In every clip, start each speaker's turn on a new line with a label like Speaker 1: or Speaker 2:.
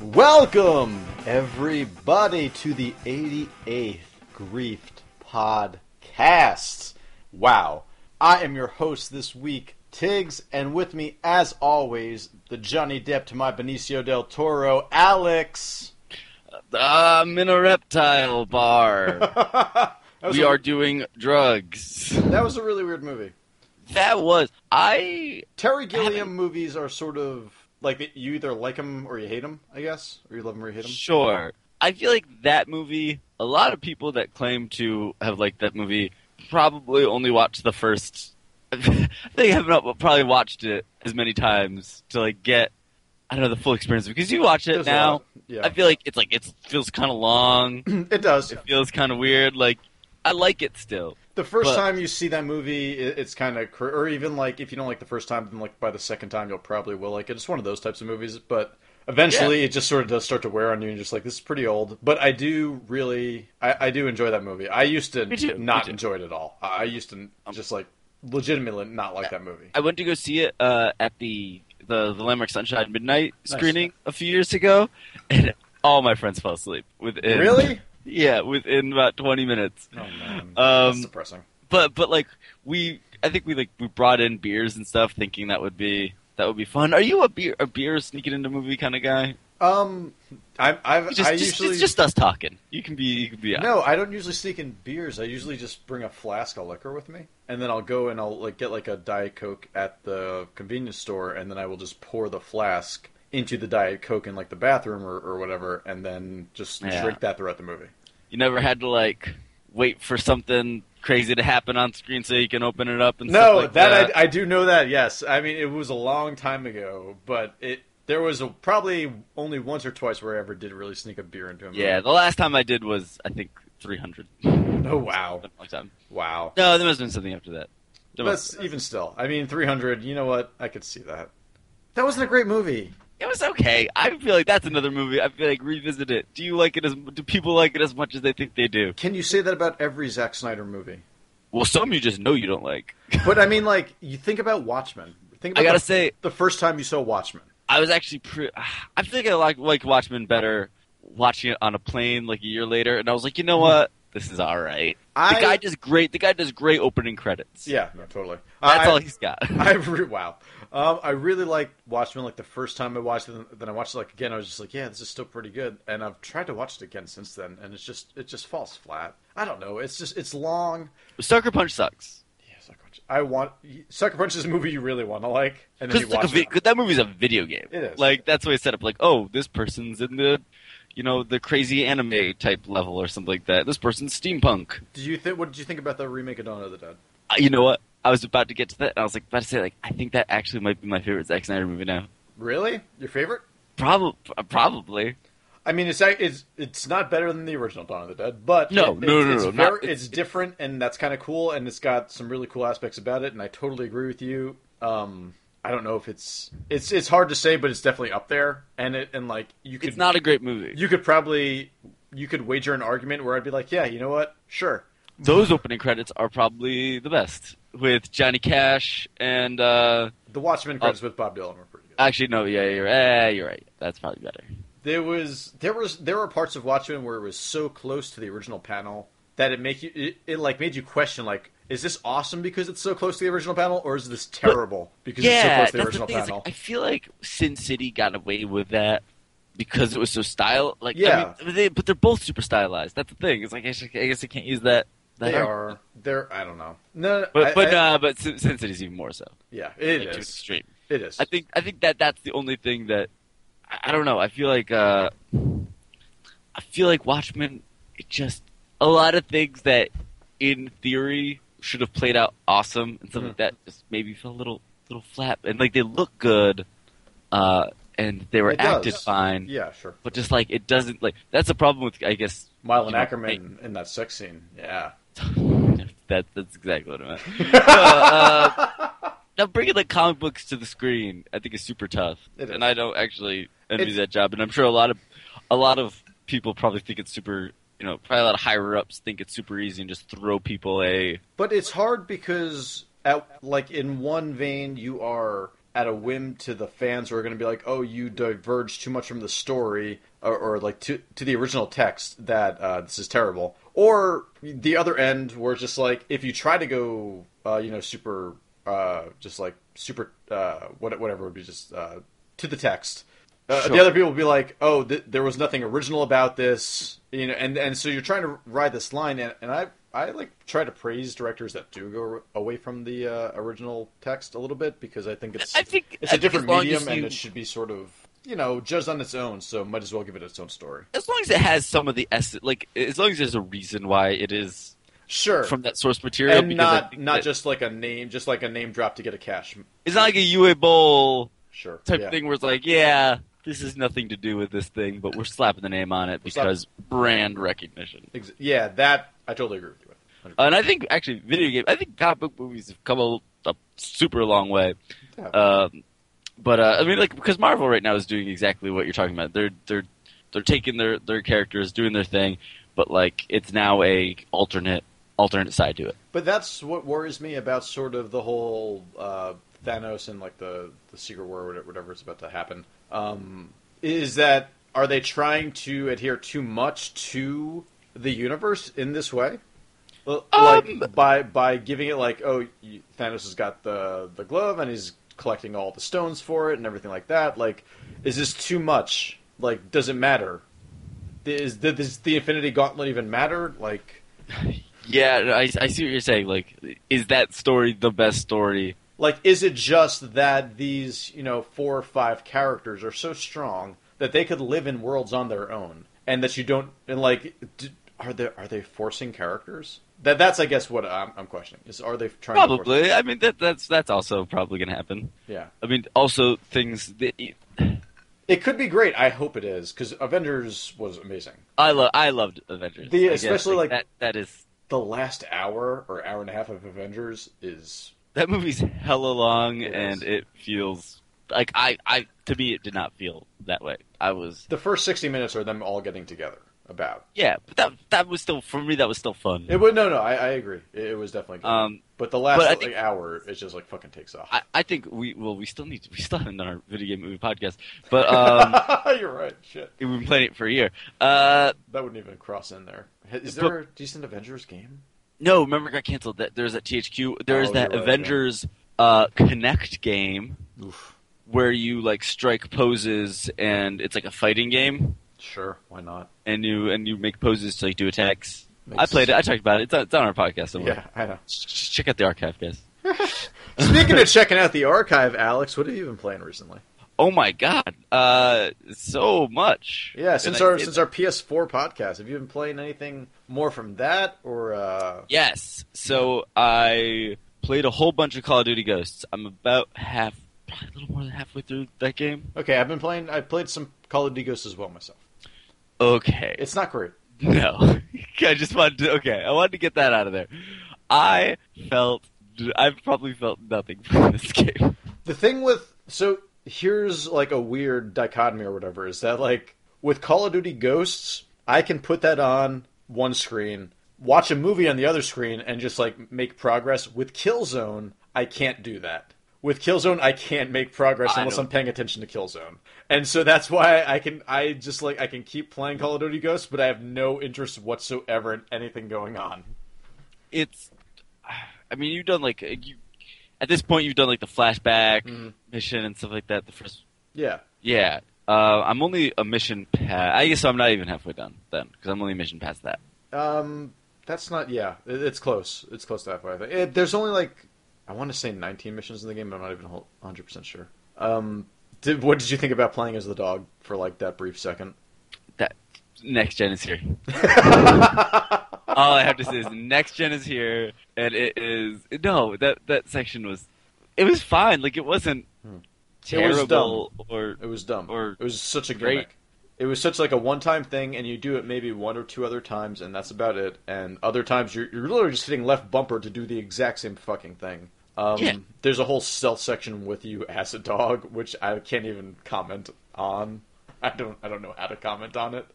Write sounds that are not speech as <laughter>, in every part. Speaker 1: Welcome, everybody, to the 88th Griefed Podcast. Wow. I am your host this week, Tiggs, and with me, as always, the Johnny Depp to my Benicio del Toro, Alex. <laughs>
Speaker 2: I'm in a reptile bar.
Speaker 1: <laughs> that, was
Speaker 2: we
Speaker 1: a,
Speaker 2: are doing drugs.
Speaker 1: that was a really weird movie.
Speaker 2: That was I.
Speaker 1: Terry Gilliam
Speaker 2: Haven't-
Speaker 1: movies are sort of like you either like them or you hate them, I guess, or you love them or you hate them.
Speaker 2: Sure. I feel like that movie. A lot of people that claim to have liked that movie probably only watched the first. <laughs> they have not probably watched it as many times to like get. I don't know the full experience because you watch it
Speaker 1: There's a
Speaker 2: now.
Speaker 1: lot. yeah, <clears throat>
Speaker 2: I feel like it's like it feels kind of long.
Speaker 1: it does.
Speaker 2: It feels kind of weird. Like I like it still.
Speaker 1: The first
Speaker 2: But-
Speaker 1: time you see that movie, i- it's kind of, cr- or even like if you don't like the first time, then like by the second time you'll probably will like it. It's one of those types of movies, but eventually it just sort of does start to wear on you, and you're just like this is pretty old. But I do really, I, I do enjoy that movie. I used to
Speaker 2: Me too, me
Speaker 1: not
Speaker 2: too.
Speaker 1: enjoy it at all. I I used to just like legitimately not like that movie.
Speaker 2: I went to go see it uh, at the the, the Landmark Sunshine Midnight
Speaker 1: Nice.
Speaker 2: screening a few years ago, and all my friends fell asleep within <laughs>
Speaker 1: Really?
Speaker 2: yeah within about twenty minutes.
Speaker 1: Oh man, that's
Speaker 2: Um,
Speaker 1: depressing.
Speaker 2: But but like we, I think we like we brought in beers and stuff, thinking that would be that would be fun. Are you a beer a beer sneaking into movie kind of guy?
Speaker 1: Um, I, I've
Speaker 2: Just,
Speaker 1: I
Speaker 2: just
Speaker 1: usually
Speaker 2: it's just us talking. You can be you can be out.
Speaker 1: No, I don't usually sneak in beers. I usually just bring a flask of liquor with me, and then I'll go and I'll like get like a diet coke at the convenience store, and then I will just pour the flask into the diet coke in like the bathroom or, or whatever, and then just
Speaker 2: Yeah.
Speaker 1: drink that throughout the movie.
Speaker 2: You never had to like wait for something crazy to happen on screen so you can open it up and stuff
Speaker 1: No,
Speaker 2: like
Speaker 1: that, I, I do know that. Yes, I mean it was a long time ago, but it there was a, probably only once or twice where I ever did really sneak a beer into a movie.
Speaker 2: yeah, the last time I did was I think
Speaker 1: <laughs>
Speaker 2: three hundred.
Speaker 1: Oh wow,
Speaker 2: long time.
Speaker 1: wow.
Speaker 2: No, there must have been something after that. There must-
Speaker 1: That's even still. I mean, 300. You know what? I could see that. That wasn't a great movie.
Speaker 2: it was okay. I feel like that's another movie. I feel like revisit it. Do you like it as? Do people like it as much as they think they do?
Speaker 1: Can you say that about every Zack Snyder movie?
Speaker 2: Well, some you just know you don't like.
Speaker 1: But I mean, like, you think about Watchmen. Think about
Speaker 2: I gotta
Speaker 1: the,
Speaker 2: say,
Speaker 1: the first time you saw Watchmen.
Speaker 2: I was actually pre- <sighs> I feel like I like like Watchmen better watching it on a plane like a year later, and I was like, you know what? This is all right. The
Speaker 1: I
Speaker 2: guy does great. The guy does great opening
Speaker 1: <laughs>
Speaker 2: credits.
Speaker 1: yeah, no, totally.
Speaker 2: that's
Speaker 1: I,
Speaker 2: all he's got.
Speaker 1: <laughs> I re- wow. Um, I really liked Watchmen. Like the first time I watched it, and then I watched it like again. I was just like, yeah, this is still pretty good. And I've tried to watch it again since then, and it's just it just falls flat. I don't know. It's just it's long.
Speaker 2: <laughs> Sucker Punch sucks
Speaker 1: Yeah, Sucker Punch. I want Sucker Punch is a movie you really want to like, and then
Speaker 2: because
Speaker 1: you watch it.
Speaker 2: that movie's a video game.
Speaker 1: It is.
Speaker 2: Like that's why it's set up. Like, oh, this person's in the, you know, the crazy anime type level or something like that. This person's steampunk.
Speaker 1: Do you think? What did you think about the remake of Dawn of the Dead?
Speaker 2: Uh, You know what? I was about to get to that, and I was like about to say like I think that actually might be my favorite Zack Snyder movie now.
Speaker 1: Really, your favorite?
Speaker 2: Probably, probably.
Speaker 1: I mean, it's ac- it's it's not better than the original Dawn of the Dead, but
Speaker 2: No,
Speaker 1: it-
Speaker 2: no,
Speaker 1: it's,
Speaker 2: no,
Speaker 1: it's
Speaker 2: no, not-
Speaker 1: very- it's different, and that's kind of cool, and it's got some really cool aspects about it, and I totally agree with you. Um, I don't know if it's it's it's hard to say, but it's definitely up there, and it and like you could
Speaker 2: It's not a great movie.
Speaker 1: you could probably you could wager an argument where I'd be like, yeah, you know what, sure,
Speaker 2: Those opening credits are probably the best with Johnny Cash and uh
Speaker 1: the Watchmen credits with Bob Dylan were pretty good.
Speaker 2: actually no, yeah, you're eh, you're right. That's probably better.
Speaker 1: there was there was there were parts of Watchmen where it was so close to the original panel that it make you it, it like made you question like is this awesome because it's so close to the original panel or is this terrible because it's so
Speaker 2: yeah,
Speaker 1: close to the
Speaker 2: that's
Speaker 1: original
Speaker 2: the thing. is,
Speaker 1: panel?
Speaker 2: Like, I feel like Sin City got away with that because it was so style. Like,
Speaker 1: Yeah.
Speaker 2: I mean, they, but they're both super stylized. That's the thing. It's like I guess I guess I can't use that. that
Speaker 1: they
Speaker 2: argument.
Speaker 1: are they're I don't know no, no
Speaker 2: But
Speaker 1: I-
Speaker 2: but uh,
Speaker 1: I-
Speaker 2: nah, but Sin Sin City's even more so.
Speaker 1: yeah it
Speaker 2: Like, to an
Speaker 1: is
Speaker 2: extreme.
Speaker 1: it is
Speaker 2: I think I think that that's the only thing that I, I don't know. I feel like uh, I feel like Watchmen. It just a lot of things that in theory should have played out awesome and stuff
Speaker 1: Mm-hmm.
Speaker 2: like that just maybe fell a little little flat and like they look good uh, and they were
Speaker 1: It does.
Speaker 2: acted fine.
Speaker 1: yeah sure
Speaker 2: But just like it doesn't like that's the problem with I guess <laughs>
Speaker 1: Marlon
Speaker 2: you know,
Speaker 1: Ackerman in that sex scene
Speaker 2: <laughs>
Speaker 1: yeah
Speaker 2: that that's exactly what I meant. <laughs> uh, Now bringing the comic books to the screen, I think is super tough,
Speaker 1: It is.
Speaker 2: and I don't actually envy
Speaker 1: It's-
Speaker 2: that job. And I'm sure a lot of a lot of people probably think it's super. You know, probably a lot of higher ups think it's super easy and just throw people a.
Speaker 1: But it's hard because at like in one vein you are at a whim to the fans who are going to be like, "Oh, you diverged too much from the story or, or like to to the original text that uh, this is terrible," or the other end where it's just like if you try to go, uh, you know, super, uh, just like super, uh, what whatever would be just uh, to the text. Uh,
Speaker 2: Sure.
Speaker 1: The other people will be like, "Oh, th- there was nothing original about this," you know, and and so you're trying to ride this line, and, and I I like try to praise directors that do go away from the uh, original text a little bit because I think it's
Speaker 2: I think
Speaker 1: it's
Speaker 2: I
Speaker 1: a
Speaker 2: think
Speaker 1: different
Speaker 2: as long
Speaker 1: medium
Speaker 2: as
Speaker 1: and
Speaker 2: you-
Speaker 1: it should be sort of you know judged on its own, so might as well give it its own story.
Speaker 2: as long as it has some of the essence, like as long as there's a reason why it is
Speaker 1: Sure,
Speaker 2: from that source material,
Speaker 1: and
Speaker 2: because I
Speaker 1: not
Speaker 2: think
Speaker 1: not
Speaker 2: that-
Speaker 1: just like a name, just like a name drop to get a cash.
Speaker 2: it's not like a UA Bowl
Speaker 1: Sure,
Speaker 2: type
Speaker 1: yeah.
Speaker 2: thing where it's like, yeah, this has nothing to do with this thing, but we're slapping the name on it
Speaker 1: We're slapping-
Speaker 2: because brand recognition.
Speaker 1: Ex- yeah, that I totally agree with you. With.
Speaker 2: And I think actually, video game, I think comic book movies have come a, a super long way.
Speaker 1: Yeah.
Speaker 2: Um, but uh, I mean, like because Marvel right now is doing exactly what you're talking about. They're they're they're taking their their characters, doing their thing, but like it's now a alternate alternate side to it.
Speaker 1: But that's what worries me about sort of the whole uh, Thanos and like the the secret war, or whatever- whatever is about to happen. Um, is that are they trying to adhere too much to the universe in this way? L-
Speaker 2: Um,
Speaker 1: like by by giving it like oh you, Thanos has got the the glove and he's collecting all the stones for it and everything like that. Like, is this too much? Like, does it matter? Is, does the Infinity Gauntlet even matter? Like,
Speaker 2: Yeah, I, I see what you're saying. Like, is that story the best story?
Speaker 1: Like, is it just that these, you know, four or five characters are so strong that they could live in worlds on their own, and that you don't, and like, d are they are they forcing characters? That that's, I guess, what I'm, I'm questioning is are they trying to force-
Speaker 2: Probably. I mean, that that's that's also probably gonna happen.
Speaker 1: yeah,
Speaker 2: I mean, also things that
Speaker 1: it could be great. I hope it is because Avengers was amazing.
Speaker 2: I love. I loved Avengers,
Speaker 1: The-
Speaker 2: I guess,
Speaker 1: especially, like-
Speaker 2: that. That is
Speaker 1: The last hour or hour and a half of Avengers is
Speaker 2: that movie's hella long,
Speaker 1: It
Speaker 2: and
Speaker 1: is.
Speaker 2: it feels like I, I to me it did not feel that way. I was
Speaker 1: the first sixty minutes are them all getting together. About
Speaker 2: yeah, but that that was still for me that was still fun.
Speaker 1: it would no no I, I agree it, it was definitely good.
Speaker 2: um,
Speaker 1: but the last
Speaker 2: but I
Speaker 1: like,
Speaker 2: think-
Speaker 1: hour it just like fucking takes off.
Speaker 2: I, I think we well we still need to, we still haven't done our video game movie podcast, but
Speaker 1: <laughs>
Speaker 2: um,
Speaker 1: You're right. Shit,
Speaker 2: we've been playing it for a year. Uh,
Speaker 1: that wouldn't even cross in there. Is
Speaker 2: But-
Speaker 1: there a decent Avengers game?
Speaker 2: no, remember it got canceled. That there's that THQ, there's
Speaker 1: Oh, you're
Speaker 2: that
Speaker 1: right, yeah.
Speaker 2: Avengers uh, Connect game
Speaker 1: Oof.
Speaker 2: where you like strike poses and it's like a fighting game.
Speaker 1: Sure, why not?
Speaker 2: and you and you make poses to like do attacks. I played it. I talked about it. It's on, it's on our podcast somewhere.
Speaker 1: Yeah, I know.
Speaker 2: Ch- ch- Check out the archive, guys.
Speaker 1: <laughs> Speaking of checking out the archive, Alex, what have you been playing recently?
Speaker 2: Oh my god, uh, so much.
Speaker 1: Yeah,
Speaker 2: And
Speaker 1: since
Speaker 2: I
Speaker 1: our
Speaker 2: did-
Speaker 1: since our PS4 podcast, have you been playing anything more from that or? uh
Speaker 2: yes, so I played a whole bunch of Call of Duty Ghosts. I'm about half, probably a little more than halfway through that game.
Speaker 1: Okay, I've been playing. I played some Call of Duty Ghosts as well myself.
Speaker 2: Okay,
Speaker 1: It's not great.
Speaker 2: no, <laughs> I just wanted to. Okay, I wanted to get that out of there. I felt. I've probably felt nothing from this <laughs> game.
Speaker 1: The thing with so here's like a weird dichotomy or whatever is that like with Call of Duty Ghosts, I can put that on one screen, watch a movie on the other screen, and just like make progress. With Killzone, I can't do that. With Killzone, I can't make progress
Speaker 2: I
Speaker 1: unless
Speaker 2: know.
Speaker 1: I'm paying attention to Killzone, and so that's why I can I just like I can keep playing Call of Duty Ghosts, but I have no interest whatsoever in anything going on.
Speaker 2: it's i mean you've done like uh, you at this point you've done like the flashback
Speaker 1: Mhm.
Speaker 2: mission and stuff like that the first
Speaker 1: Yeah,
Speaker 2: yeah uh, i'm only a mission pa- i guess i'm not even halfway done then because i'm only a mission past that
Speaker 1: Um, that's not. Yeah, it, it's close. It's close to halfway. I think it, there's only like I want to say 19 missions in the game, but I'm not even 100 percent sure. Um, did, what did you think about playing as the dog for like that brief second?
Speaker 2: next gen
Speaker 1: <laughs>
Speaker 2: is here
Speaker 1: yeah,
Speaker 2: all i have to say is next gen is here and it is no that that section was it was fine like it wasn't
Speaker 1: Hmm. It was
Speaker 2: terrible or
Speaker 1: it was dumb.
Speaker 2: Or
Speaker 1: it was such a
Speaker 2: great.
Speaker 1: gimmick. It was such like a one-time thing, and you do it maybe one or two other times, and that's about it. And other times you're, you're literally just hitting left bumper to do the exact same fucking thing. Um,
Speaker 2: Yeah.
Speaker 1: There's a whole stealth section with you as a dog, which I can't even comment on. I don't I don't know how to comment on it.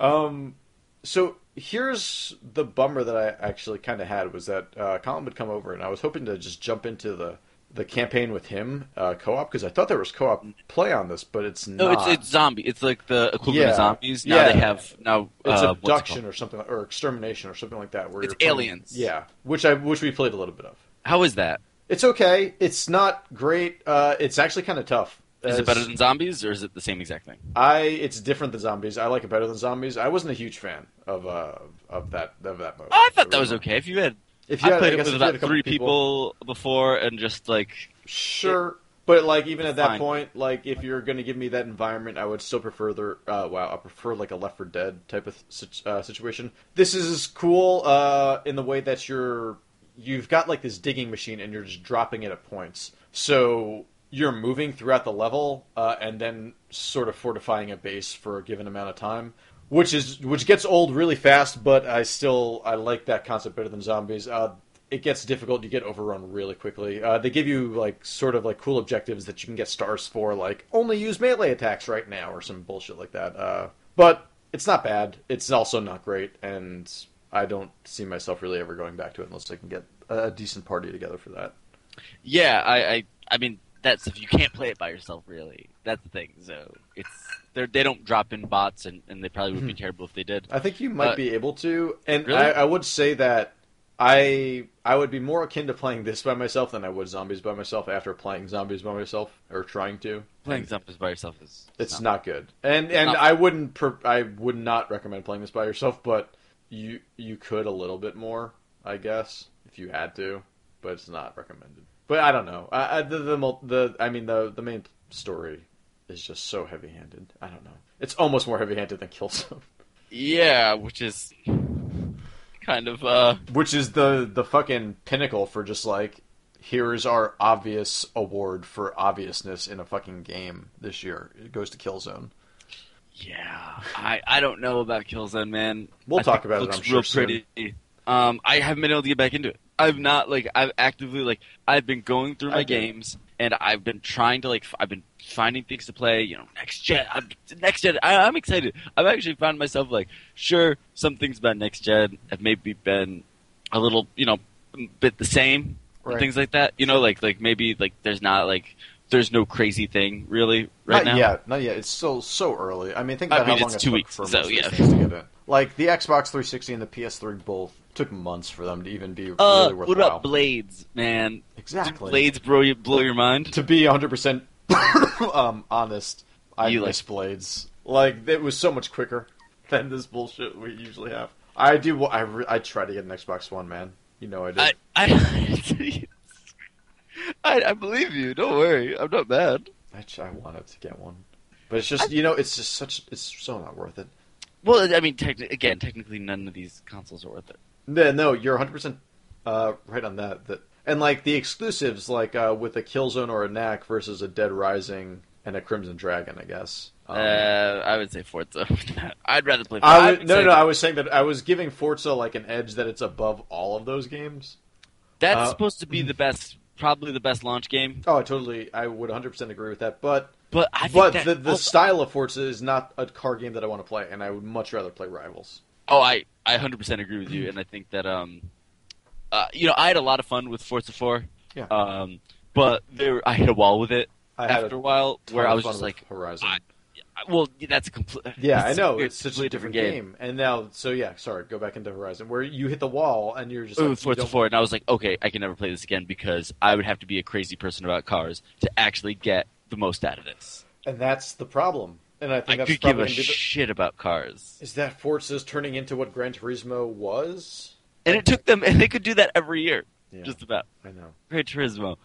Speaker 1: Um, so here's the bummer that I actually kind of had was that uh, Colin would come over, and I was hoping to just jump into the the campaign with him uh, co-op? Because I thought there was co-op play on this, but it's
Speaker 2: No,
Speaker 1: not.
Speaker 2: it's it's zombie. It's like the equivalent
Speaker 1: Yeah.
Speaker 2: of zombies. Now
Speaker 1: Yeah.
Speaker 2: they have now
Speaker 1: It's
Speaker 2: uh, what's it
Speaker 1: abduction
Speaker 2: called?
Speaker 1: or something, or extermination or something like that. Where
Speaker 2: It's
Speaker 1: you're playing-
Speaker 2: aliens.
Speaker 1: Yeah, which I which we played a little bit of.
Speaker 2: How is that?
Speaker 1: It's okay. It's not great. Uh, it's actually kind of tough.
Speaker 2: Is it
Speaker 1: As-
Speaker 2: better than zombies or is it the same exact thing?
Speaker 1: I? It's different than zombies. I like it better than zombies. I wasn't a huge fan of uh, of that of that mode.
Speaker 2: I thought that was okay. If you had,
Speaker 1: If you
Speaker 2: I
Speaker 1: had,
Speaker 2: played
Speaker 1: I
Speaker 2: it
Speaker 1: guess
Speaker 2: with
Speaker 1: if you had
Speaker 2: about
Speaker 1: a couple
Speaker 2: three people before, and just like
Speaker 1: Sure, but like even at that
Speaker 2: Fine.
Speaker 1: point, like if you're going to give me that environment, I would still prefer the uh, wow. I prefer like a Left for Dead type of sit- uh, situation. This is cool uh, in the way that you're you've got like this digging machine and you're just dropping it at points. So you're moving throughout the level uh, and then sort of fortifying a base for a given amount of time. Which is which gets old really fast, but I still I like that concept better than zombies. Uh, it gets difficult. You get overrun really quickly. Uh, they give you like sort of like cool objectives that you can get stars for, like only use melee attacks right now or some bullshit like that. Uh, but it's not bad. It's also not great, and I don't see myself really ever going back to it unless I can get a decent party together for that.
Speaker 2: yeah, I, I, I mean that's if you can't play it by yourself, really. That's the thing. So it's they they don't drop in bots, and, and they probably
Speaker 1: Hmm.
Speaker 2: would be terrible if they did.
Speaker 1: I think you might
Speaker 2: Uh,
Speaker 1: be able to, and
Speaker 2: really?
Speaker 1: I, I would say that I I would be more akin to playing this by myself than I would zombies by myself after playing zombies by myself or trying to.
Speaker 2: Playing zombies by yourself is
Speaker 1: It's not good, and
Speaker 2: It's
Speaker 1: and
Speaker 2: not-
Speaker 1: I wouldn't pr I would not recommend playing this by yourself, but you you could a little bit more, I guess, if you had to, but it's not recommended. But I don't know. I, I the, the mul- the I mean the the main story is just so heavy handed. I don't know. It's almost more heavy handed than Killzone, <laughs>
Speaker 2: Yeah, which is kind of uh
Speaker 1: which is the the fucking pinnacle for just like here's our obvious award for obviousness in a fucking game this year. It goes to Killzone.
Speaker 2: yeah. I I don't know about Killzone, man.
Speaker 1: We'll
Speaker 2: I
Speaker 1: talk
Speaker 2: think
Speaker 1: about it,
Speaker 2: Looks
Speaker 1: I'm sure,
Speaker 2: real pretty. Um, I haven't been able to get back into it. I've not like I've actively like I've been going through my
Speaker 1: I get it.
Speaker 2: games and I've been trying to like f- I've been finding things to play. You know, next gen, I'm, next gen. I, I'm excited. I've actually found myself like sure some things about next gen have maybe been a little you know bit the same and
Speaker 1: Right.
Speaker 2: things like that. You know, like like maybe like there's not like there's no crazy thing really right
Speaker 1: not
Speaker 2: now.
Speaker 1: yet, not yet. It's still so early. I mean, think
Speaker 2: I
Speaker 1: about
Speaker 2: mean,
Speaker 1: how long
Speaker 2: it's
Speaker 1: it
Speaker 2: two
Speaker 1: took
Speaker 2: weeks,
Speaker 1: for
Speaker 2: so,
Speaker 1: most of these
Speaker 2: yeah.
Speaker 1: things to get in. Like the Xbox 360 and the PS3 both took months for them to even be
Speaker 2: Uh,
Speaker 1: really
Speaker 2: what
Speaker 1: worthwhile.
Speaker 2: about Blades, man?
Speaker 1: exactly.
Speaker 2: Blades blow you, blow your mind.
Speaker 1: To be 100 percent <coughs> um honest, I
Speaker 2: You
Speaker 1: miss Blades. Like it was so much quicker <laughs> than this bullshit we usually have. I do. I re- I try to get an Xbox One, man. You know I do.
Speaker 2: I, I, <laughs> I, I believe you. Don't worry, I'm not mad.
Speaker 1: I, ch- I wanted to get one, but it's just you know it's just such it's so not worth it.
Speaker 2: Well, I mean, techni- again, technically, none of these consoles are worth it.
Speaker 1: No, no, you're 100% uh, right on that. That and like the exclusives, like uh, with a Killzone or a Knack versus a Dead Rising and a Crimson Dragon, I guess. Um,
Speaker 2: uh, I would say Forza. <laughs> I'd rather play.
Speaker 1: I
Speaker 2: Forza.
Speaker 1: would, no, no, I was saying that I was giving Forza like an edge that it's above all of those games.
Speaker 2: that's
Speaker 1: uh,
Speaker 2: supposed to be the best, probably the best launch game.
Speaker 1: Oh, I totally, I would 100% agree with that. But
Speaker 2: But I think
Speaker 1: but
Speaker 2: that
Speaker 1: the, the
Speaker 2: also-
Speaker 1: style of Forza is not a car game that I want to play, and I would much rather play Rivals.
Speaker 2: Oh, I I hundred percent agree with you, and I think that um, uh, you know, I had a lot of fun with Forza Four.
Speaker 1: Yeah.
Speaker 2: Um, but there, I hit a wall with it
Speaker 1: I had
Speaker 2: after a while
Speaker 1: a
Speaker 2: where
Speaker 1: ton
Speaker 2: I
Speaker 1: of
Speaker 2: was
Speaker 1: fun
Speaker 2: just
Speaker 1: with
Speaker 2: like,
Speaker 1: Horizon.
Speaker 2: I- I- well, that's a complete.
Speaker 1: Yeah, I
Speaker 2: that's
Speaker 1: know.
Speaker 2: a
Speaker 1: It's such a
Speaker 2: completely
Speaker 1: different game. And now, so yeah, sorry, go back into Horizon, where you hit the wall and you're just
Speaker 2: Ooh,
Speaker 1: like, you
Speaker 2: Forza
Speaker 1: don't-
Speaker 2: Four, and I was like, okay, I can never play this again because I would have to be a crazy person about cars to actually get the most out of this.
Speaker 1: and that's the problem. And I think
Speaker 2: I
Speaker 1: that's
Speaker 2: could give
Speaker 1: probably
Speaker 2: a
Speaker 1: gonna be the-
Speaker 2: shit about cars,
Speaker 1: is that Forza's turning into what Gran Turismo was.
Speaker 2: and it took them, and they could do that every year,
Speaker 1: Yeah,
Speaker 2: just about.
Speaker 1: I know.
Speaker 2: Gran Turismo.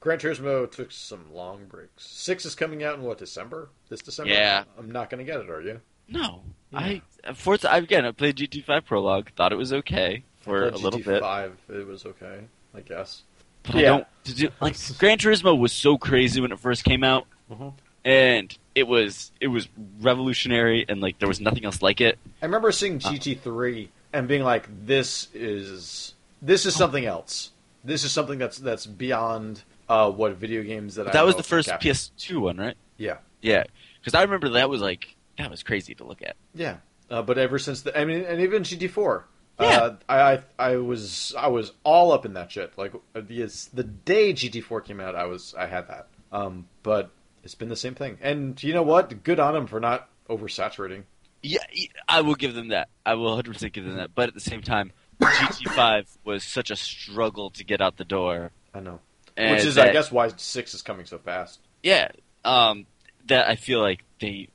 Speaker 1: Gran Turismo took some long breaks. Six is coming out in what December? This December?
Speaker 2: Yeah.
Speaker 1: I'm not going to get it. Are you?
Speaker 2: No, I Forza I- again. I played GT5 Prologue, thought it was okay for
Speaker 1: Yeah,
Speaker 2: a little bit,
Speaker 1: GT5, it was okay, I guess.
Speaker 2: but I
Speaker 1: Yeah.
Speaker 2: don't. To do, like Gran Turismo was so crazy when it first came out,
Speaker 1: Mhm.
Speaker 2: and it was it was revolutionary, and like there was nothing else like it.
Speaker 1: I remember seeing
Speaker 2: Uh.
Speaker 1: GT3 and being like, "This is this
Speaker 2: Oh.
Speaker 1: is something else. This is something that's that's beyond uh, what video games that."
Speaker 2: But
Speaker 1: I
Speaker 2: that was
Speaker 1: know
Speaker 2: the
Speaker 1: can
Speaker 2: first
Speaker 1: capture."
Speaker 2: PS2 one, right?
Speaker 1: Yeah.
Speaker 2: yeah. Because I remember that was like that was crazy to look at.
Speaker 1: Yeah, uh, but ever since the, I mean, and even GT4, Uh, I, I I was I was all up in that shit. Like uh, the the day GT4 came out, I was I had that. Um, but it's been the same thing. And you know what? Good on them for not oversaturating.
Speaker 2: Yeah, y- I will give them that. I will 100% give them that. But at the same time, <laughs> GT5 was such a struggle to get out the door.
Speaker 1: I know,
Speaker 2: and
Speaker 1: which is
Speaker 2: that-
Speaker 1: I guess why six is coming so fast.
Speaker 2: yeah, um, that I feel like they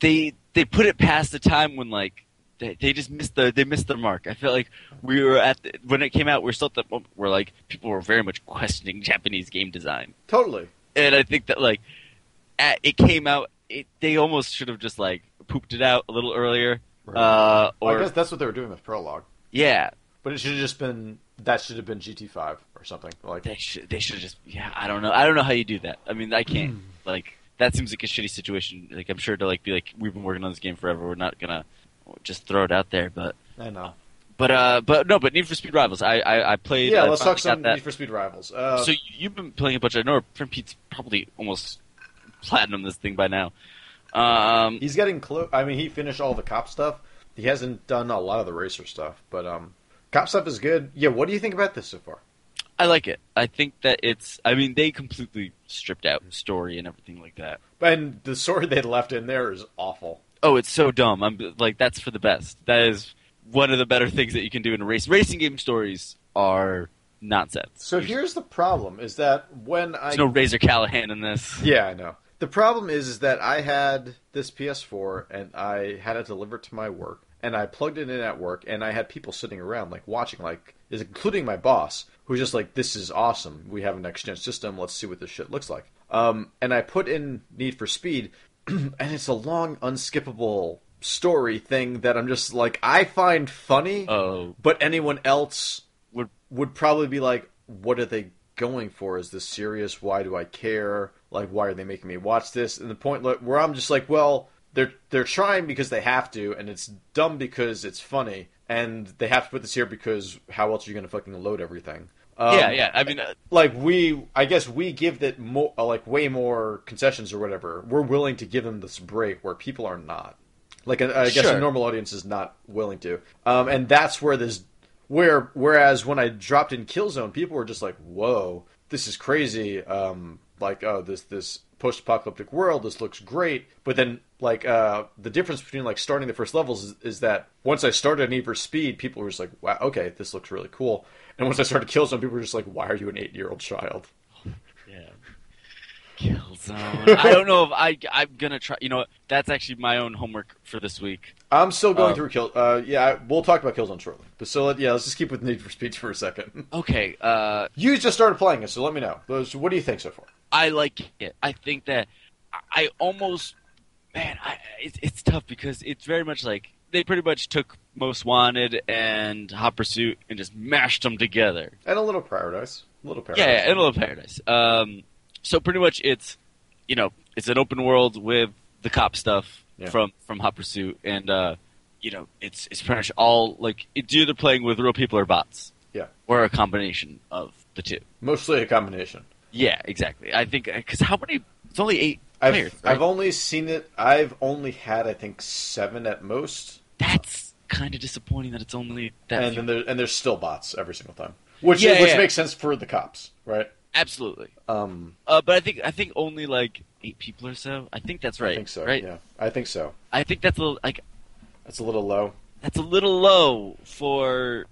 Speaker 2: they they put it past the time when like they, they just missed the they missed the mark. I felt like we were at the, when it came out, we are still at the moment where like people were very much questioning <laughs> Japanese game design,
Speaker 1: Totally.
Speaker 2: and I think that like at, it came out, it, they almost should have just like pooped it out a little earlier, uh,
Speaker 1: I
Speaker 2: or
Speaker 1: guess that's what they were doing with Prologue.
Speaker 2: yeah,
Speaker 1: But it should have just been that should have been GT5 or something like.
Speaker 2: They should. They should just. Yeah, I don't know. I don't know how you do that. I mean, I
Speaker 1: Hmm.
Speaker 2: can't. like that seems like a shitty situation. Like I'm sure to like be like we've been working on this game forever. We're not gonna just throw it out there. But
Speaker 1: I know.
Speaker 2: but uh but no. But Need for Speed Rivals. I I, I played.
Speaker 1: Yeah,
Speaker 2: I
Speaker 1: let's
Speaker 2: finally
Speaker 1: talk some
Speaker 2: got that.
Speaker 1: Need for Speed Rivals. Uh,
Speaker 2: so you- you've been playing a bunch. I know our friend Pete's probably almost <laughs> platinum this thing by now. Um.
Speaker 1: He's getting close. I mean, he finished all the cop stuff. He hasn't done a lot of the racer stuff, but um, cop stuff is good. Yeah, what do you think about this so far?
Speaker 2: I like it. I think that it's. I mean, they completely stripped out story and everything like that.
Speaker 1: And the sword they left in there is awful.
Speaker 2: oh, it's so dumb. I'm like, that's for the best. That is one of the better things that you can do in a race. Racing game stories are nonsense.
Speaker 1: So
Speaker 2: There's-
Speaker 1: here's the problem: is that when I
Speaker 2: there's no Razor Callahan in this.
Speaker 1: yeah, I know. The problem is, is that I had this PS4 and I had it delivered to my work, and I plugged it in at work, and I had people sitting around like watching, like is including my boss, who's just like, "This is awesome. We have an next gen system. Let's see what this shit looks like." Um, and I put in Need for Speed, <clears throat> and it's a long, unskippable story thing that I'm just like, I find funny,
Speaker 2: Oh,
Speaker 1: but anyone else
Speaker 2: would
Speaker 1: would probably be like, what are they going for? Is this serious? Why do I care? Like, why are they making me watch this? And the point li- where I'm just like, well, they're they're trying because they have to, and it's dumb because it's funny, and they have to put this here because how else are you going to fucking load everything? Um,
Speaker 2: yeah, yeah. I mean, uh,
Speaker 1: Like we, I guess we give that more, like way more concessions or whatever. We're willing to give them this break where people are not. Like I I guess
Speaker 2: Sure.
Speaker 1: a normal audience is not willing to, um, and that's where this where whereas when I dropped in Killzone, people were just like, "Whoa, this is crazy!" Um, like, "Oh, this this post apocalyptic world, this looks great." But then, like, uh, the difference between like starting the first levels is, is that once I started Need for Speed, people were just like, "Wow, okay, this looks really cool." And once I started Killzone, people were just like, "Why are you an eight year old child?"
Speaker 2: yeah. Killzone. I don't know if I. I'm gonna try. You know, what? that's actually my own homework for this week.
Speaker 1: I'm still going
Speaker 2: Um,
Speaker 1: through Kill. Uh, yeah, I- we'll talk about Killzone shortly. But so let, yeah, let's just keep with Need for Speed for a second. <laughs>
Speaker 2: Okay. Uh,
Speaker 1: You just started playing it, so let me know. So What do you think so far?
Speaker 2: I like it. I think that I I almost, man, I, it's it's tough because it's very much like they pretty much took Most Wanted and Hot Pursuit and just mashed them together.
Speaker 1: And a little paradise, a little paradise.
Speaker 2: Yeah, yeah, and a little paradise. Um, so pretty much it's, you know, it's an open world with the cop stuff
Speaker 1: Yeah.
Speaker 2: from from Hot Pursuit, and uh, you know, it's it's pretty much all like it's either playing with real people or bots.
Speaker 1: Yeah.
Speaker 2: or a combination of the two.
Speaker 1: Mostly a combination.
Speaker 2: Yeah, exactly. I think because how many? It's only eight
Speaker 1: I've,
Speaker 2: players. right?
Speaker 1: I've only seen it. I've only had I think seven at most,
Speaker 2: that's kind of disappointing that it's only that.
Speaker 1: and
Speaker 2: few.
Speaker 1: then there, and there's still bots every single time, which
Speaker 2: Yeah,
Speaker 1: which
Speaker 2: yeah.
Speaker 1: makes sense for the cops, right?
Speaker 2: Absolutely,
Speaker 1: Um,
Speaker 2: uh, but I think I think only like eight people or so. I think that's right.
Speaker 1: I think so.
Speaker 2: Right.
Speaker 1: Yeah, I think so.
Speaker 2: I think that's a little, like
Speaker 1: That's a little low.
Speaker 2: that's a little low for.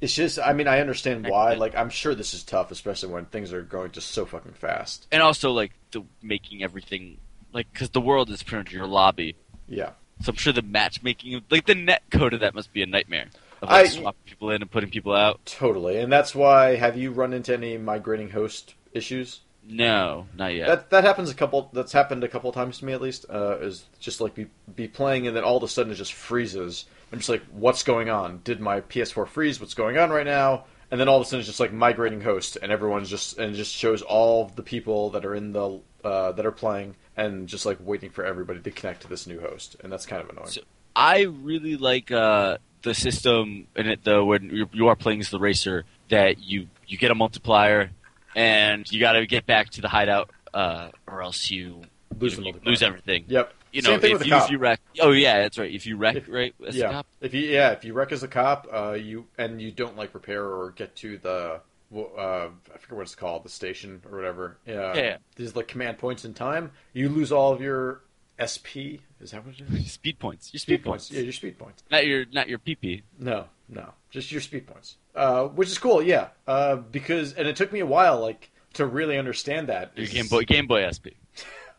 Speaker 1: It's just, I mean, I understand why.
Speaker 2: Yeah.
Speaker 1: Like, I'm sure this is tough, especially when things are going just so fucking fast.
Speaker 2: And also like the making everything like because the world is pretty much your lobby,
Speaker 1: Yeah.
Speaker 2: so I'm sure the matchmaking of like the net code of that must be a nightmare. Of
Speaker 1: I-
Speaker 2: like, swapping people in and putting people out.
Speaker 1: Totally, and that's why. Have you run into any migrating host issues?
Speaker 2: No, not yet.
Speaker 1: That that happens a couple. That's happened a couple times to me at least. Uh, is just like be be playing, and then all of a sudden it just freezes. I'm just like, what's going on? Did my PS4 freeze? What's going on right now? And then all of a sudden it's just like migrating host, and everyone's just and it just shows all of the people that are in the uh, that are playing, and just like waiting for everybody to connect to this new host, and that's kind of annoying.
Speaker 2: So- I really like uh, the system in it though, when you- you are playing as the racer, that you you get a multiplier, and you got to get back to the hideout, uh, or else you
Speaker 1: Lose the
Speaker 2: you
Speaker 1: multiplier.
Speaker 2: lose everything.
Speaker 1: Yep,
Speaker 2: you
Speaker 1: Same
Speaker 2: know,
Speaker 1: thing
Speaker 2: if
Speaker 1: with a
Speaker 2: you, if
Speaker 1: cop.
Speaker 2: you wreck, oh yeah, that's right. If you wreck,
Speaker 1: If-
Speaker 2: right, as
Speaker 1: yeah.
Speaker 2: a cop, <laughs>
Speaker 1: If you yeah, if you wreck as a cop, uh, you and you don't like repair or get to the wh- uh, I forget what it's called, the station or whatever. Yeah.
Speaker 2: Yeah.
Speaker 1: These like command points in time, you lose all of your SP. Is that what it is?
Speaker 2: speed points, your speed,
Speaker 1: Speed
Speaker 2: points,
Speaker 1: points. Yeah, your speed points.
Speaker 2: not your not your PP.
Speaker 1: No, no, just your speed points. Uh, which is cool. Yeah. Uh, because and it took me a while like to really understand that.
Speaker 2: Your
Speaker 1: It's-
Speaker 2: Game Boy Game Boy SP.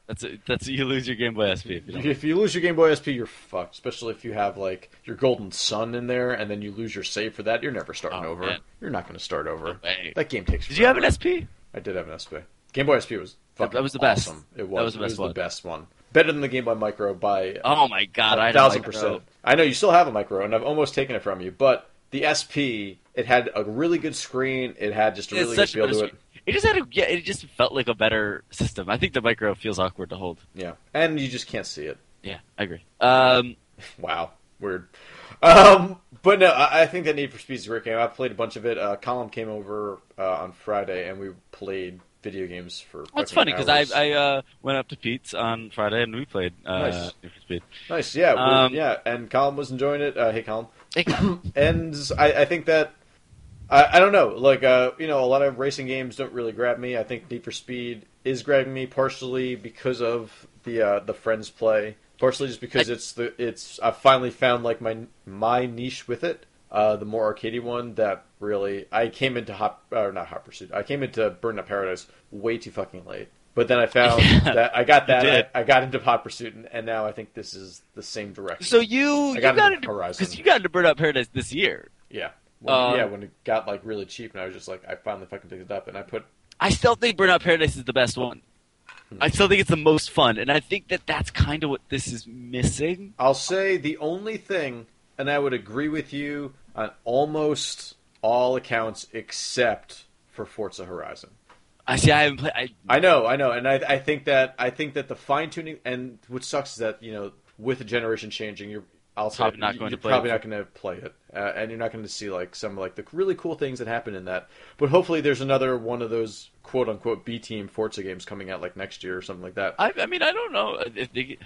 Speaker 2: That's it. That's you lose your Game Boy SP if you don't.
Speaker 1: If you lose your Game Boy SP, you're fucked. Especially if you have like your Golden Sun in there, and then you lose your save for that, you're never starting
Speaker 2: Oh,
Speaker 1: over.
Speaker 2: man.
Speaker 1: You're not going to start over.
Speaker 2: Hey.
Speaker 1: That game takes.
Speaker 2: Did you have
Speaker 1: forever.
Speaker 2: an SP?
Speaker 1: I did have an SP. Game Boy SP was fucking
Speaker 2: that was the best.
Speaker 1: Awesome. It was.
Speaker 2: That was the
Speaker 1: it
Speaker 2: best
Speaker 1: was
Speaker 2: one.
Speaker 1: the best one. Better than the Game Boy Micro by
Speaker 2: Oh my God, I
Speaker 1: a
Speaker 2: had
Speaker 1: thousand
Speaker 2: a
Speaker 1: percent.
Speaker 2: micro.
Speaker 1: I know you still have a micro, and I've almost taken it from you. But the SP, it had a really good screen. It had just a
Speaker 2: It's
Speaker 1: really good
Speaker 2: such a
Speaker 1: feel
Speaker 2: better
Speaker 1: to it.
Speaker 2: screen. It just had a yeah. It just felt like a better system. I think the micro feels awkward to hold.
Speaker 1: Yeah, and you just can't see it.
Speaker 2: Yeah, I agree. Um,
Speaker 1: Wow, weird. Um, but no, I I think that Need for Speed is a great game. I played a bunch of it. Uh, Colin came over uh, on Friday, and we played video games for.
Speaker 2: that's funny
Speaker 1: fucking
Speaker 2: because I
Speaker 1: hours.
Speaker 2: I uh, went up to Pete's on Friday and we played uh,
Speaker 1: Nice.
Speaker 2: Need for Speed.
Speaker 1: nice, yeah, well,
Speaker 2: Um,
Speaker 1: yeah. And Colin was enjoying it. Uh, hey, Colin.
Speaker 2: Hey,
Speaker 1: <coughs> And I, I think that I, I don't know, like uh, you know, a lot of racing games don't really grab me. I think Need for Speed is grabbing me partially because of the uh, the friends play, partially just because it's the it's I finally found like my my niche with it. Uh, the more arcadey one that really I came into hot or not hot pursuit. I came into Burnout Paradise way too fucking late. But then I found
Speaker 2: <laughs> Yeah,
Speaker 1: that I got
Speaker 2: you
Speaker 1: that
Speaker 2: did.
Speaker 1: I, I got into Hot Pursuit, and, and now I think this is the same direction.
Speaker 2: so you
Speaker 1: I
Speaker 2: you
Speaker 1: got
Speaker 2: got
Speaker 1: into
Speaker 2: into
Speaker 1: Horizon.
Speaker 2: because you got into Burnout Paradise this year.
Speaker 1: Yeah. When,
Speaker 2: Um,
Speaker 1: yeah, when it got like really cheap, and I was just like, I finally fucking picked it up, and I put
Speaker 2: I still think Burnout Paradise is the best one. I still think it's the most fun, and I think that that's kind of what this is missing.
Speaker 1: I'll say the only thing, and I would agree with you on almost all accounts except for Forza Horizon.
Speaker 2: I see. I haven't played. I,
Speaker 1: I know, I know, and I, I think that I think that the fine tuning and what sucks is that you know with the generation changing, you're I'll say
Speaker 2: Probably not going
Speaker 1: you're
Speaker 2: to play
Speaker 1: probably
Speaker 2: it.
Speaker 1: not going to play it, uh, and you're not going to see like some like the really cool things that happen in that. But hopefully, there's another one of those quote unquote B team Forza games coming out like next year or something like that.
Speaker 2: I, I mean, I don't know. If they,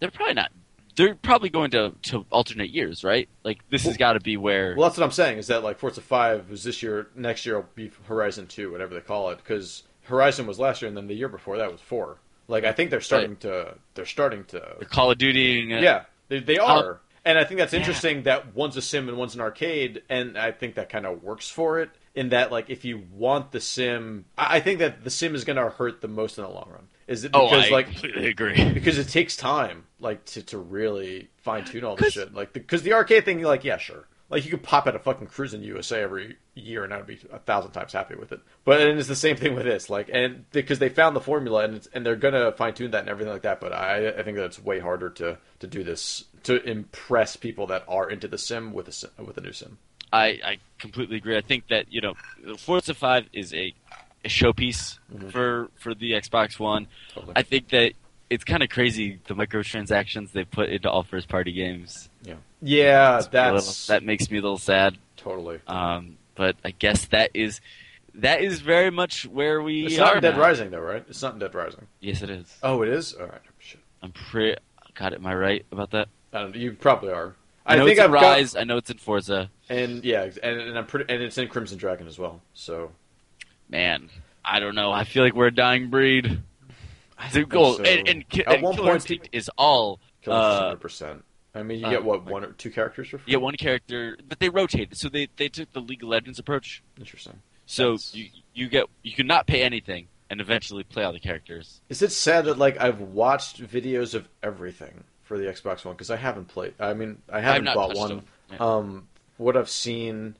Speaker 2: they're probably not. They're probably going to, to alternate years, right? Like this has got to be where.
Speaker 1: Well, that's what I'm saying is that like Forza Five was this year. Next year will be Horizon Two, whatever they call it, because Horizon was last year, and then the year before that was four. Like I think they're starting to they're starting to
Speaker 2: the Call of Duty.
Speaker 1: yeah,
Speaker 2: and- uh,
Speaker 1: they, they
Speaker 2: I'll-
Speaker 1: are, and I think that's
Speaker 2: Yeah.
Speaker 1: interesting that one's a sim and one's an arcade, and I think that kind of works for it in that like if you want the sim, I, I think that the sim is going to hurt the most in the long run. Is it
Speaker 2: Oh,
Speaker 1: because
Speaker 2: I
Speaker 1: like
Speaker 2: completely agree. <laughs>
Speaker 1: because it takes time like to, to really fine tune all this
Speaker 2: 'Cause-
Speaker 1: shit like because the, arcade thing like yeah sure like you could pop out a fucking cruise in the USA every year and I'd be a thousand times happy with it but and it's the same thing with this like and because they found the formula and it's, and they're gonna fine tune that and everything like that but I I think that's way harder to to do this to impress people that are into the sim with a sim, with a new sim
Speaker 2: I, I completely agree. I think that you know, Forza Five is a, a showpiece
Speaker 1: Mm-hmm.
Speaker 2: for for the Xbox One.
Speaker 1: Totally.
Speaker 2: I think that it's kind of crazy the microtransactions they put into all first party games.
Speaker 1: yeah
Speaker 2: It's
Speaker 1: Uh,
Speaker 2: a little-
Speaker 1: that's
Speaker 2: that makes me a little sad.
Speaker 1: totally
Speaker 2: Um, but I guess that is that is very much where we
Speaker 1: it's
Speaker 2: are.
Speaker 1: not in Dead
Speaker 2: now.
Speaker 1: Rising though right it's not in Dead Rising
Speaker 2: Yes, it is.
Speaker 1: oh it is all right shit
Speaker 2: I'm pretty. God, am I right about that?
Speaker 1: I don't, you probably are
Speaker 2: I know
Speaker 1: think
Speaker 2: it's in
Speaker 1: I've got-
Speaker 2: Rise. I know it's in Forza.
Speaker 1: And yeah, ex- and, and I'm pretty, and it's in Crimson Dragon as well. So
Speaker 2: Man, I don't know. I feel like we're a dying breed.
Speaker 1: I
Speaker 2: Dude, goal and, and, ki-
Speaker 1: at
Speaker 2: and
Speaker 1: one
Speaker 2: Killer
Speaker 1: point,
Speaker 2: Instinct is all. Uh,
Speaker 1: hundred percent. I mean, you
Speaker 2: uh,
Speaker 1: get what
Speaker 2: like-
Speaker 1: one or two characters for free.
Speaker 2: yeah, one character, but they rotated. So they, they took the League of Legends approach.
Speaker 1: Interesting.
Speaker 2: So
Speaker 1: That's-
Speaker 2: you you get you can not pay anything and eventually play all the characters.
Speaker 1: Is it sad that like I've watched videos of everything for the Xbox One because I haven't played. I mean, I haven't
Speaker 2: not
Speaker 1: bought
Speaker 2: touched
Speaker 1: one.
Speaker 2: them. Yeah.
Speaker 1: Um, what I've seen,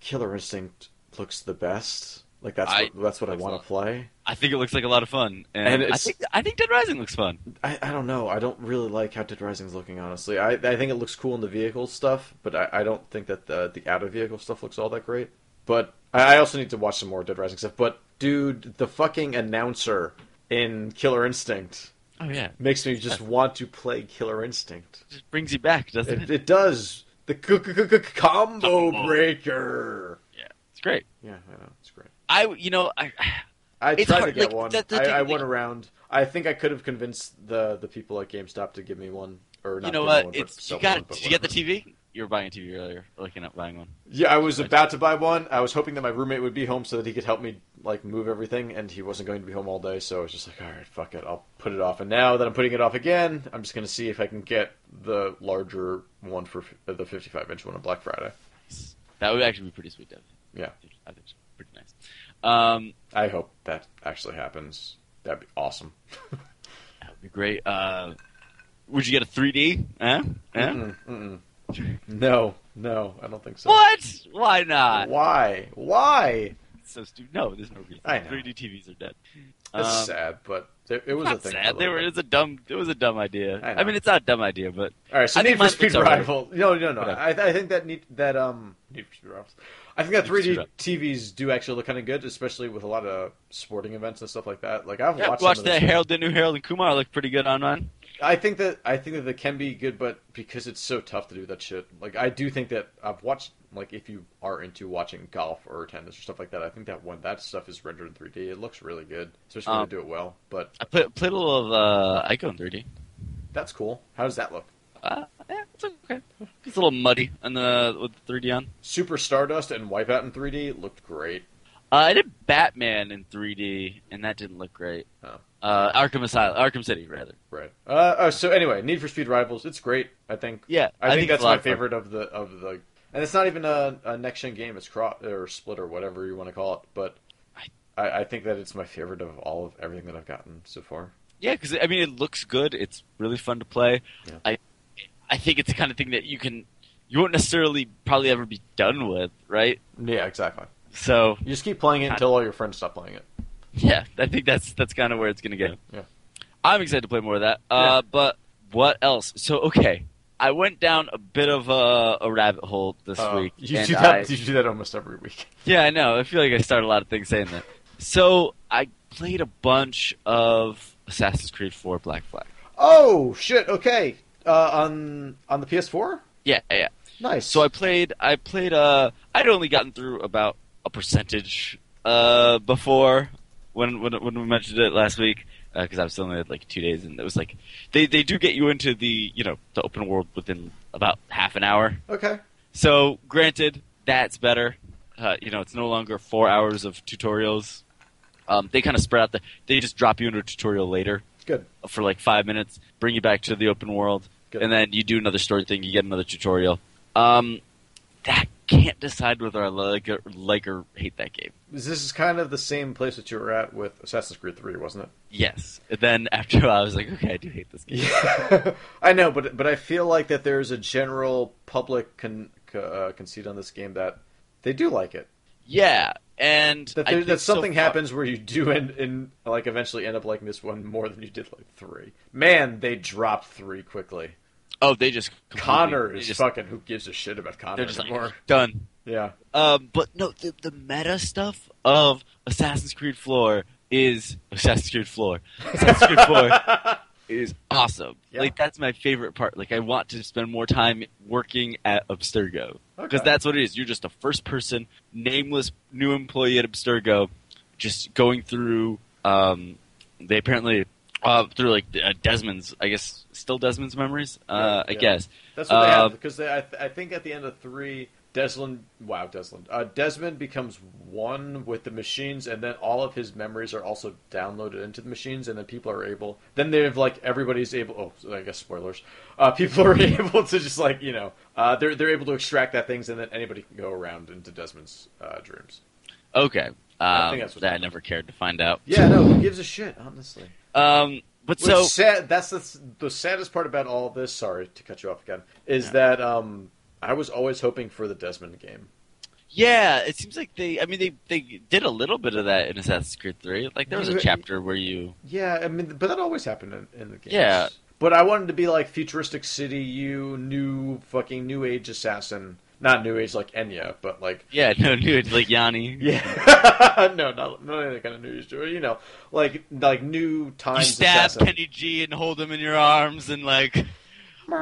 Speaker 1: Killer Instinct looks the best. Like that's
Speaker 2: I-
Speaker 1: what, that's what I
Speaker 2: that's
Speaker 1: want
Speaker 2: all.
Speaker 1: to play.
Speaker 2: I think it looks like a lot of fun,
Speaker 1: And
Speaker 2: and, I
Speaker 1: it's-
Speaker 2: think I think Dead Rising looks fun.
Speaker 1: I, I don't know. I don't really like how Dead Rising's looking, honestly. I, I think it looks cool in the vehicle stuff, but I, I don't think that the, the out of vehicle stuff looks all that great. But I, I also need to watch some more Dead Rising stuff. But, dude, the fucking announcer in Killer Instinct
Speaker 2: Oh yeah,
Speaker 1: makes me
Speaker 2: <laughs>
Speaker 1: just want to play Killer Instinct.
Speaker 2: it just brings you back, doesn't
Speaker 1: It,
Speaker 2: it?
Speaker 1: it does. The c- c- c- c- combo
Speaker 2: Combo.
Speaker 1: breaker.
Speaker 2: It's great.
Speaker 1: Yeah, I know. It's great.
Speaker 2: I you know I
Speaker 1: I
Speaker 2: It's
Speaker 1: tried to
Speaker 2: hard,
Speaker 1: get
Speaker 2: like,
Speaker 1: one.
Speaker 2: that- that
Speaker 1: I,
Speaker 2: thing-
Speaker 1: I went
Speaker 2: like-
Speaker 1: around. I think I could have convinced the the people at GameStop to give me one. Or not
Speaker 2: you know
Speaker 1: give me One,
Speaker 2: what?
Speaker 1: but
Speaker 2: It's
Speaker 1: sell
Speaker 2: you
Speaker 1: me one,
Speaker 2: got.
Speaker 1: but
Speaker 2: Did you get the
Speaker 1: whatever.
Speaker 2: TV? You were buying a TV earlier, or looking at buying one.
Speaker 1: Yeah, I was about to buy one. I was hoping that my roommate would be home so that he could help me like move everything, and he wasn't going to be home all day. So I was just like, all right, fuck it, I'll put it off. And now that I'm putting it off again, I'm just going to see if I can get the larger one for f- the 55 inch one on Black Friday.
Speaker 2: That would actually be pretty sweet, Dev.
Speaker 1: Yeah.
Speaker 2: I think, I think it's pretty nice. Um,
Speaker 1: I hope that actually happens. That'd be awesome.
Speaker 2: that would be great. Uh, would you get a 3D? Eh? Eh?
Speaker 1: Mm-mm, mm-mm. No, no, I don't think Mm-hmm. so.
Speaker 2: What? Why not?
Speaker 1: Why? Why?
Speaker 2: It's so stupid. No, there's no reason.
Speaker 1: I know.
Speaker 2: 3D TVs are dead.
Speaker 1: It's
Speaker 2: Um,
Speaker 1: sad, but there, it was
Speaker 2: not
Speaker 1: a thing. for
Speaker 2: sad.
Speaker 1: a
Speaker 2: They
Speaker 1: little
Speaker 2: were.
Speaker 1: bit.
Speaker 2: It's a dumb. It was a dumb idea.
Speaker 1: I
Speaker 2: I,
Speaker 1: know.
Speaker 2: mean, it's not a dumb idea, but
Speaker 1: All right, so
Speaker 2: I think
Speaker 1: Need for
Speaker 2: mine
Speaker 1: Speed
Speaker 2: looks alright.
Speaker 1: Rival. No, no, no.
Speaker 2: Whatever.
Speaker 1: I, I think that need that um. Need for Speed Rivals. I think that
Speaker 2: Need for Speed
Speaker 1: 3D TVs do actually look kind of good, especially with a lot of sporting events and stuff like that. Like I've
Speaker 2: yeah,
Speaker 1: watched.
Speaker 2: watched,
Speaker 1: some of
Speaker 2: that
Speaker 1: those.
Speaker 2: Harold, the new Harold and Kumar look pretty good on mine.
Speaker 1: I think that I think that they can be good, but because it's so tough to do that shit, like I do think that I've watched like if you are into watching golf or tennis or stuff like that, I think that when that stuff is rendered in 3D, it looks really good, especially when
Speaker 2: Um,
Speaker 1: they do it well. But
Speaker 2: I played, played a little of uh, Ico in 3D.
Speaker 1: that's cool. How does that look?
Speaker 2: Uh, yeah, it's okay. It's a little muddy on the with the 3D on.
Speaker 1: Super Stardust and Wipeout in 3D looked great.
Speaker 2: Uh, I did Batman in 3D, and that didn't look great.
Speaker 1: Oh.
Speaker 2: Uh, Arkham Asylum, Arkham City, rather.
Speaker 1: Right. Uh, oh, so anyway, Need for Speed Rivals. It's great. I think.
Speaker 2: Yeah,
Speaker 1: I, think,
Speaker 2: it's
Speaker 1: that's
Speaker 2: a lot
Speaker 1: my
Speaker 2: of fun.
Speaker 1: favorite of the of the. And it's not even a, a next gen game. It's cross or split or whatever you want to call it. But I, I think that it's my favorite of all of everything that I've gotten so far.
Speaker 2: Yeah, because I mean, it looks good. It's really fun to play.
Speaker 1: Yeah.
Speaker 2: I, I think it's the kind of thing that you can, you won't necessarily probably ever be done with, right?
Speaker 1: Yeah, exactly.
Speaker 2: So
Speaker 1: You just keep playing it
Speaker 2: I-
Speaker 1: until all your friends stop playing it.
Speaker 2: yeah, I think that's that's kind of where it's gonna go.
Speaker 1: Yeah.
Speaker 2: I'm excited to play more of that. Uh, But what else? So okay, I went down a bit of a, a rabbit hole this
Speaker 1: Uh,
Speaker 2: week.
Speaker 1: you
Speaker 2: and
Speaker 1: do that.
Speaker 2: I-
Speaker 1: You do that almost every week.
Speaker 2: Yeah, I know. I feel like I start a lot of things saying that. So I played a bunch of Assassin's Creed 4 Black Flag.
Speaker 1: Oh shit! Okay, uh, on on the PS4.
Speaker 2: Yeah, yeah, yeah.
Speaker 1: Nice.
Speaker 2: So I played. I played. Uh, I'd only gotten through about a percentage uh, before when, when when we mentioned it last week because I was still only at like two days, and it was like they they do get you into the you know the open world within about half an hour.
Speaker 1: okay.
Speaker 2: So, granted, that's better. Uh, you know, it's no longer four hours of tutorials. Um, they kind of spread out the. They just drop you into a tutorial later
Speaker 1: Good.
Speaker 2: for like five minutes, bring you back to the open world,
Speaker 1: Good.
Speaker 2: and then you do another story thing. You get another tutorial. Um, that can't decide whether I like or, like or hate that game.
Speaker 1: This is kind of the same place that you were at with Assassin's Creed 3,
Speaker 2: <laughs>
Speaker 1: wasn't it?
Speaker 2: Yes. And then after a while, I was like, okay, I do hate this game.
Speaker 1: Yeah, <laughs> I know, but but I feel like that there's a general public con, c- uh, conceit on this game that they do like it.
Speaker 2: Yeah, and
Speaker 1: That,
Speaker 2: I
Speaker 1: there,
Speaker 2: think
Speaker 1: that
Speaker 2: so
Speaker 1: something
Speaker 2: far-
Speaker 1: happens where you do end in like eventually end up liking this one more than you did like three. Man, they dropped three quickly.
Speaker 2: Oh, they just completely-
Speaker 1: Connor
Speaker 2: they
Speaker 1: is
Speaker 2: just,
Speaker 1: fucking. Who gives a shit about Connor
Speaker 2: They're just
Speaker 1: anymore?
Speaker 2: like done.
Speaker 1: yeah,
Speaker 2: Um, but no, the, the meta stuff of Assassin's Creed Floor is <laughs> Assassin's Creed Floor. Assassin's Creed
Speaker 1: <laughs>
Speaker 2: Floor is awesome.
Speaker 1: Yeah.
Speaker 2: Like that's my favorite part. Like I want to spend more time working at Abstergo because
Speaker 1: Okay.
Speaker 2: that's what it is. You're just a first person, nameless new employee at Abstergo, just going through. Um, they apparently uh, through like uh, Desmond's, I guess, still Desmond's memories. Uh,
Speaker 1: Yeah, yeah.
Speaker 2: I guess.
Speaker 1: That's what they
Speaker 2: Uh,
Speaker 1: have because they, I, th- I think at the end of three, Desmond. Wow, Desmond. Uh, Desmond becomes one with the machines, and then all of his memories are also downloaded into the machines, and then people are able. Then they've like everybody's able. Oh, so I guess spoilers. Uh, people are <laughs> able to just like you know, uh, they're they're able to extract that things, and then anybody can go around into Desmond's uh, dreams.
Speaker 2: Okay.
Speaker 1: I
Speaker 2: Um,
Speaker 1: think that's what
Speaker 2: that I
Speaker 1: happened.
Speaker 2: never cared to find out.
Speaker 1: Yeah, no, who gives a shit, honestly.
Speaker 2: Um, but
Speaker 1: Which
Speaker 2: so
Speaker 1: sad, that's the, the saddest part about all this. Sorry to cut you off again. Is
Speaker 2: Yeah.
Speaker 1: that um, I was always hoping for the Desmond game.
Speaker 2: yeah, it seems like they. I mean, they they did a little bit of that in Assassin's Creed Three. Like there was a
Speaker 1: Yeah.
Speaker 2: chapter where you.
Speaker 1: Yeah, I mean, but that always happened in, in the games.
Speaker 2: Yeah.
Speaker 1: but I wanted to be like futuristic city, you new fucking new age assassin. Not new age like Enya, but
Speaker 2: <laughs>
Speaker 1: like
Speaker 2: Yeah, no, dude, like Yanni.
Speaker 1: yeah, <laughs> no, not not any kind of new age, you know, like like new
Speaker 2: You
Speaker 1: times
Speaker 2: stab
Speaker 1: assassin.
Speaker 2: Kenny G and hold him in your arms and like <laughs> he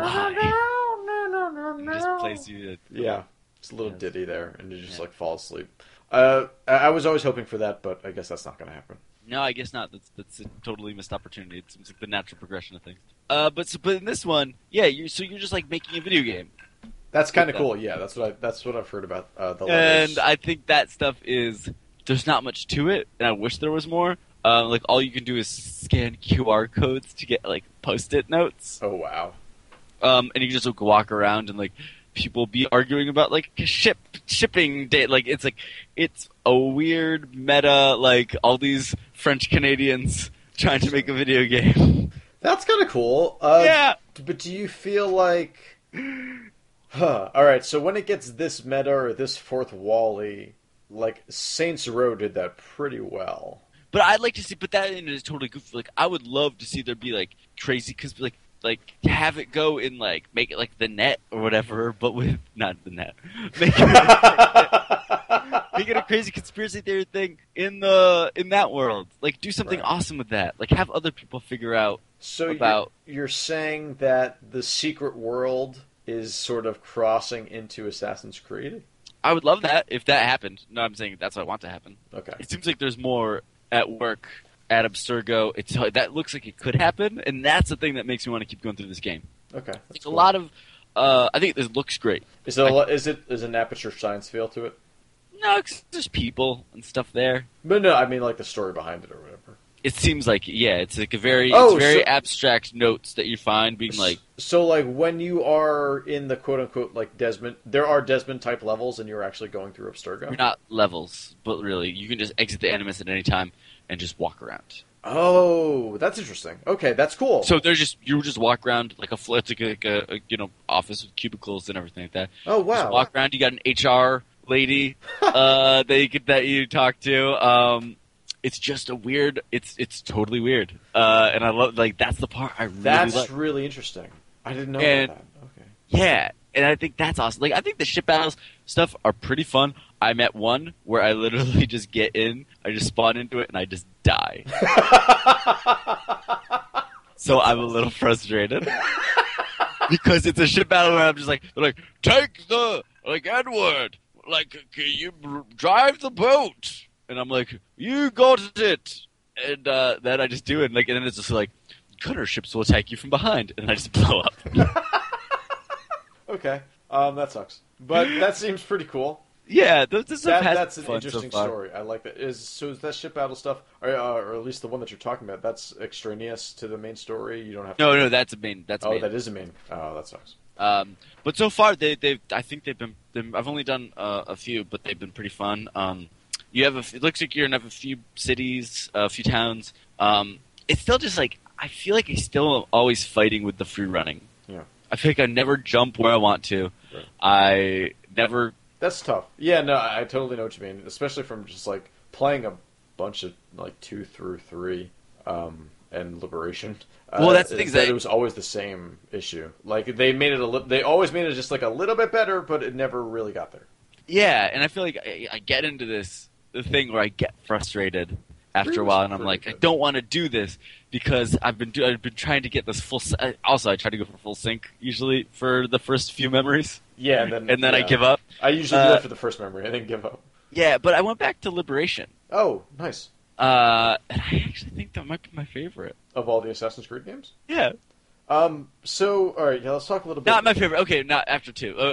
Speaker 2: Why?
Speaker 1: No, no, no, no,
Speaker 2: just
Speaker 1: no.
Speaker 2: plays you.
Speaker 1: Yeah, it's a little
Speaker 2: Yes.
Speaker 1: ditty there, and you just
Speaker 2: Yeah.
Speaker 1: like fall asleep. Uh, I I was always hoping for that, but I guess that's not going to happen.
Speaker 2: No, I guess not. That's that's a totally missed opportunity. It seems like the natural progression of things. Uh, but so, but in this one, yeah, you're so you're just like making a video game,
Speaker 1: That's kind of
Speaker 2: Yeah.
Speaker 1: cool. Yeah, that's what I, that's what I've heard about uh, the letters.
Speaker 2: and I think that stuff is there's not much to it, and I wish there was more. Um, like all you can do is scan QR codes to get like post-it notes,
Speaker 1: oh wow.
Speaker 2: um, and you can just like, walk around and like people be arguing about like ship shipping date. Like it's like it's a weird meta. Like all these French Canadians trying to make a video game.
Speaker 1: That's kind of cool. Uh,
Speaker 2: <laughs> yeah.
Speaker 1: But do you feel like? Huh. All right. So when it gets this meta or this fourth wally, like Saints Row did that pretty well.
Speaker 2: But I'd like to see. But that ended is totally goofy. Like I would love to see there be like crazy because like like have it go in like make it like the net or whatever, but with <laughs> not the net. Make
Speaker 1: <laughs>
Speaker 2: it, make it a crazy conspiracy theory thing in the in that world. Like do something
Speaker 1: Right.
Speaker 2: awesome with that. Like have other people figure out
Speaker 1: so you're-
Speaker 2: about-
Speaker 1: you're, saying that the secret world is sort of crossing into Assassin's Creed?
Speaker 2: I would love that if that happened. No, I'm saying that's what I want to happen.
Speaker 1: Okay.
Speaker 2: It seems like there's more at work at Abstergo. It's that looks like it could happen, and that's the thing that makes me want to keep going through this game.
Speaker 1: Okay. that's
Speaker 2: It's
Speaker 1: cool.
Speaker 2: a lot of. Uh, I think this looks great.
Speaker 1: Is it a lo- is it is an aperture science feel to it?
Speaker 2: No, 'cause there's people and stuff there.
Speaker 1: But no, I mean like the story behind it or whatever.
Speaker 2: It seems like yeah, it's like a very
Speaker 1: Oh,
Speaker 2: it's very
Speaker 1: so-
Speaker 2: abstract notes that you find being like
Speaker 1: so like when you are in the quote unquote like Desmond, there are Desmond type levels, and you're actually going through
Speaker 2: you're
Speaker 1: Abstergo.
Speaker 2: not levels, but really you can just exit the animus at any time and just walk around.
Speaker 1: Oh, that's interesting. Okay, that's cool.
Speaker 2: So there's just you just walk around like a fl- it's like a, like a, a, you know office with cubicles and everything like that.
Speaker 1: oh
Speaker 2: Just
Speaker 1: wow,
Speaker 2: walk around. You got an HR lady
Speaker 1: <laughs>
Speaker 2: uh, that you could, that you talk to. Um, it's just a weird. It's it's totally weird, uh, and I love like that's the part I really
Speaker 1: that's
Speaker 2: like.
Speaker 1: really, interesting. I didn't know
Speaker 2: And-
Speaker 1: about that. Okay.
Speaker 2: Yeah, and I think that's awesome. Like, I think the ship battles stuff are pretty fun. I met one where I literally <laughs> just get in, I just spawn into it, and I just die. So I'm a little frustrated <laughs> because it's a ship battle where I'm just like, they're like, take the like Edward, like can you r- drive the boat? And I'm like, you got it. And uh, then I just do it, and like, and then it's just like, gunner ships will attack you from behind, and I just <laughs> blow up.
Speaker 1: <laughs> okay. Um, that sucks, but that seems pretty cool.
Speaker 2: Yeah, this, this
Speaker 1: That,
Speaker 2: stuff has
Speaker 1: that's an
Speaker 2: fun so
Speaker 1: interesting
Speaker 2: far.
Speaker 1: story. I like that. Is so is that ship battle stuff, or, uh, or at least the one that you're talking about? That's extraneous to the main story. You don't have to.
Speaker 2: No, no, that's a main. That's a
Speaker 1: oh,
Speaker 2: main.
Speaker 1: that is a main. Oh, that sucks.
Speaker 2: Um, but so far, they, they've. I think they've been. they've- I've only done uh, a few, but they've been pretty fun. Um, you have. A, f- it looks like you're in a few cities, uh, a few towns. Um, it's still just like I feel like I still am always fighting with the free running.
Speaker 1: Yeah.
Speaker 2: I feel like I never jump where I want to.
Speaker 1: Right.
Speaker 2: I never.
Speaker 1: That's tough. Yeah, no, I I totally know what you mean, especially from just like playing a bunch of like two through three um, and Liberation. Uh,
Speaker 2: Well, that's the thing
Speaker 1: is
Speaker 2: is
Speaker 1: that
Speaker 2: that-
Speaker 1: it was always the same issue. Like they made it a li- they always made it just like a little bit better, but it never really got there.
Speaker 2: Yeah, and I feel like I, I get into this the thing where I get frustrated
Speaker 1: Free
Speaker 2: after a
Speaker 1: was
Speaker 2: while, and I'm
Speaker 1: pretty
Speaker 2: like, I
Speaker 1: good.
Speaker 2: don't want to do this because I've been do- I've been trying to get this full. s- I- Also, I try to go for full sync usually for the first few memories.
Speaker 1: Yeah, and then
Speaker 2: and then I
Speaker 1: yeah.
Speaker 2: give up.
Speaker 1: I usually do
Speaker 2: Uh,
Speaker 1: that for the first memory, and then give up.
Speaker 2: Yeah, but I went back to Liberation,
Speaker 1: Oh, nice.
Speaker 2: uh, and I actually think that might be my favorite.
Speaker 1: Of all the Assassin's Creed games,
Speaker 2: Yeah,
Speaker 1: um, so all right, yeah, let's talk a little bit.
Speaker 2: not my favorite. Okay, not after two. Uh, uh,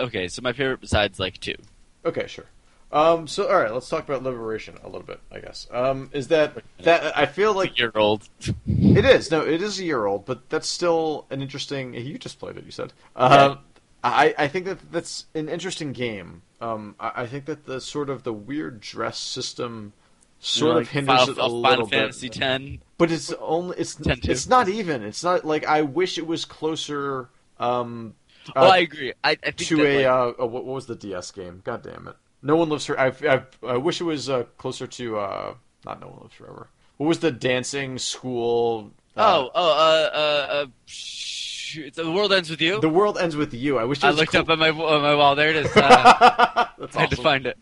Speaker 2: uh, okay, so my favorite besides like two.
Speaker 1: Okay, sure. Um, so all right, let's talk about Liberation a little bit. I guess um, is that that I feel like
Speaker 2: Like year old.
Speaker 1: It is no, it is a year old, but that's still an interesting. You just played it, you said. Uh, I I think that that's an interesting game. Um, I, I think that the sort of the weird dress system sort of hinders
Speaker 2: Final,
Speaker 1: it a
Speaker 2: Final
Speaker 1: little
Speaker 2: Fantasy
Speaker 1: bit. Uh,
Speaker 2: ten.
Speaker 1: But it's only it's
Speaker 2: 10-2.
Speaker 1: it's not even. It's not like I wish it was closer. Um,
Speaker 2: oh,
Speaker 1: uh,
Speaker 2: I agree. I, I think
Speaker 1: to
Speaker 2: that,
Speaker 1: a,
Speaker 2: like,
Speaker 1: uh, a what what was the DS game? God damn it! No one lives for. I I I wish it was uh, closer to uh, not No One Lives Forever. What was the dancing school? uh,
Speaker 2: oh, oh, uh, uh, uh, sh- it's the world ends with you.
Speaker 1: The world ends with you. I wish it
Speaker 2: I
Speaker 1: was <laughs>
Speaker 2: looked
Speaker 1: cool.
Speaker 2: up at my on my wall. There it
Speaker 1: <laughs>
Speaker 2: is. Uh,
Speaker 1: That's
Speaker 2: I had to
Speaker 1: awesome.
Speaker 2: find it.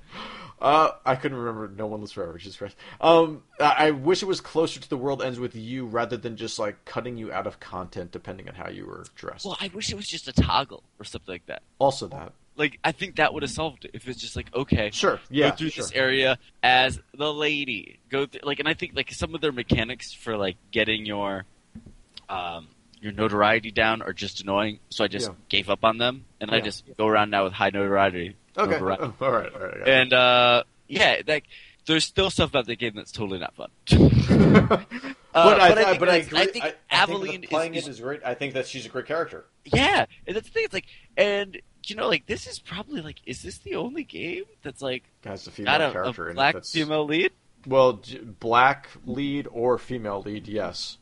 Speaker 1: Uh, I couldn't remember. No one lives forever. Jesus Christ. Um, I I wish it was closer to the world ends with you rather than just like cutting you out of content depending on how you were dressed.
Speaker 2: Well, I wish it was just a toggle or something like that.
Speaker 1: also, that
Speaker 2: Like I think that would have solved it if it's just like okay,
Speaker 1: Sure. Yeah.
Speaker 2: go through
Speaker 1: sure.
Speaker 2: this area as the lady. Go through like, and I think like some of their mechanics for like getting your um, your notoriety down are just annoying. So I just
Speaker 1: Yeah.
Speaker 2: gave up on them, and I
Speaker 1: Yeah.
Speaker 2: just go around now with high notoriety.
Speaker 1: Okay.
Speaker 2: Over-
Speaker 1: Oh, all right. All right.
Speaker 2: And uh, yeah, like there's still stuff about the game that's totally not fun. <laughs>
Speaker 1: <laughs> but
Speaker 2: Uh,
Speaker 1: I,
Speaker 2: but I
Speaker 1: I-
Speaker 2: think
Speaker 1: but I
Speaker 2: that's-
Speaker 1: agree.
Speaker 2: I think Aveline
Speaker 1: that playing
Speaker 2: is-
Speaker 1: it is great. I think that she's a great character.
Speaker 2: yeah, and that's the thing. It's like, and you know, like this is probably like, is this the only game that's like
Speaker 1: Has a female
Speaker 2: got a, a
Speaker 1: character in it
Speaker 2: black
Speaker 1: that's-
Speaker 2: female
Speaker 1: <laughs>
Speaker 2: lead?
Speaker 1: Well, j- black lead or female lead, yes,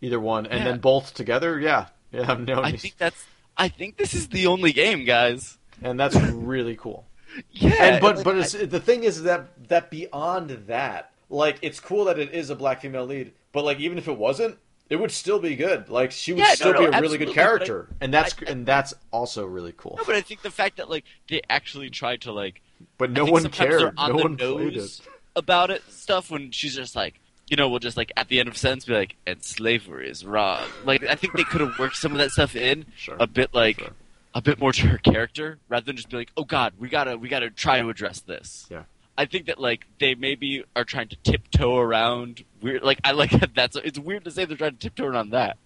Speaker 1: either one, and
Speaker 2: Yeah.
Speaker 1: then both together, yeah, yeah. I'm no,
Speaker 2: I think that's. I think this is the only game, guys. <laughs>
Speaker 1: and that's really cool.
Speaker 2: Yeah,
Speaker 1: and but
Speaker 2: like,
Speaker 1: but it's, the thing is that that beyond that, like, it's cool that it is a black female lead, but like, even if it wasn't, it would still be good. Like, she would
Speaker 2: Yeah, no,
Speaker 1: still
Speaker 2: no,
Speaker 1: be a really
Speaker 2: absolutely,
Speaker 1: good
Speaker 2: but I-
Speaker 1: character, and that's
Speaker 2: I- I-
Speaker 1: and that's also really cool.
Speaker 2: No, but I think the fact that like they actually tried to like
Speaker 1: But
Speaker 2: I
Speaker 1: no
Speaker 2: think
Speaker 1: one
Speaker 2: sometimes
Speaker 1: cared.
Speaker 2: they're on
Speaker 1: No
Speaker 2: the
Speaker 1: one played it.
Speaker 2: nose about it stuff when she's just like you know, we'll just like at the end of a sentence be like, and slavery is wrong. Like I think they could have worked some of that stuff in
Speaker 1: Sure.
Speaker 2: a bit like
Speaker 1: Sure.
Speaker 2: a bit more to her character rather than just be like, oh god, we gotta we gotta try to address this.
Speaker 1: Yeah.
Speaker 2: I think that like they maybe are trying to tiptoe around weird. Like I like <laughs> that. That's it's weird to say they're trying to tiptoe around that,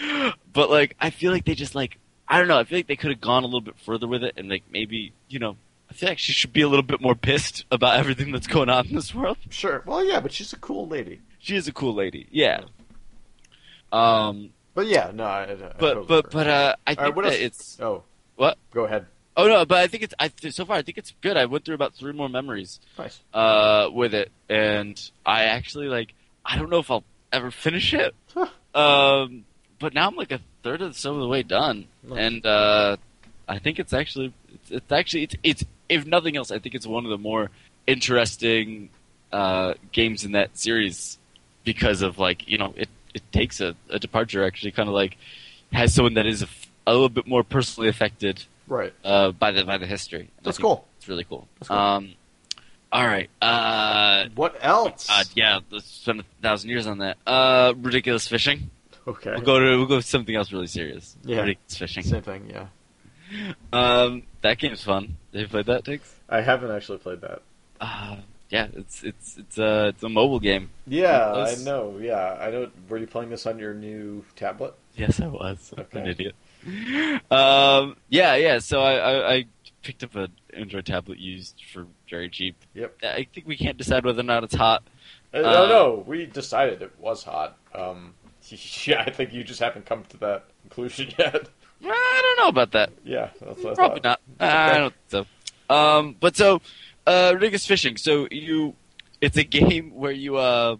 Speaker 2: <gasps> but like I feel like they just like I don't know. I feel like they could have gone a little bit further with it and like maybe you know I feel like she should be a little bit more pissed about <laughs> everything that's going on in this world.
Speaker 1: Sure. Well, yeah, but she's a cool lady.
Speaker 2: She is a cool lady. Yeah. Um.
Speaker 1: But yeah, no. I, I- I totally
Speaker 2: But but
Speaker 1: agree.
Speaker 2: but uh, I
Speaker 1: All right,
Speaker 2: think
Speaker 1: what
Speaker 2: that
Speaker 1: else?
Speaker 2: it's
Speaker 1: oh,
Speaker 2: What?
Speaker 1: Go ahead.
Speaker 2: oh no, but I think it's I th- so far I think it's good. I went through about three more memories.
Speaker 1: Nice.
Speaker 2: uh, with it, and I actually like I don't know if I'll ever finish it.
Speaker 1: Huh.
Speaker 2: Um, but now I'm like a third of some of the way done,
Speaker 1: Nice.
Speaker 2: and uh, I think it's actually it's, it's actually it's, it's if nothing else, I think it's one of the more interesting uh, games in that series because of like you know it it takes a, a departure actually kind of like has someone that is a, f- a little bit more personally affected
Speaker 1: Right.
Speaker 2: uh, by the by the history. I
Speaker 1: That's
Speaker 2: think
Speaker 1: cool.
Speaker 2: It's really cool.
Speaker 1: That's cool.
Speaker 2: Um, all right. Uh,
Speaker 1: What else?
Speaker 2: uh, yeah, let's spend a thousand years on that. Uh, ridiculous fishing.
Speaker 1: okay.
Speaker 2: We'll go to we'll go with something else really serious.
Speaker 1: Yeah.
Speaker 2: ridiculous fishing.
Speaker 1: Same thing. Yeah.
Speaker 2: Um, that game's fun. Have you played that, Diggs?
Speaker 1: I haven't actually played that.
Speaker 2: Uh, yeah, it's it's it's uh it's a mobile game.
Speaker 1: Yeah,
Speaker 2: Those-
Speaker 1: I know. Yeah, I know. Were you playing this on your new tablet?
Speaker 2: Yes, I was. I'm an
Speaker 1: Okay.
Speaker 2: idiot. Um, yeah, yeah. So I, I, I picked up an Android tablet used for very cheap.
Speaker 1: Yep.
Speaker 2: I think we can't decide whether or not it's hot.
Speaker 1: Uh, no,
Speaker 2: Uh,
Speaker 1: no. We decided it was hot. Um, <laughs> yeah, I think you just haven't come to that conclusion <laughs> yet.
Speaker 2: I don't know about that.
Speaker 1: Yeah, that's what I
Speaker 2: Probably
Speaker 1: thought.
Speaker 2: not. I
Speaker 1: Okay.
Speaker 2: don't think so. Um, but so, uh, Ridiculous Fishing. So you, it's a game where you uh,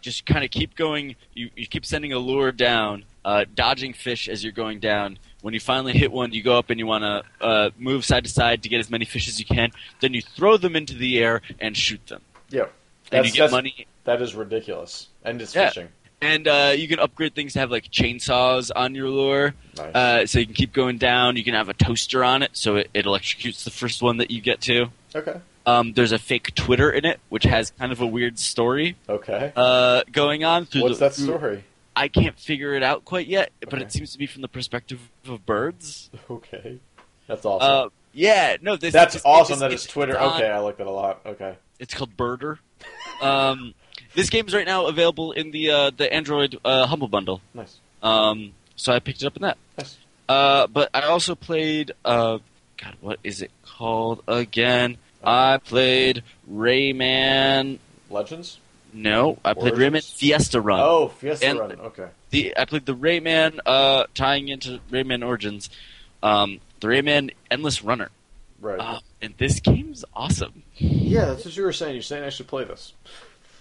Speaker 2: just kind of keep going. You, you keep sending a lure down, uh, dodging fish as you're going down. When you finally hit one, you go up and you want to uh, move side to side to get as many fish as you can. Then you throw them into the air and shoot them.
Speaker 1: Yeah,
Speaker 2: And
Speaker 1: That's-
Speaker 2: you get
Speaker 1: that's-
Speaker 2: money
Speaker 1: That is ridiculous. And it's
Speaker 2: Yeah.
Speaker 1: fishing.
Speaker 2: and uh, you can upgrade things to have like chainsaws on your lure,
Speaker 1: Nice.
Speaker 2: uh, so you can keep going down. You can have a toaster on it, so it, it electrocutes the first one that you get to.
Speaker 1: okay.
Speaker 2: Um, there's a fake Twitter in it, which has kind of a weird story
Speaker 1: Okay.
Speaker 2: uh, going on. Through
Speaker 1: What's
Speaker 2: the,
Speaker 1: that story? <laughs>
Speaker 2: I can't figure it out quite yet, but
Speaker 1: Okay.
Speaker 2: it seems to be from the perspective of birds.
Speaker 1: Okay. That's awesome.
Speaker 2: Uh, yeah, no, this
Speaker 1: That's
Speaker 2: this-
Speaker 1: awesome
Speaker 2: this-
Speaker 1: that it's Twitter.
Speaker 2: on-
Speaker 1: okay, I like that a lot. Okay.
Speaker 2: It's called Birder. Um, this game's right now available in the uh, the Android uh, Humble Bundle.
Speaker 1: Nice.
Speaker 2: Um, so I picked it up in that.
Speaker 1: Nice.
Speaker 2: Uh, but I also played. Uh, God, what is it called again? I played Rayman.
Speaker 1: Legends?
Speaker 2: No, I played
Speaker 1: Origins?
Speaker 2: Rayman Fiesta Run.
Speaker 1: Oh, Fiesta
Speaker 2: Uh, And-
Speaker 1: Run. Okay.
Speaker 2: The I played the Rayman, uh, tying into Rayman Origins, um, the Rayman Endless Runner,
Speaker 1: Right.
Speaker 2: uh, and this game's awesome.
Speaker 1: yeah, that's what you were saying. You're saying I should play this.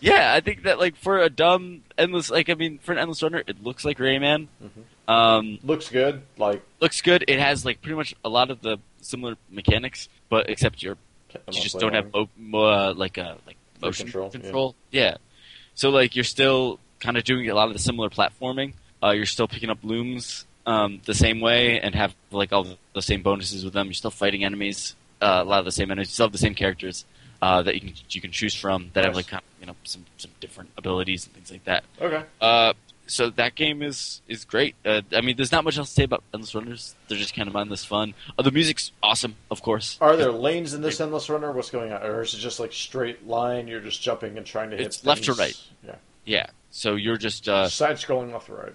Speaker 2: Yeah, I think that like for a dumb endless, like I mean, for an endless runner, it looks like Rayman.
Speaker 1: Mm-hmm.
Speaker 2: Um,
Speaker 1: Looks good. Like,
Speaker 2: looks good. It has like pretty much a lot of the similar mechanics, but except you're
Speaker 1: I'm
Speaker 2: you
Speaker 1: not
Speaker 2: just
Speaker 1: playing
Speaker 2: don't have mo- mo- uh, like a like
Speaker 1: Like
Speaker 2: motion
Speaker 1: control,
Speaker 2: control.
Speaker 1: yeah.
Speaker 2: Yeah. So like you're still kind of doing a lot of the similar platforming. Uh, you're still picking up looms um, the same way and have like all the same bonuses with them. You're still fighting enemies. Uh, a lot of the same enemies. You still have the same characters uh, that you can you can choose from that have
Speaker 1: Nice.
Speaker 2: like kind of, you know some some different abilities and things like that.
Speaker 1: Okay.
Speaker 2: Uh, so that game is is great. Uh, I mean, there's not much else to say about Endless Runners. They're just kind of mindless fun. Oh, the music's awesome, of course.
Speaker 1: Are there lanes in this endless runner? What's going on? Or is it just like straight line? You're just jumping and trying to hit.
Speaker 2: It's left to
Speaker 1: things?
Speaker 2: right.
Speaker 1: Yeah.
Speaker 2: Yeah. So you're just uh,
Speaker 1: Side scrolling left to right.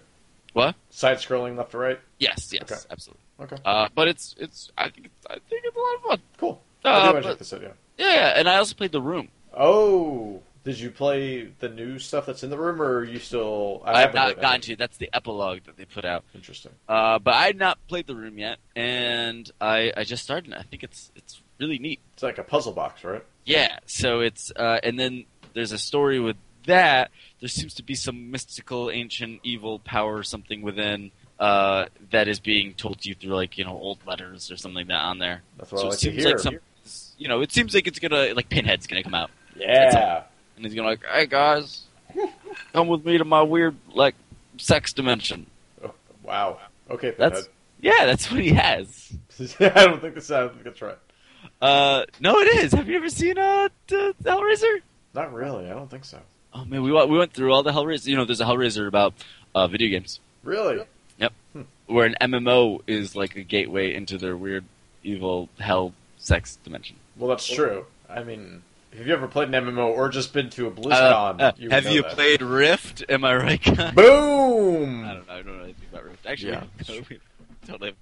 Speaker 2: what?
Speaker 1: Side scrolling left to right.
Speaker 2: Yes, yes,
Speaker 1: Okay.
Speaker 2: absolutely.
Speaker 1: Okay.
Speaker 2: Uh, but it's it's I think I think it's a lot of fun.
Speaker 1: Cool. I
Speaker 2: Uh,
Speaker 1: do want to
Speaker 2: but-
Speaker 1: check this out. Yeah.
Speaker 2: Yeah, yeah, and I also played The Room.
Speaker 1: Oh, did you play the new stuff that's in the room, or are you still?
Speaker 2: I have
Speaker 1: haven't
Speaker 2: not
Speaker 1: read that.
Speaker 2: gotten to. That's the epilogue that they put out.
Speaker 1: Interesting.
Speaker 2: Uh, but I had not played The Room yet, and I I just started. it. I think it's it's really neat.
Speaker 1: It's like a puzzle box, right?
Speaker 2: Yeah, so it's uh, and then there's a story with that. There seems to be some mystical, ancient, evil power, or something within uh, that is being told to you through like you know old letters or something like that on there.
Speaker 1: That's what
Speaker 2: so
Speaker 1: I
Speaker 2: it
Speaker 1: like to
Speaker 2: seems
Speaker 1: hear.
Speaker 2: like some, you know, it seems like it's gonna like Pinhead's gonna come out
Speaker 1: yeah.
Speaker 2: and he's gonna like, hey guys, come with me to my weird like sex dimension.
Speaker 1: Oh, wow. Okay.
Speaker 2: That's yeah, that's what he has.
Speaker 1: Pinhead. <laughs> I don't think this. I don't think that's right.
Speaker 2: Uh, no, it is. Have you ever seen uh, t- Hellraiser?
Speaker 1: Not really. I don't think so.
Speaker 2: Oh man, we wa- we went through all the Hellraiser. You know, there's a Hellraiser about uh, video games
Speaker 1: Really?
Speaker 2: where an MMO is like a gateway into their weird, evil hell sex dimension.
Speaker 1: Well, that's true. I mean, have you ever played an MMO or just been to a
Speaker 2: Uh,
Speaker 1: BlizzCon?
Speaker 2: uh,
Speaker 1: would
Speaker 2: have
Speaker 1: know
Speaker 2: you
Speaker 1: that.
Speaker 2: played Rift? Am I right? Guy?
Speaker 1: Boom.
Speaker 2: I don't know. I don't know anything about Rift. Actually,
Speaker 1: Yeah.
Speaker 2: we- we don't <laughs> have.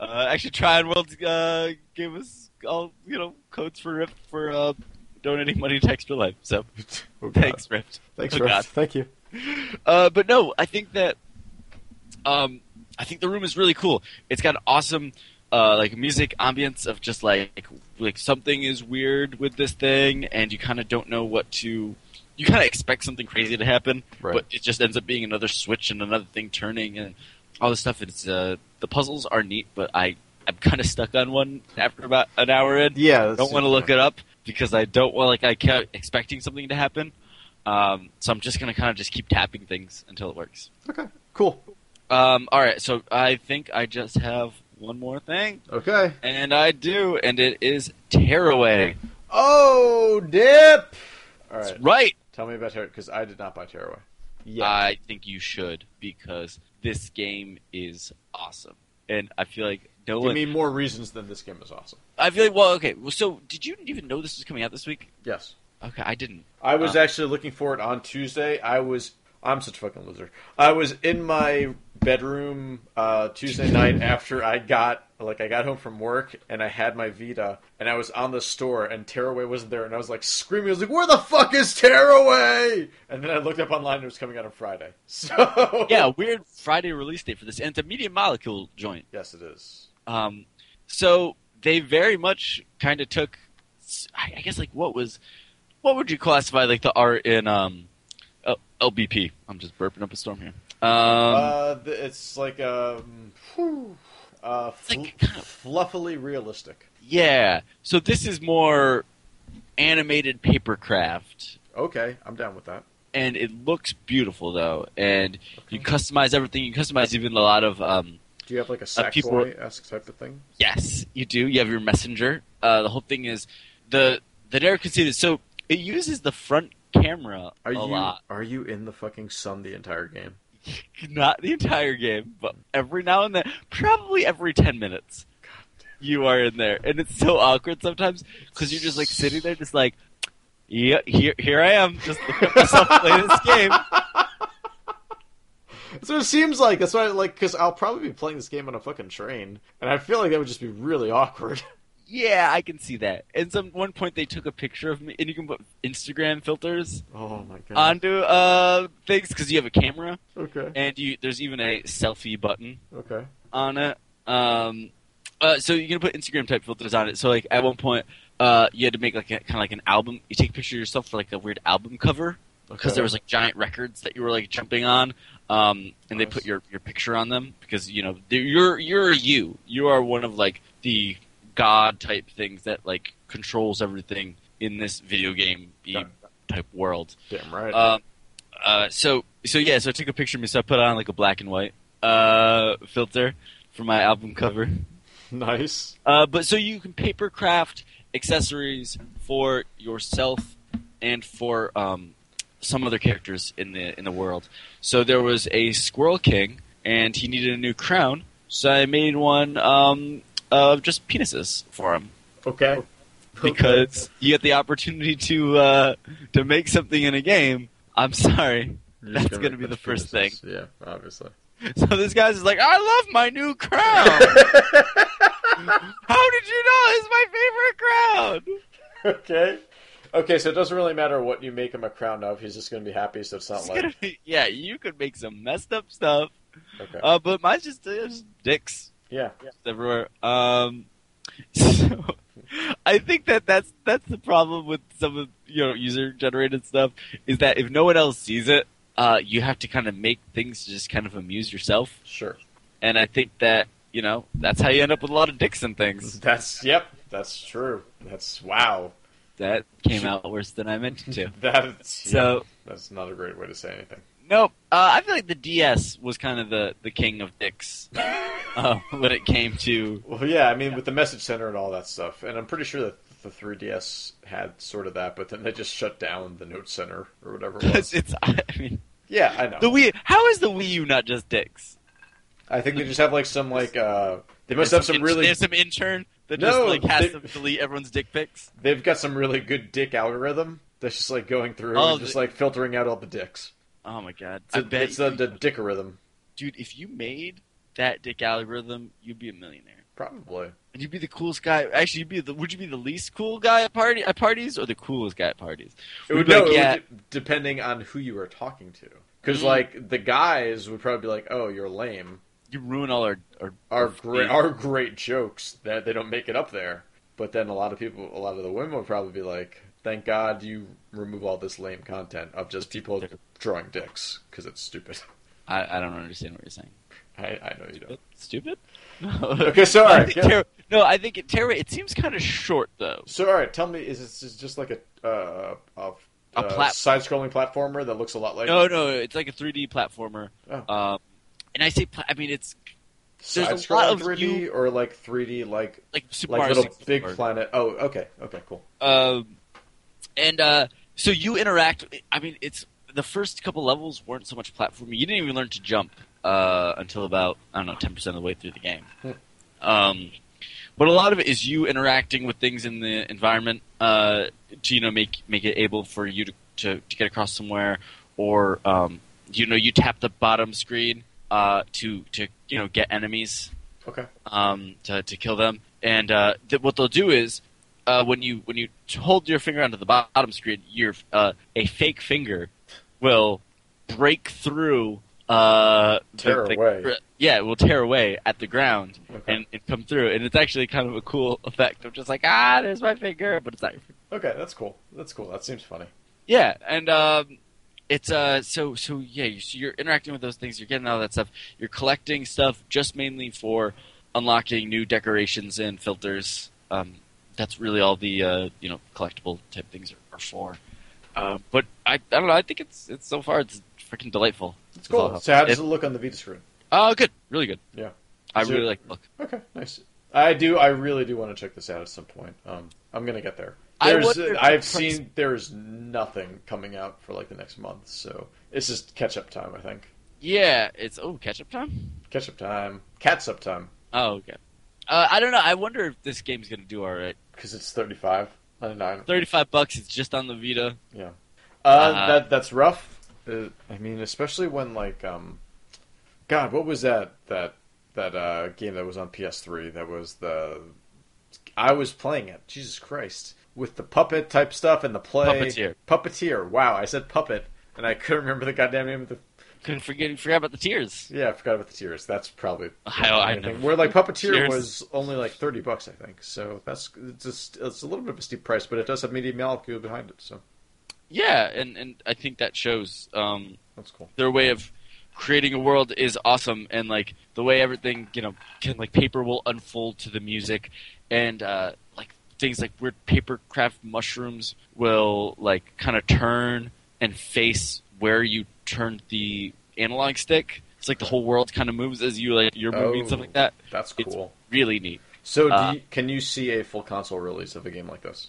Speaker 2: Uh, actually, Try and World uh, gave us all you know codes for Rift for uh, donating money to Extra Life. So <laughs>
Speaker 1: Oh, God.
Speaker 2: thanks, Rift.
Speaker 1: Thanks,
Speaker 2: Oh,
Speaker 1: Russ.
Speaker 2: God.
Speaker 1: Thank you.
Speaker 2: Uh, but no, I think that um, I think the room is really cool. It's got an awesome uh, like music ambience of just like like something is weird with this thing, and you kind of don't know what to. You kind of expect something crazy to happen,
Speaker 1: Right.
Speaker 2: but it just ends up being another switch and another thing turning and all this stuff. It's uh, the puzzles are neat, but I I'm kind of stuck on one after about an hour in.
Speaker 1: Yeah.
Speaker 2: I don't want to look it up because I don't want like I kept expecting something to happen. Um, so I'm just gonna kind of just keep tapping things until it works.
Speaker 1: Okay. Cool.
Speaker 2: Um, all right, so I think I just have one more thing,
Speaker 1: Okay.
Speaker 2: and I do, and it is Tearaway.
Speaker 1: Oh, dip. All
Speaker 2: That's
Speaker 1: right.
Speaker 2: right.
Speaker 1: Tell me about Tearaway because I did not buy Tearaway.
Speaker 2: I think you should because this game is awesome, and I feel like no
Speaker 1: Give
Speaker 2: one.
Speaker 1: me more reasons than this game is awesome.
Speaker 2: I feel like well, okay. Well, so did you even know this was coming out this week?
Speaker 1: Yes.
Speaker 2: Okay, I didn't.
Speaker 1: I was actually looking for it on Tuesday. I was. I'm such a fucking loser. I was in my bedroom uh, Tuesday night after I got like I got home from work and I had my Vita and I was on the store and Tearaway wasn't there and I was like screaming. I was like, "Where the fuck is Tearaway?" And then I looked up online and it was coming out on Friday. <laughs> So
Speaker 2: Yeah, weird Friday release date for this, and it's a Media Molecule joint.
Speaker 1: yes, it is.
Speaker 2: Um, so they very much kind of took, I I guess, like what was, what would you classify like the art in um, L- LBP? I'm just burping up a storm here. Um,
Speaker 1: uh, th- it's like um, whew, uh, fl-
Speaker 2: like kind of-
Speaker 1: fluffily realistic.
Speaker 2: yeah. So this is more animated paper craft,
Speaker 1: Okay, I'm down with that.
Speaker 2: and it looks beautiful though. And you
Speaker 1: Okay.
Speaker 2: customize everything. You customize even a lot of um,
Speaker 1: Do you have like a sackboy
Speaker 2: people-
Speaker 1: boy esque type of thing?
Speaker 2: Yes, you do. You have your messenger. Uh, the whole thing is the the narrative conceit is so it uses the front camera
Speaker 1: Are
Speaker 2: a
Speaker 1: you
Speaker 2: lot.
Speaker 1: are you in the fucking sun the entire game?
Speaker 2: Not the entire game, but every now and then, probably every ten minutes, you are in there, and it's so awkward sometimes because you're just like sitting there, just like, yeah, here, here I am, just looking at myself play this game.
Speaker 1: That's what it seems like. That's why, like, because I'll probably be playing this game on a fucking train, and I feel like that would just be really awkward. <laughs>
Speaker 2: Yeah, I can see that. And some one point they took a picture of me, and you can put Instagram filters
Speaker 1: Oh my god.
Speaker 2: onto uh things because you have a camera.
Speaker 1: okay.
Speaker 2: and you there's even a selfie button
Speaker 1: Okay.
Speaker 2: on it. Um, uh, so you can put Instagram type filters on it. So like at one point, uh, you had to make like a, kind of like an album. You take a picture of yourself for like a weird album cover because
Speaker 1: Okay.
Speaker 2: there was like giant records that you were like jumping on, um, and they
Speaker 1: Nice.
Speaker 2: put your, your picture on them because you know they're- you're you're you you are one of like the god type things that like controls everything in this video game
Speaker 1: Got it.
Speaker 2: type world.
Speaker 1: Damn right.
Speaker 2: Um, uh, so so yeah, so I took a picture of myself, put on like a black and white uh, filter for my album cover.
Speaker 1: <laughs> nice.
Speaker 2: Uh, but so you can paper craft accessories for yourself and for um, some other characters in the in the world. So there was a Squirrel King, and he needed a new crown. So I made one um, of just penises for him
Speaker 1: Okay.
Speaker 2: <laughs>
Speaker 1: <laughs>
Speaker 2: because you get the opportunity to uh, to make something in a game. I'm sorry.
Speaker 1: You're
Speaker 2: that's
Speaker 1: just
Speaker 2: gonna be
Speaker 1: make
Speaker 2: the
Speaker 1: push
Speaker 2: first
Speaker 1: penises. Yeah, obviously.
Speaker 2: <laughs> So this guy's just like, I love my new crown.
Speaker 1: <laughs> Um,
Speaker 2: How did you know it's my favorite crown?
Speaker 1: okay. Okay, so it doesn't really matter what you make him a crown of. He's just going to be happy, so it's not
Speaker 2: It's
Speaker 1: like.
Speaker 2: gonna be, yeah, you could make some messed up stuff,
Speaker 1: Okay.
Speaker 2: uh, but mine's just, uh, just dicks
Speaker 1: yeah.
Speaker 2: everywhere. Um, <laughs> so I think that that's that's the problem with some of you know user generated stuff is that if no one else sees it, uh, you have to kind of make things to just kind of amuse yourself.
Speaker 1: Sure.
Speaker 2: And I think that you know that's how you end up with a lot of dicks and
Speaker 1: <laughs>
Speaker 2: things.
Speaker 1: That's. Yep. That's true. That's. Wow.
Speaker 2: That came out worse than I meant it to.
Speaker 1: That's.
Speaker 2: So.
Speaker 1: That's not a great way to say anything.
Speaker 2: Nope. Uh, I feel like the DS was kind of the, the king of dicks uh, <laughs> when it came to.
Speaker 1: Well, yeah, I mean, with the message center and all that stuff, and I'm pretty sure that the 3DS had sort of that, but then they just shut down the note center or whatever it
Speaker 2: It's,
Speaker 1: was.
Speaker 2: <laughs> it's, I mean,
Speaker 1: yeah, I know.
Speaker 2: the Wii. How is the Wii U not just dicks?
Speaker 1: I think they just have like some like uh, they must have
Speaker 2: There's
Speaker 1: some
Speaker 2: in-
Speaker 1: really
Speaker 2: There's some intern that
Speaker 1: No,
Speaker 2: just like has
Speaker 1: they-
Speaker 2: to delete everyone's dick pics.
Speaker 1: they've got some really good dick algorithm that's just like going through
Speaker 2: Oh,
Speaker 1: and just
Speaker 2: the-
Speaker 1: like filtering out all the dicks.
Speaker 2: Oh my god!
Speaker 1: It's, a,
Speaker 2: I bet,
Speaker 1: it's the, the dickorhythm,
Speaker 2: dude, if you made that dick algorithm, you'd be a millionaire.
Speaker 1: probably.
Speaker 2: And you'd be the coolest guy. Actually, you'd be the. Would you be the least cool guy at party at parties or the coolest guy at parties?
Speaker 1: It
Speaker 2: We'd
Speaker 1: would,
Speaker 2: be
Speaker 1: no,
Speaker 2: like,
Speaker 1: it
Speaker 2: yeah.
Speaker 1: would, depending on who you were talking to, because
Speaker 2: Mm.
Speaker 1: like the guys would probably be like, "Oh, you're lame."
Speaker 2: You ruin all our our
Speaker 1: are
Speaker 2: our
Speaker 1: great
Speaker 2: feed.
Speaker 1: are great jokes that they don't make it up there. But then a lot of people, a lot of the women would probably be like, "Thank God you remove all this lame content of just people drawing dicks because it's stupid." <laughs>
Speaker 2: I, I don't understand what you're saying.
Speaker 1: I, I know you
Speaker 2: <laughs>
Speaker 1: don't. <laughs>
Speaker 2: Stupid? No.
Speaker 1: Okay, so all
Speaker 2: I
Speaker 1: right,
Speaker 2: think
Speaker 1: yeah.
Speaker 2: Terra- no, I think it, Terra. It seems kind of short though.
Speaker 1: so all right, tell me, is this is just like a uh, a,
Speaker 2: A
Speaker 1: uh,
Speaker 2: plat-
Speaker 1: side-scrolling platformer that looks a lot like
Speaker 2: No, no, it's like a 3D platformer.
Speaker 1: Oh.
Speaker 2: Um, and I say, pla- I mean it's there's a lot
Speaker 1: side-scrolling
Speaker 2: of
Speaker 1: 3D
Speaker 2: you-
Speaker 1: or like 3D like
Speaker 2: like Super
Speaker 1: like
Speaker 2: Mario
Speaker 1: little
Speaker 2: 64.
Speaker 1: big planet. Oh, okay, okay, cool.
Speaker 2: Um, and uh, so you interact. I mean, it's the first couple levels weren't so much platforming. You didn't even learn to jump uh, until about I don't know ten percent of the way through the game.
Speaker 1: Hmm.
Speaker 2: Um, but a lot of it is you interacting with things in the environment uh, to you know make make it able for you to to, to get across somewhere, or um, you know you tap the bottom screen uh, to to you know get enemies
Speaker 1: Okay,
Speaker 2: um, to, to kill them. And uh, th- what they'll do is uh, when you when you hold your finger onto the bo- bottom screen, your uh, a fake finger will break through. Uh, the-
Speaker 1: Tear
Speaker 2: the-
Speaker 1: away.
Speaker 2: Yeah, it will tear away at the ground
Speaker 1: okay,
Speaker 2: and, and come through. And it's actually kind of a cool effect of just like ah, there's my finger, but it's not your finger.
Speaker 1: okay, that's cool. That's cool. That seems funny.
Speaker 2: Yeah, and um, it's uh, so so yeah, you, so you're interacting with those things, you're getting all that stuff, you're collecting stuff just mainly for unlocking new decorations and filters. Um, that's really all the uh, you know collectible type things are, are for. Uh, but I, I don't know. I think it's it's so far it's freaking delightful.
Speaker 1: It's cool.
Speaker 2: all-
Speaker 1: So how does
Speaker 2: it-
Speaker 1: it look on the Vita screen?
Speaker 2: Oh, good, really good.
Speaker 1: Yeah.
Speaker 2: I
Speaker 1: Is
Speaker 2: really
Speaker 1: it-
Speaker 2: like the look.
Speaker 1: Okay, nice. I do. I really do want to check this out at some point. Um, I'm gonna get there.
Speaker 2: I
Speaker 1: There's,
Speaker 2: wonder if the
Speaker 1: I've
Speaker 2: price-
Speaker 1: seen there's nothing coming out for like the next month, so it's just catch up time. I think
Speaker 2: Yeah, it's oh catch up time.
Speaker 1: catch up time, catch up time,
Speaker 2: Oh okay. Uh, I don't know. I wonder if this game's gonna do all right.
Speaker 1: because it's 35 99.
Speaker 2: Thirty-five bucks. It's just on the Vita.
Speaker 1: Uh,
Speaker 2: Uh,
Speaker 1: that that's rough. Uh, I mean, especially when like um, God, what was that that that uh game that was on PS3? That was the I was playing it. Jesus Christ, with the puppet type stuff and the play
Speaker 2: Puppeteer.
Speaker 1: Puppeteer. Wow, I said puppet, and I <laughs> couldn't remember the goddamn name of the.
Speaker 2: Couldn't forget forget about the tears.
Speaker 1: Yeah, I forgot about the tears. That's probably.
Speaker 2: I- I
Speaker 1: anything.
Speaker 2: never-
Speaker 1: Where like puppeteer
Speaker 2: Tears.
Speaker 1: was only like thirty bucks, I think. So that's it's just it's a little bit of a steep price, but it does have Media Molecule behind it, so
Speaker 2: Yeah, and, and I think that shows um,
Speaker 1: that's cool.
Speaker 2: their way of creating a world is awesome, and like the way everything you know can like paper will unfold to the music, and uh, like things like weird paper craft mushrooms will like kind of turn and face where you turned the analog stick. It's like the whole world kind of moves as you like you're moving
Speaker 1: Oh.
Speaker 2: and stuff like that.
Speaker 1: That's
Speaker 2: It's-
Speaker 1: cool.
Speaker 2: Really neat.
Speaker 1: So, do
Speaker 2: Uh,
Speaker 1: you, can you see a full console release of a game like this?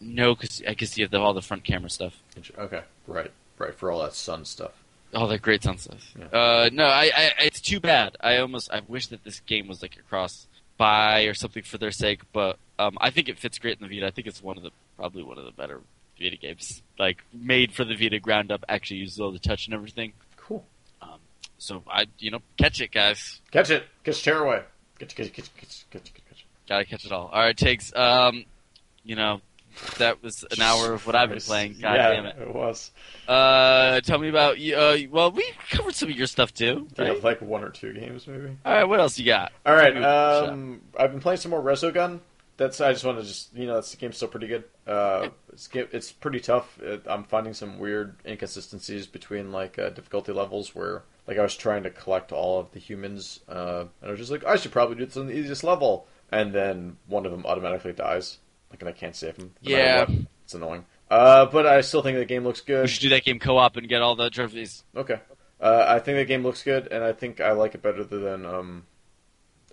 Speaker 2: No, because I guess you have all the front camera stuff.
Speaker 1: Int- Okay, right. right? For all that sun stuff.
Speaker 2: All that Oh, great sun stuff.
Speaker 1: Yeah.
Speaker 2: Uh, no, I, I, it's too bad. I almost, I wish that this game was like a cross buy or something for their sake, but um, I think it fits great in the Vita. I think it's one of the probably one of the better Vita games, like made for the Vita, ground up. Actually uses all the touch and everything.
Speaker 1: Cool.
Speaker 2: Um, so I, you know, catch it, guys.
Speaker 1: Catch it. Catch tearaway. Catch, catch, catch, catch, catch, catch, catch.
Speaker 2: Gotta catch it all. All right, Tiggs. Um, you know, that was an hour of what I've been
Speaker 1: Nice.
Speaker 2: playing. God
Speaker 1: yeah,
Speaker 2: damn it.
Speaker 1: It was.
Speaker 2: Uh, tell me about you. Uh, well, we covered some of your stuff too.
Speaker 1: Do you
Speaker 2: Right?
Speaker 1: have like one or two games maybe?
Speaker 2: All right, what else you got?
Speaker 1: All right.
Speaker 2: Tell me what you got.
Speaker 1: Um, I've been playing some more Resogun. That's I just want to just you know that's the game's still pretty good. Uh, it's ga- it's pretty tough. It, I'm finding some weird inconsistencies between like uh, difficulty levels where like I was trying to collect all of the humans uh, and I was just like I should probably do this on the easiest level, and then one of them automatically dies. Like and I can't save him. no matter
Speaker 2: Yeah.
Speaker 1: what. it's annoying. Uh, but I still think the game looks good.
Speaker 2: we should do that game co-op and get all the trophies.
Speaker 1: Okay. Uh, I think the game looks good, and I think I like it better than um,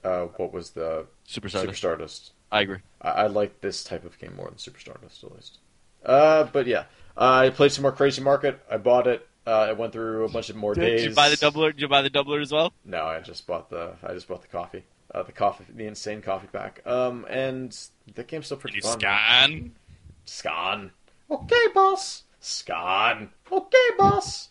Speaker 1: uh, what was the
Speaker 2: Super Stardust.
Speaker 1: Super Stardust.
Speaker 2: I agree.
Speaker 1: I, I like this type of game more than Super Stardust, at least. Uh, but yeah, I played some more Crazy Market. I bought it. Uh, I went through a bunch of more days.
Speaker 2: Did you buy the doubler? Did you buy the doubler as well?
Speaker 1: No, I just bought the. I just bought the coffee. Uh, the coffee, the insane coffee pack. Um, and the game's still pretty
Speaker 2: You
Speaker 1: fun.
Speaker 2: scan.
Speaker 1: Scan. Okay, boss. Scan. Okay, boss.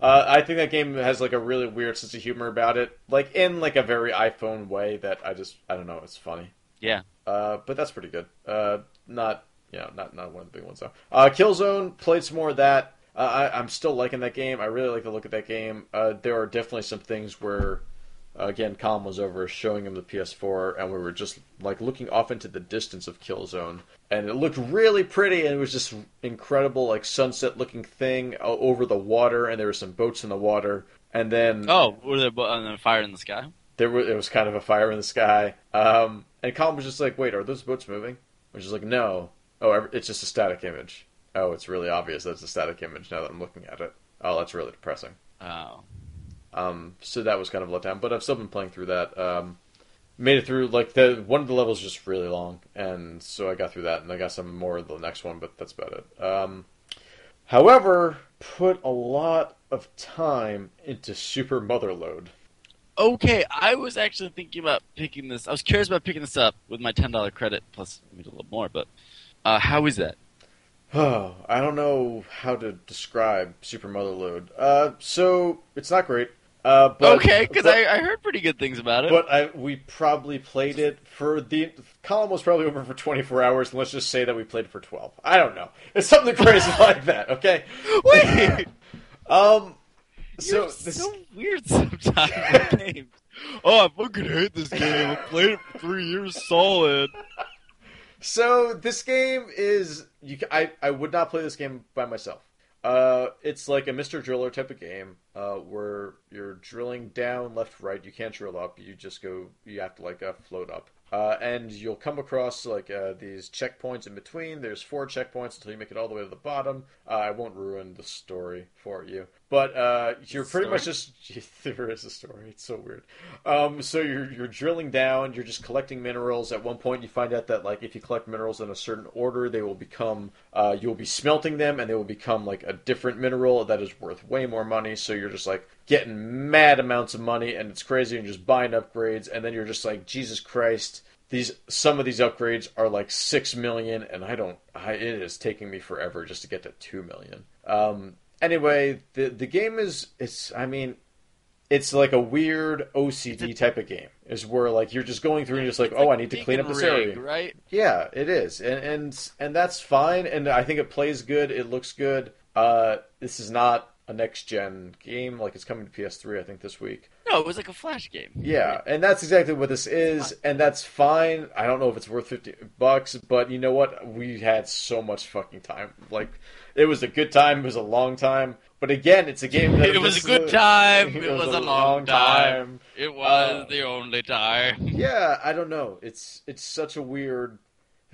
Speaker 1: Uh, I think that game has like a really weird sense of humor about it, like in like a very iPhone way that I just I don't know. It's funny.
Speaker 2: Yeah.
Speaker 1: Uh, but that's pretty good. Uh, not you know not not one of the big ones though. Uh, Killzone played some more of that. Uh, I, I'm still liking that game. I really like the look of that game. Uh, there are definitely some things where again, Colin was over showing him the PS4, and we were just like looking off into the distance of Killzone, and it looked really pretty, and it was just incredible, like sunset-looking thing o- over the water, and there were some boats in the water, and then
Speaker 2: Oh, were there bu- and then fire in the sky?
Speaker 1: there was it was kind of a fire in the sky, um, and Colin was just like, "Wait, are those boats moving?" Which is like, "No, oh, ev- it's just a static image." Oh, it's really obvious that's a static image now that I'm looking at it. Oh, that's really depressing.
Speaker 2: Oh,
Speaker 1: Um, so that was kind of a letdown, but I've still been playing through that. Um, made it through like the one of the levels just really long, and so I got through that, and I got some more of the next one, but that's about it. Um, however, put a lot of time into Super Motherload.
Speaker 2: okay. I was actually thinking about picking this. I was curious about picking this up with my ten dollar credit plus maybe a little more. But uh, how is that?
Speaker 1: Oh, I don't know how to describe Super Motherload. Uh, so it's not great. Uh, but,
Speaker 2: okay, because
Speaker 1: but-
Speaker 2: I, I heard pretty good things about it.
Speaker 1: But I, we probably played it for the column was probably over for 24 hours, and let's just say that we played it for 12. I don't know. It's something crazy <laughs> like that. Okay.
Speaker 2: <laughs>
Speaker 1: <laughs>
Speaker 2: Wait.
Speaker 1: Um.
Speaker 2: So
Speaker 1: So
Speaker 2: You're
Speaker 1: this,
Speaker 2: so weird sometimes. with <laughs> games. Oh, I fucking hate this game. I played it for three years solid.
Speaker 1: so this game is you. ca- I I would not play this game by myself. Uh, it's like a Mr. Driller type of game, uh, where you're drilling down, left, right. You can't drill up. You just go. You have to like uh, float up. Uh, and you'll come across like uh, these checkpoints in between. There's four checkpoints until you make it all the way to the bottom. Uh, I won't ruin the story for you, but uh, you're pretty
Speaker 2: Story?
Speaker 1: much just <laughs> there is a story. It's so weird. Um, so you're you're drilling down. You're just collecting minerals. At one point, you find out that like if you collect minerals in a certain order, they will become uh, you'll be smelting them, and they will become like a different mineral that is worth way more money. So you're just like getting mad amounts of money, and it's crazy. And you're just buying upgrades, and then you're just like Jesus Christ. These some of these upgrades are like six million, and I don't. I, it is taking me forever just to get to two million. Um, anyway, the the game is it's. I mean, it's like a weird OCD type of game. Is where like you're just going through and you're just like,
Speaker 2: It's
Speaker 1: oh, I need to
Speaker 2: Dig
Speaker 1: clean up
Speaker 2: and
Speaker 1: this
Speaker 2: Rig,
Speaker 1: area.
Speaker 2: right?
Speaker 1: Yeah, it is, and and and that's fine. And I think it plays good. It looks good. Uh, this is not a next gen game. Like it's coming to PS3, I think this week.
Speaker 2: No, it was like a flash game.
Speaker 1: Yeah, and that's exactly what this is, and that's fine. I don't know if it's worth fifty bucks, but you know what? We had so much fucking time. Like it was a good time. It was a long time. But again, it's a game. That
Speaker 2: <laughs> It was
Speaker 1: just-
Speaker 2: a
Speaker 1: <laughs>
Speaker 2: good time. It was a long
Speaker 1: time.
Speaker 2: It
Speaker 1: was
Speaker 2: was
Speaker 1: Uh,
Speaker 2: the only time.
Speaker 1: Yeah, I don't know. It's it's such a weird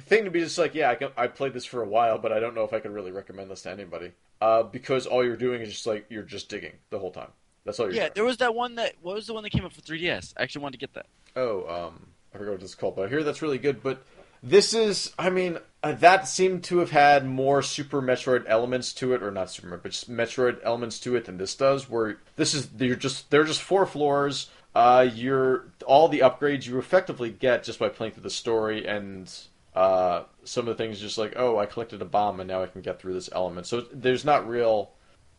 Speaker 1: thing to be just like, yeah, I, can, I played this for a while, but I don't know if I could really recommend this to anybody uh, because all you're doing is just like you're just digging the whole time. That's all you're
Speaker 2: Yeah,
Speaker 1: doing.
Speaker 2: there was that one that. What was the one that came up for 3DS? I actually wanted to get that.
Speaker 1: Oh, um, I forgot what it's called, but I hear that's really good. But this is, I mean, uh, that seemed to have had more Super Metroid elements to it, or not Super Metroid, but just Metroid elements to it than this does. Where this is, you're just they're just four floors. Uh, you're all the upgrades you effectively get just by playing through the story and uh, some of the things. Just like, oh, I collected a bomb and now I can get through this element. So there's not real,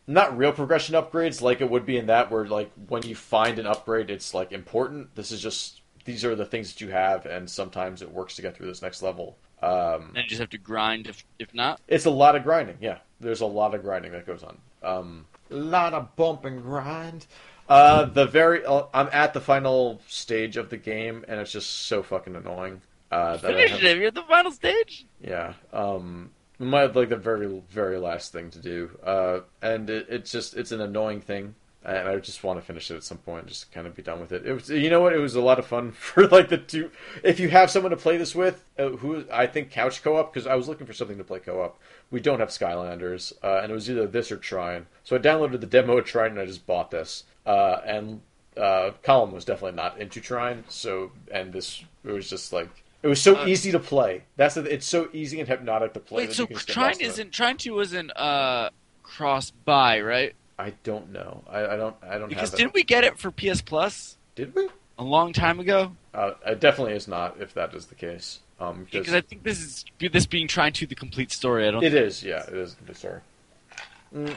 Speaker 1: not real progression upgrades like it would be in that. Where like when you find an upgrade, it's like important. This is just these are the things that you have, and sometimes it works to get through this next level. Um,
Speaker 2: And you just have to grind if if not.
Speaker 1: it's a lot of grinding. Yeah, there's a lot of grinding that goes on. Um, lot of bump and grind. Uh, the very uh, I'm at the final stage of the game, and it's just so fucking annoying. Uh, that I
Speaker 2: Finish
Speaker 1: have-
Speaker 2: it. You're at the final stage.
Speaker 1: yeah. Um might have, like the very very last thing to do. Uh and it, it's just it's an annoying thing. And I just want to finish it at some point, just kind of be done with it. It was, you know what? It was a lot of fun <laughs> for like the two. If you have someone to play this with, uh, who I think couch co-op because I was looking for something to play co-op. We don't have Skylanders, uh, and it was either this or Trine. So I downloaded the demo of Trine and I just bought this. Uh, and uh, Colin was definitely not into Trine, so and this it was just like it was so
Speaker 2: Uh,
Speaker 1: easy to play. That's the, it's so easy and hypnotic to play.
Speaker 2: Wait,
Speaker 1: that
Speaker 2: so
Speaker 1: you can just get
Speaker 2: Trine
Speaker 1: lost in it.
Speaker 2: isn't Trine Two wasn't uh cross buy right?
Speaker 1: I don't know. I, I don't. I don't
Speaker 2: Because
Speaker 1: have. it.
Speaker 2: didn't we get it for PS Plus
Speaker 1: Did we?
Speaker 2: a long time ago?
Speaker 1: Uh, it definitely is not. If that is the case, um,
Speaker 2: Because
Speaker 1: because
Speaker 2: I think this is this being Trine Two, the complete story. I don't.
Speaker 1: it is. Yeah, it is. I'm Sorry. Mm.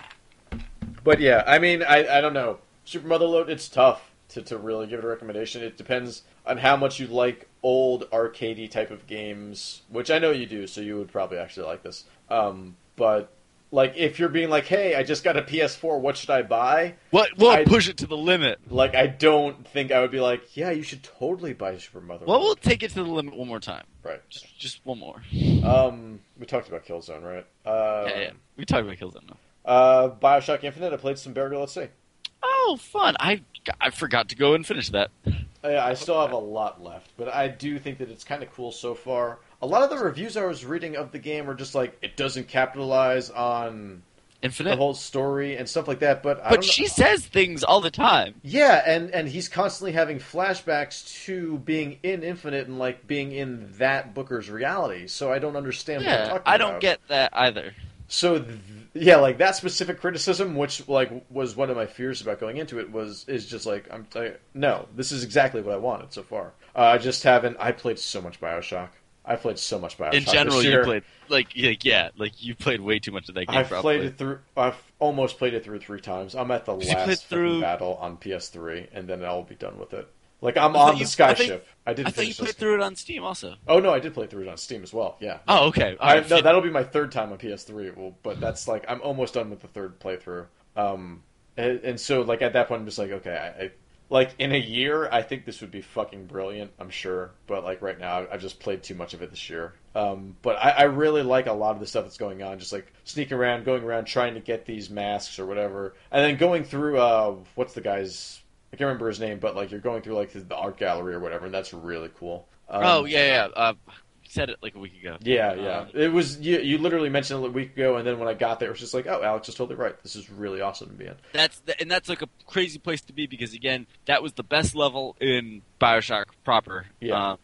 Speaker 1: But yeah, I mean, I, I don't know. Super Motherload. It's tough to to really give it a recommendation. It depends on how much you like old arcadey type of games, which I know you do. So you would probably actually like this. Um, but like if you're being like, hey, I just got a PS4. What should I buy?
Speaker 2: What? We'll
Speaker 1: I-
Speaker 2: push it to the limit.
Speaker 1: Like, I don't think I would be like, yeah, you should totally buy Super Motherload.
Speaker 2: Well, we'll take it to the limit one more time.
Speaker 1: Right.
Speaker 2: Just, just one more.
Speaker 1: Um, we talked about Killzone, right? Uh,
Speaker 2: yeah, yeah. We talked about Killzone. Now.
Speaker 1: Uh, Bioshock Infinite. I played some Bear Grylls. Let's see.
Speaker 2: Oh, fun! I I forgot to go and finish that.
Speaker 1: Uh, I, I still have a lot left, but I do think that it's kind of cool so far. A lot of the reviews I was reading of the game are just like it doesn't capitalize on the
Speaker 2: Infinite.
Speaker 1: whole story and stuff like that. But I
Speaker 2: but
Speaker 1: don't
Speaker 2: she
Speaker 1: know.
Speaker 2: says things all the time.
Speaker 1: Yeah, and and he's constantly having flashbacks to being in Infinite and like being in that Booker's reality. So I don't understand. what they're
Speaker 2: Yeah,
Speaker 1: talking
Speaker 2: I don't
Speaker 1: about.
Speaker 2: get that either.
Speaker 1: So th- yeah, like that specific criticism, which like was one of my fears about going into it, was is just like I'm I, no, this is exactly what I wanted so far. Uh, I just haven't. I played so much Bioshock. I played so much Bioshock.
Speaker 2: In general,
Speaker 1: this
Speaker 2: you
Speaker 1: year.
Speaker 2: played like yeah, yeah, like you played way too much of that game.
Speaker 1: I've
Speaker 2: probably.
Speaker 1: played it through. I've almost played it through three times. I'm at the
Speaker 2: You
Speaker 1: last
Speaker 2: played
Speaker 1: fucking
Speaker 2: through-
Speaker 1: battle on PS3, and then I'll be done with it. Like I'm
Speaker 2: I thought
Speaker 1: on the
Speaker 2: you-
Speaker 1: skyship.
Speaker 2: I
Speaker 1: I,
Speaker 2: thought- I
Speaker 1: didn't
Speaker 2: thought you
Speaker 1: finish
Speaker 2: played
Speaker 1: this.
Speaker 2: through it on Steam also.
Speaker 1: Oh no, I did play through it on Steam as well. Yeah.
Speaker 2: Oh, okay. All
Speaker 1: I,
Speaker 2: right,
Speaker 1: no,
Speaker 2: fit-
Speaker 1: that'll be my third time on PS3. Well, but that's like I'm almost done with the third playthrough. Um, and, and so like at that point, I'm just like, okay, I, I like in a year, I think this would be fucking brilliant. I'm sure, but like right now, I've just played too much of it this year. Um, but I, I really like a lot of the stuff that's going on, just like sneaking around, going around, trying to get these masks or whatever, and then going through. Uh, what's the guy's? I can't remember his name, but like you're going through like the art gallery or whatever, and that's really cool. Um,
Speaker 2: oh yeah, yeah. Uh, said it like a week ago.
Speaker 1: yeah, yeah.
Speaker 2: Um,
Speaker 1: it was you. You literally mentioned it a week ago, and then when I got there, it was just like, "Oh, Alex is totally right. This is really awesome to be in."
Speaker 2: That's the, and that's like a crazy place to be because again, that was the best level in Bioshock proper.
Speaker 1: Yeah.
Speaker 2: Uh,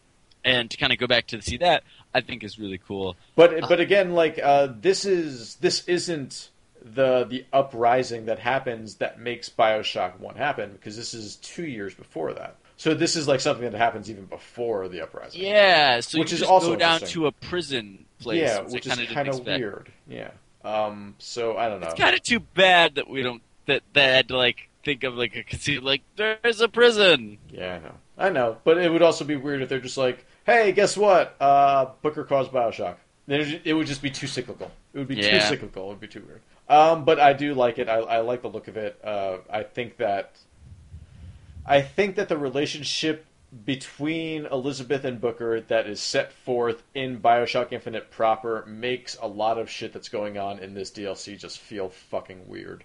Speaker 2: and to kind of go back to see that, I think is really cool.
Speaker 1: But but again, like uh, this is this isn't the the uprising that happens that makes Bioshock One happen because this is two years before that. So this is like something that happens even before the uprising.
Speaker 2: Yeah. So
Speaker 1: Which
Speaker 2: you
Speaker 1: is
Speaker 2: just
Speaker 1: also
Speaker 2: go down
Speaker 1: interesting.
Speaker 2: to a prison place.
Speaker 1: yeah,
Speaker 2: which,
Speaker 1: which
Speaker 2: I
Speaker 1: is
Speaker 2: kinda
Speaker 1: kind
Speaker 2: didn't
Speaker 1: of
Speaker 2: expect.
Speaker 1: weird. Yeah. Um. So I don't know.
Speaker 2: It's kind of too bad that we don't that that I had to like think of like a casino like there's a prison.
Speaker 1: Yeah, I know. I know, but it would also be weird if they're just like, "Hey, guess what? Uh, Booker caused Bioshock." Then it- It would just be too cyclical. It would be too
Speaker 2: Yeah.
Speaker 1: cyclical. It would be too weird. Um, but I do like it. I, I like the look of it. Uh, I think that, I think that the relationship between Elizabeth and Booker that is set forth in Bioshock Infinite proper makes a lot of shit that's going on in this DLC just feel fucking weird,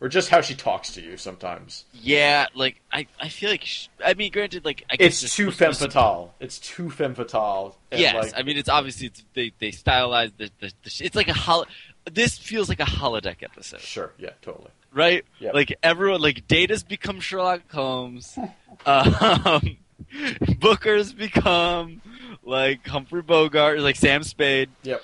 Speaker 1: or just how she talks to you sometimes.
Speaker 2: Yeah, like I, I feel like sh- I mean, granted, like I guess
Speaker 1: It's too femme
Speaker 2: supposed to-
Speaker 1: fatale. It's too femme fatale. And,
Speaker 2: Yes,
Speaker 1: like,
Speaker 2: I mean it's obviously it's, they they stylized the, the, the sh- it's like a hol- this feels like a holodeck episode,
Speaker 1: sure. Yeah, totally.
Speaker 2: right?
Speaker 1: Yeah.
Speaker 2: Like everyone, like Data's become Sherlock Holmes, <laughs> um, <laughs> Booker's become like Humphrey Bogart, like Sam Spade,
Speaker 1: Yep.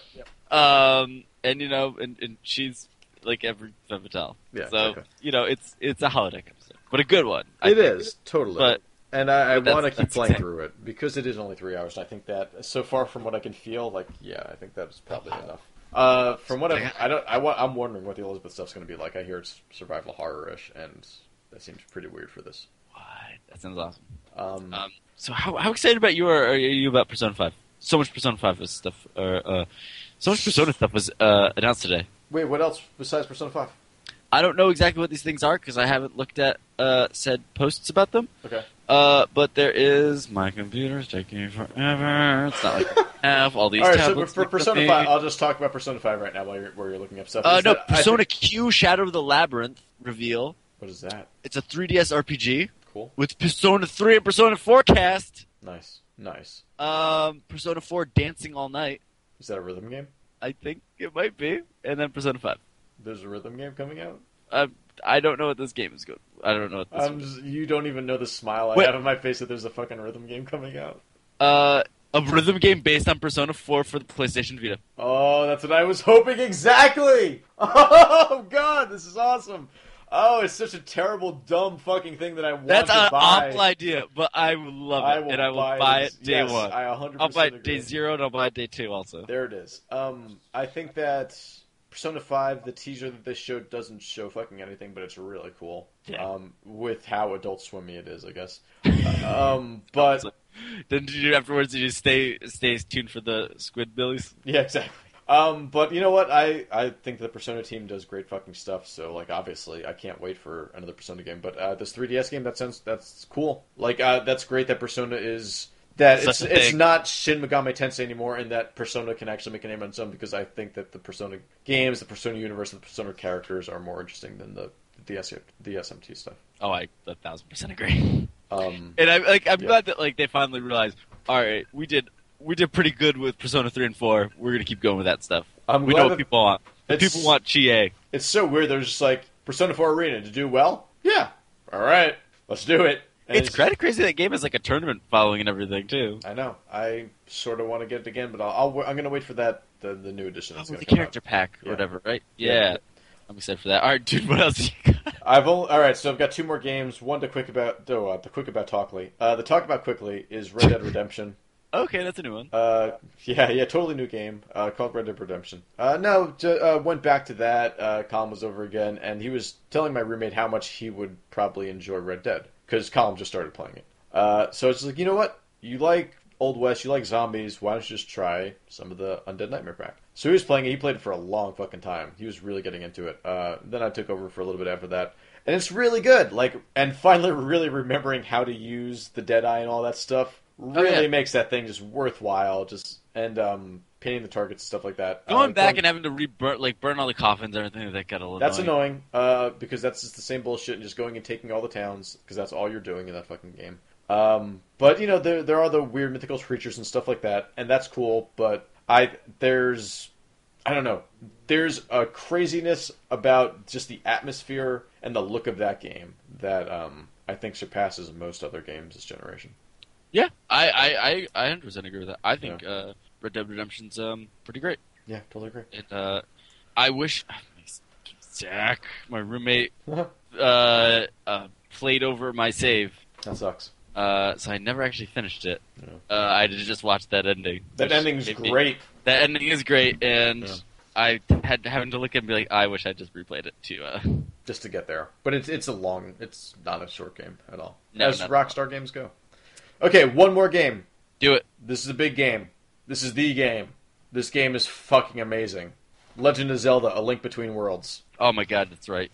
Speaker 2: Um, and you know, and, and she's like every femme fatale.
Speaker 1: Yeah,
Speaker 2: so
Speaker 1: okay.
Speaker 2: you know, it's it's a holiday episode, but a good one. I
Speaker 1: It
Speaker 2: think.
Speaker 1: is totally.
Speaker 2: But-
Speaker 1: and I, I
Speaker 2: but that's-
Speaker 1: want to keep
Speaker 2: that's
Speaker 1: playing
Speaker 2: exact-
Speaker 1: through it because it is only three hours. I think that so far from what I can feel, like yeah, I think that's probably enough. Uh, from what I've, I don't, I want, I'm wondering what the Elizabeth stuff's going to be like. I hear it's survival horror-ish, and that seems pretty weird for this.
Speaker 2: What? That sounds awesome.
Speaker 1: Um,
Speaker 2: Um, so how how excited about you are, are you about Persona Five? So much Persona Five was stuff, or uh, so much Persona stuff was uh, announced today.
Speaker 1: wait, what else besides Persona Five?
Speaker 2: I don't know exactly what these things are because I haven't looked at uh, said posts about them.
Speaker 1: Okay,
Speaker 2: Uh, but there is my computer's taking forever. It's not <laughs> like I have all these.
Speaker 1: all right. So
Speaker 2: tablets
Speaker 1: for
Speaker 2: next to
Speaker 1: Persona
Speaker 2: me.
Speaker 1: Five, I'll just talk about Persona Five right now while you're, while you're looking up stuff.
Speaker 2: Uh,
Speaker 1: Is
Speaker 2: no,
Speaker 1: that- I
Speaker 2: Persona
Speaker 1: think-
Speaker 2: Q Shadow of the Labyrinth reveal.
Speaker 1: what is that?
Speaker 2: It's a 3DS RPG
Speaker 1: Cool.
Speaker 2: with Persona 3 and Persona 4 cast.
Speaker 1: Nice. Nice.
Speaker 2: Um, Persona 4 Dancing All Night.
Speaker 1: Is that a rhythm game?
Speaker 2: I think it might be, and then Persona 5.
Speaker 1: There's a rhythm game coming out.
Speaker 2: I don't know what this game is good. I don't know what this.
Speaker 1: I'm just, you don't even know the smile I
Speaker 2: Wait.
Speaker 1: have on my face that there's a fucking rhythm game coming out.
Speaker 2: Uh, a rhythm game based on Persona 4 for the PlayStation Vita.
Speaker 1: Oh, that's what I was hoping exactly. <laughs> Oh god, this is awesome. Oh, it's such a terrible, dumb fucking thing that I want
Speaker 2: That's
Speaker 1: to
Speaker 2: an
Speaker 1: buy.
Speaker 2: awful idea, but I will love it, and I will buy it day
Speaker 1: Yes,
Speaker 2: one.
Speaker 1: I 100%
Speaker 2: I'll buy it
Speaker 1: agree.
Speaker 2: day zero, and I'll buy it day two also.
Speaker 1: There it is. Um, I think that Persona Five, the teaser that they showed, doesn't show fucking anything, but it's really cool.
Speaker 2: Yeah.
Speaker 1: Um, with how Adult Swimmy it is, I guess. um, but
Speaker 2: Then did you afterwards? Did you stay stay tuned for the squid billies?
Speaker 1: Yeah, exactly. Um, but you know what? I, I think the Persona team does great fucking stuff. So like, obviously, I can't wait for another Persona game. But uh, this 3DS game, that sounds that's cool. Like, uh, that's great that Persona is that it's
Speaker 2: Such a
Speaker 1: it's
Speaker 2: thing.
Speaker 1: not Shin Megami Tensei anymore, and that Persona can actually make a name on its own. Because I think that the Persona games, the Persona universe, and the Persona characters are more interesting than the the, S- the SMT stuff.
Speaker 2: Oh, I a thousand percent agree. <laughs>
Speaker 1: Um,
Speaker 2: And I like I'm
Speaker 1: Yeah.
Speaker 2: glad that like they finally realized. All right, we did we did pretty good with Persona three and four. We're gonna keep going with that stuff.
Speaker 1: I'm
Speaker 2: we
Speaker 1: glad
Speaker 2: know what
Speaker 1: that-
Speaker 2: people want. The
Speaker 1: It's-
Speaker 2: people want Chie.
Speaker 1: It's so weird. They're just like Persona 4 Arena to do well. Yeah, all right, let's do it. And
Speaker 2: It's kind of crazy that game has like a tournament following and everything too.
Speaker 1: I know. I sort of want to get it again, but I'll, I'll I'm going to wait for that the, the new edition that's
Speaker 2: Oh,
Speaker 1: going
Speaker 2: the
Speaker 1: to come
Speaker 2: character pack or
Speaker 1: Yeah.
Speaker 2: whatever, right?
Speaker 1: Yeah.
Speaker 2: Yeah. I'm excited for that. All right, dude, what else you got? <laughs>
Speaker 1: out. I've only, all right. So I've got two more games. One to quick about oh, uh, the quick about Talkly. Uh, the talk about quickly is Red Dead Redemption.
Speaker 2: Okay, that's a new one.
Speaker 1: Uh, yeah, yeah, totally new game uh, called Red Dead Redemption. Uh, no, j- uh, went back to that. Uh, Colin was over again, and he was telling my roommate how much he would probably enjoy Red Dead because Colin just started playing it. Uh, so it's like, you know what? You like Old West, you like zombies. Why don't you just try some of the Undead Nightmare pack? So he was playing it. He played it for a long fucking time. He was really getting into it. Uh, then I took over for a little bit after that. And it's really good. Like, and finally, <laughs> really remembering how to use the Deadeye and all that stuff really
Speaker 2: Oh, yeah.
Speaker 1: makes that thing just worthwhile. Just and um, pinning the targets, stuff like that.
Speaker 2: Going
Speaker 1: Uh,
Speaker 2: back
Speaker 1: going-
Speaker 2: and having to reburn, like burn all the coffins and everything that got a little.
Speaker 1: that's
Speaker 2: annoying.
Speaker 1: annoying uh, because that's just the same bullshit and just going and taking all the towns because that's all you're doing in that fucking game. Um, but you know there there are the weird mythical creatures and stuff like that, and that's cool. But I there's I don't know there's a craziness about just the atmosphere and the look of that game that um, I think surpasses most other games this generation.
Speaker 2: Yeah, I I I, I hundred percent agree with that. I think uh, Red Dead Redemption's um pretty great.
Speaker 1: Yeah, totally agree.
Speaker 2: It uh, I wish oh, Zach,
Speaker 1: <laughs>
Speaker 2: my roommate,
Speaker 1: Uh-huh.
Speaker 2: uh, uh, played over my save,
Speaker 1: That sucks.
Speaker 2: uh, so I never actually finished it.
Speaker 1: Yeah.
Speaker 2: Uh, I did just watch that ending.
Speaker 1: That
Speaker 2: which
Speaker 1: ending's
Speaker 2: made me-
Speaker 1: great.
Speaker 2: That ending is great, and
Speaker 1: Yeah.
Speaker 2: I had having to look and be like, I wish I just replayed it too. Uh, <laughs>
Speaker 1: just to get there. But it's it's a long. It's not a short game at all,
Speaker 2: No,
Speaker 1: as
Speaker 2: not at
Speaker 1: Rockstar games go. Okay, one more game.
Speaker 2: do it.
Speaker 1: This is a big game. This is the game. This game is fucking amazing. Legend of Zelda: A Link Between Worlds.
Speaker 2: Oh my god, that's right.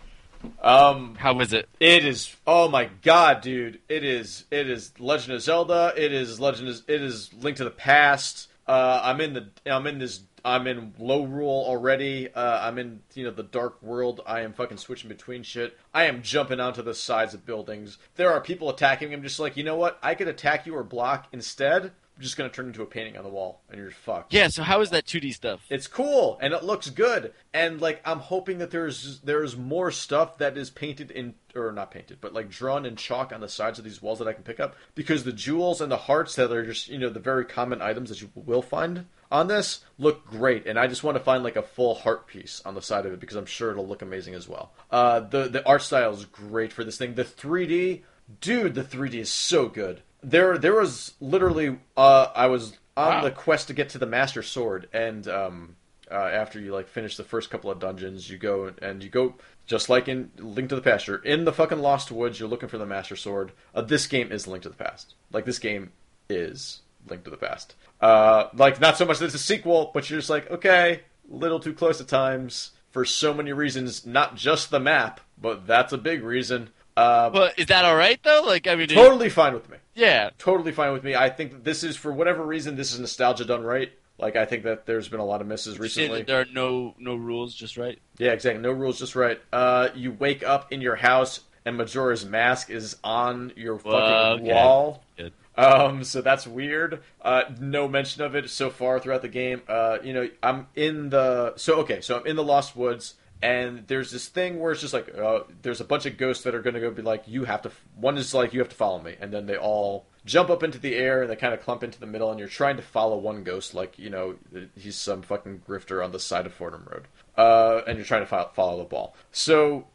Speaker 1: Um,
Speaker 2: How was it?
Speaker 1: it is. Oh my god, dude! It is. It is Legend of Zelda. It is Legend. Of, it is Link to the Past. Uh, I'm in the. I'm in this. I'm in low rule already. Uh, I'm in you know the dark world. I am fucking switching between shit. I am jumping onto the sides of buildings. There are people attacking. me. I'm just like you know what? I could attack you or block instead. just going to turn into a painting on the wall, and you're just fucked.
Speaker 2: Yeah, so how is that 2D stuff?
Speaker 1: It's cool and it looks good and like I'm hoping that there's there's more stuff that is painted in or not painted but like drawn in chalk on the sides of these walls that I can pick up because the jewels and the hearts that are just you know the very common items that you will find on this look great and I just want to find like a full heart piece on the side of it because I'm sure it'll look amazing as well. Uh, the the art style is great for this thing. The 3D, dude, the 3D is so good. There there was literally uh, I was on
Speaker 2: Wow.
Speaker 1: the quest to get to the master sword and um uh, after you like finish the first couple of dungeons you go and you go just like in link to the past you're in the fucking lost woods you're looking for the master sword uh, this game is link to the past like this game is link to the past uh like not so much that it's a sequel but you're just like okay little too close at times for so many reasons not just the map but that's a big reason uh
Speaker 2: But is that all right though? Like, I mean, it-
Speaker 1: totally fine with me
Speaker 2: yeah,
Speaker 1: totally fine with me. I think that this is for whatever reason this is nostalgia done right. Like I think that there's been a lot of misses
Speaker 2: You say that
Speaker 1: recently.
Speaker 2: there are no no rules, just right.
Speaker 1: Yeah, exactly. No rules, just right. Uh, you wake up in your house and Majora's mask is on your fucking
Speaker 2: Well, okay.
Speaker 1: wall.
Speaker 2: Good.
Speaker 1: Um, so that's weird. Uh, no mention of it so far throughout the game. Uh, you know, I'm in the so okay, so I'm in the Lost Woods, and there's this thing where it's just like uh, there's a bunch of ghosts that are going to go be like, you have to. f- One is like, you have to follow me, and then they all jump up into the air and they kind of clump into the middle, and you're trying to follow one ghost, like you know he's some fucking grifter on the side of Fordham Road, uh, and you're trying to fo- follow the ball. So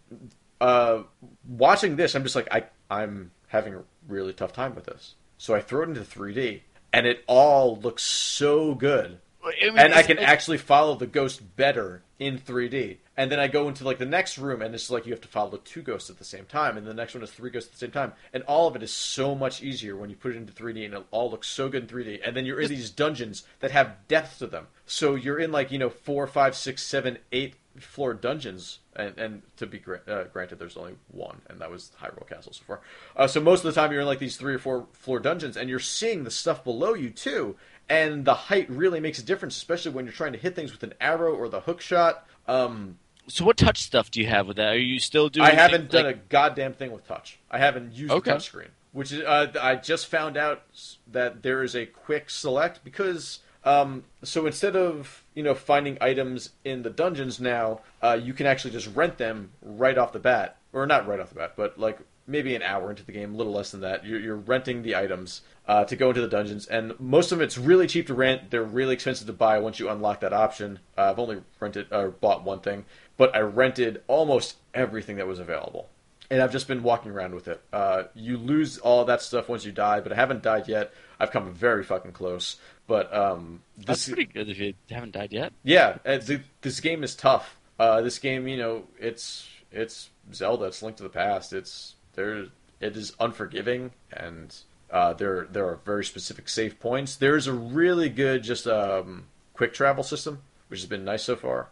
Speaker 1: uh, watching this, I'm just like I I'm having a really tough time with this. So I throw it into 3D, and it all looks so good,
Speaker 2: I mean,
Speaker 1: and I
Speaker 2: it's-
Speaker 1: can
Speaker 2: it's-
Speaker 1: actually follow the ghost better in 3D. And then I go into like the next room, and it's like you have to follow two ghosts at the same time, and the next one is three ghosts at the same time, and all of it is so much easier when you put it into 3D, and it all looks so good in 3D. And then you're in these dungeons that have depth to them, so you're in like you know four, five, six, seven, eight floor dungeons, and, and to be gra- uh, granted, there's only one, and that was Hyrule Castle so far. Uh, so most of the time, you're in like these three or four floor dungeons, and you're seeing the stuff below you too. And the height really makes a difference, especially when you're trying to hit things with an arrow or the hook shot. Um,
Speaker 2: So, what touch stuff do you have with that? Are you still doing?
Speaker 1: I haven't
Speaker 2: things
Speaker 1: done
Speaker 2: like,
Speaker 1: a goddamn thing with touch. I haven't used
Speaker 2: Okay.
Speaker 1: the touch screen, which is uh, I just found out s- that there is a quick select because um, so instead of you know finding items in the dungeons now, uh, you can actually just rent them right off the bat, or not right off the bat, but like maybe an hour into the game, a little less than that. You're, you're renting the items uh, to go into the dungeons, and most of it's really cheap to rent. They're really expensive to buy once you unlock that option. Uh, I've only rented or bought one thing, but I rented almost everything that was available, and I've just been walking around with it. Uh, you lose all that stuff once you die, but I haven't died yet. I've come very fucking close, but um,
Speaker 2: That's
Speaker 1: this
Speaker 2: pretty good if you haven't died yet.
Speaker 1: yeah, uh, th- this game is tough. Uh, this game, you know, it's it's Zelda. It's Link to the Past. It's there. It is unforgiving, and uh, there there are very specific save points. There is a really good just um, quick travel system, which has been nice so far.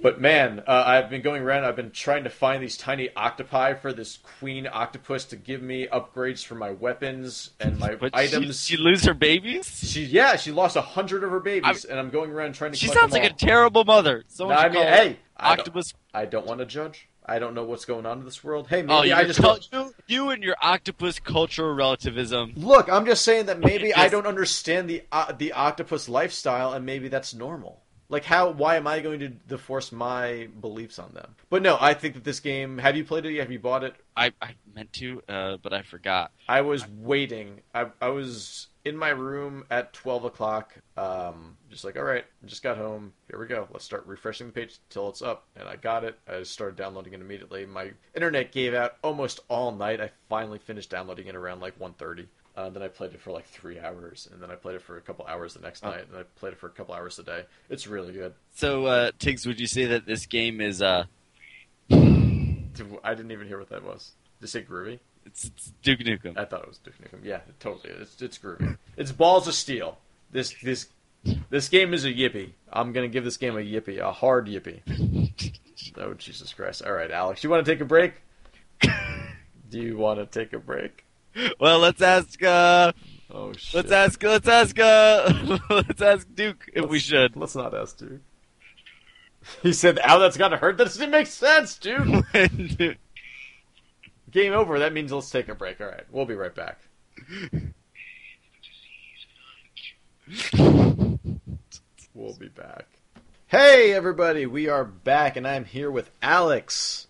Speaker 1: But man, uh, I've been going around. I've been trying to find these tiny octopi for this queen octopus to give me upgrades for my weapons and my
Speaker 2: But
Speaker 1: items.
Speaker 2: She,
Speaker 1: She,
Speaker 2: she lose her babies.
Speaker 1: yeah, she lost a hundred of her babies, and I'm going around trying to.
Speaker 2: She
Speaker 1: collect
Speaker 2: sounds
Speaker 1: them
Speaker 2: like a
Speaker 1: all.
Speaker 2: terrible mother. Someone
Speaker 1: No, I
Speaker 2: should
Speaker 1: mean,
Speaker 2: call her
Speaker 1: hey, I don't-
Speaker 2: octopus.
Speaker 1: I don't want to judge. I don't know what's going on in this world. Hey,
Speaker 2: Oh,
Speaker 1: maybe
Speaker 2: you,
Speaker 1: I just
Speaker 2: cult- you, you and your octopus cultural relativism.
Speaker 1: look. I'm just saying that maybe
Speaker 2: Yes.
Speaker 1: I don't understand the uh, the octopus lifestyle, and maybe that's normal. Like, how? Why am I going to to force my beliefs on them? But no, I think that this game. Have you played it? yet? Have you bought it?
Speaker 2: I, I meant to, uh, but I forgot.
Speaker 1: I was waiting. I, I was in my room at 12 o'clock, um, just like, all right, I just got home. Here we go. Let's start refreshing the page till it's up. And I got it. I started downloading it immediately. My internet gave out almost all night. I finally finished downloading it around like 1.30. Uh, then I played it for like three hours, and then I played it for a couple hours the next
Speaker 2: Oh.
Speaker 1: night, and I played it for a couple hours today. It's really good.
Speaker 2: So, uh, Tiggs, would you say that this game is uh,
Speaker 1: I didn't even hear what that was. Did you say groovy?
Speaker 2: it's, it's Duke Nukem?
Speaker 1: I thought it was Duke Nukem. Yeah, it totally. is. It's it's groovy. It's balls of steel. This this this game is a yippee. I'm gonna give this game a yippee, a hard yippee. Oh Jesus Christ! All right, Alex, you want to take a break? Do you want to take a break?
Speaker 2: Well, let's ask. Uh,
Speaker 1: Oh shit!
Speaker 2: let's ask. Let's ask. Uh, <laughs> let's ask Duke if we
Speaker 1: Let's-
Speaker 2: <laughs> should.
Speaker 1: Let's not ask Duke. <laughs> He said, "Ow, that's gotta hurt." That doesn't make sense,
Speaker 2: <laughs>
Speaker 1: dude. Game over. That means let's take a break. All right, we'll be right back. We'll be back. Hey, everybody, we are back, and I'm here with Alex.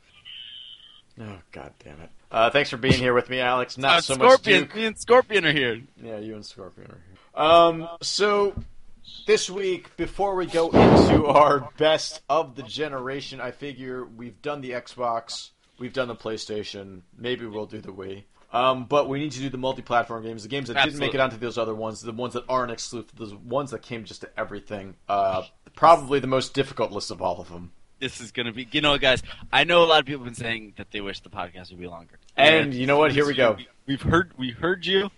Speaker 1: Oh, god damn it. Uh, thanks for being here with me, Alex. Not
Speaker 2: Uh,
Speaker 1: so
Speaker 2: Scorpion.
Speaker 1: much. Duke.
Speaker 2: Me and Scorpion are here.
Speaker 1: Yeah, you and Scorpion are here. Um, so, this week, before we go into our best of the generation, I figure we've done the Xbox, we've done the PlayStation, maybe we'll do the Wii. Um, but we need to do the multi-platform games, the games that didn't make
Speaker 2: Absolutely.
Speaker 1: it onto those other ones, the ones that aren't exclusive, the ones that came just to everything. Uh, probably the most difficult list of all of them.
Speaker 2: This is gonna be. You know, guys. I know a lot of people have been saying that they wish the podcast would be longer.
Speaker 1: And you know what? Here we go.
Speaker 2: We've heard. We
Speaker 1: <laughs>
Speaker 2: heard you.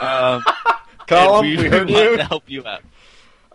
Speaker 2: Um,
Speaker 1: Colin, we,
Speaker 2: and we,
Speaker 1: heard
Speaker 2: want
Speaker 1: you.
Speaker 2: to help you out.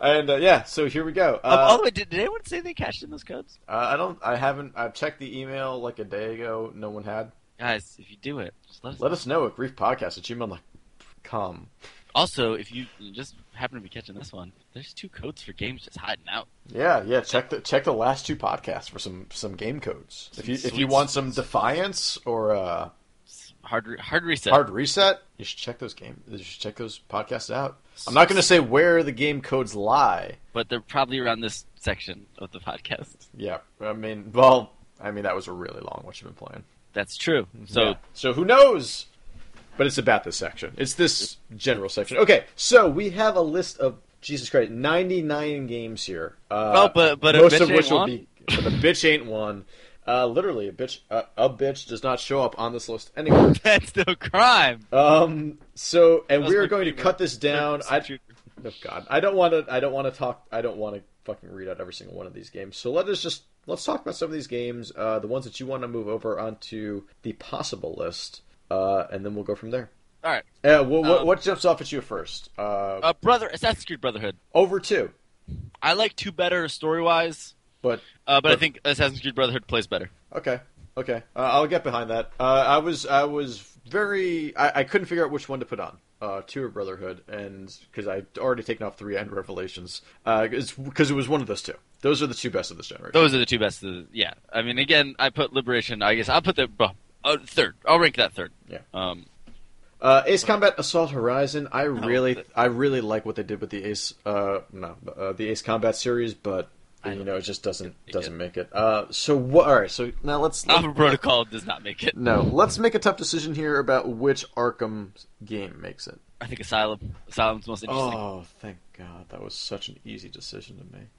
Speaker 1: And uh, yeah, so here we go.
Speaker 2: Um, all
Speaker 1: Uh,
Speaker 2: the way, did, did anyone say they cashed in those codes?
Speaker 1: uh, I don't. I haven't. I checked the email like a day ago. No one had.
Speaker 2: Guys, if you do it, just let us.
Speaker 1: Let us know at griefpodcast at gmail.com.
Speaker 2: Also, if you just happen to be catching this one, there's two codes for games just hiding out.
Speaker 1: Yeah, yeah. Check the check the last two podcasts for some some game codes. If you if you
Speaker 2: Sweet.
Speaker 1: want some defiance or uh,
Speaker 2: It's hard, re- hard reset.
Speaker 1: hard reset, you should check those game. You should check those podcasts out. I'm not going to say where the game codes lie.
Speaker 2: but they're probably around this section of the podcast.
Speaker 1: Yeah, I mean, well, I mean that was a really long what you've been playing.
Speaker 2: That's true. So
Speaker 1: Mm-hmm. Yeah. so who knows? But it's about this section. It's this general section. Okay, so we have a list of Jesus Christ, ninety nine games here. Uh,
Speaker 2: Oh, but- but a
Speaker 1: most
Speaker 2: bitch
Speaker 1: of which
Speaker 2: ain't
Speaker 1: will
Speaker 2: one?
Speaker 1: be but a bitch ain't one. Uh, literally, a bitch uh, a bitch does not show up on this list anywhere.
Speaker 2: <laughs> that's no crime.
Speaker 1: Um, so and
Speaker 2: That
Speaker 1: we
Speaker 2: was
Speaker 1: are
Speaker 2: my
Speaker 1: going to
Speaker 2: favorite.
Speaker 1: cut this down. I,
Speaker 2: Shoot.
Speaker 1: oh God, I don't want to. I don't want to talk. I don't want to fucking read out every single one of these games. So let us just let's talk about some of these games, uh, the ones that you want to move over onto the possible list, uh, and then we'll go from there.
Speaker 2: All right,
Speaker 1: Yeah, well, what,
Speaker 2: Um,
Speaker 1: what jumps off at you first? Uh,
Speaker 2: uh, brother, Assassin's Creed Brotherhood.
Speaker 1: over two,
Speaker 2: I like two better story wise,
Speaker 1: but
Speaker 2: uh, but I
Speaker 1: But-
Speaker 2: think Assassin's Creed Brotherhood plays better.
Speaker 1: okay, okay, uh, I'll get behind that. Uh, I was, I was very, I, I couldn't figure out which one to put on. Uh, two or Brotherhood, and because I'd already taken off three and Revelations, because it was one of those two. Those are the two best of this generation.
Speaker 2: Those are the two best. Of the, yeah, I mean, again, I put Liberation. I guess I'll put the well, uh, third. I'll rank that third.
Speaker 1: Yeah.
Speaker 2: Um,
Speaker 1: Uh, Ace Combat Assault Horizon. I
Speaker 2: Oh,
Speaker 1: really,
Speaker 2: th-
Speaker 1: I really like what they did with the Ace, uh, no, uh, the Ace Combat series, but
Speaker 2: I
Speaker 1: you
Speaker 2: don't
Speaker 1: know, it just doesn't
Speaker 2: It
Speaker 1: doesn't make it. Uh, so what? All right, so now let's.
Speaker 2: Alpha Protocol does not make it.
Speaker 1: No, let's make a tough decision here about which Arkham game makes it.
Speaker 2: I think Asylum. Asylum's most interesting.
Speaker 1: Oh, thank God, that was such an easy decision to make.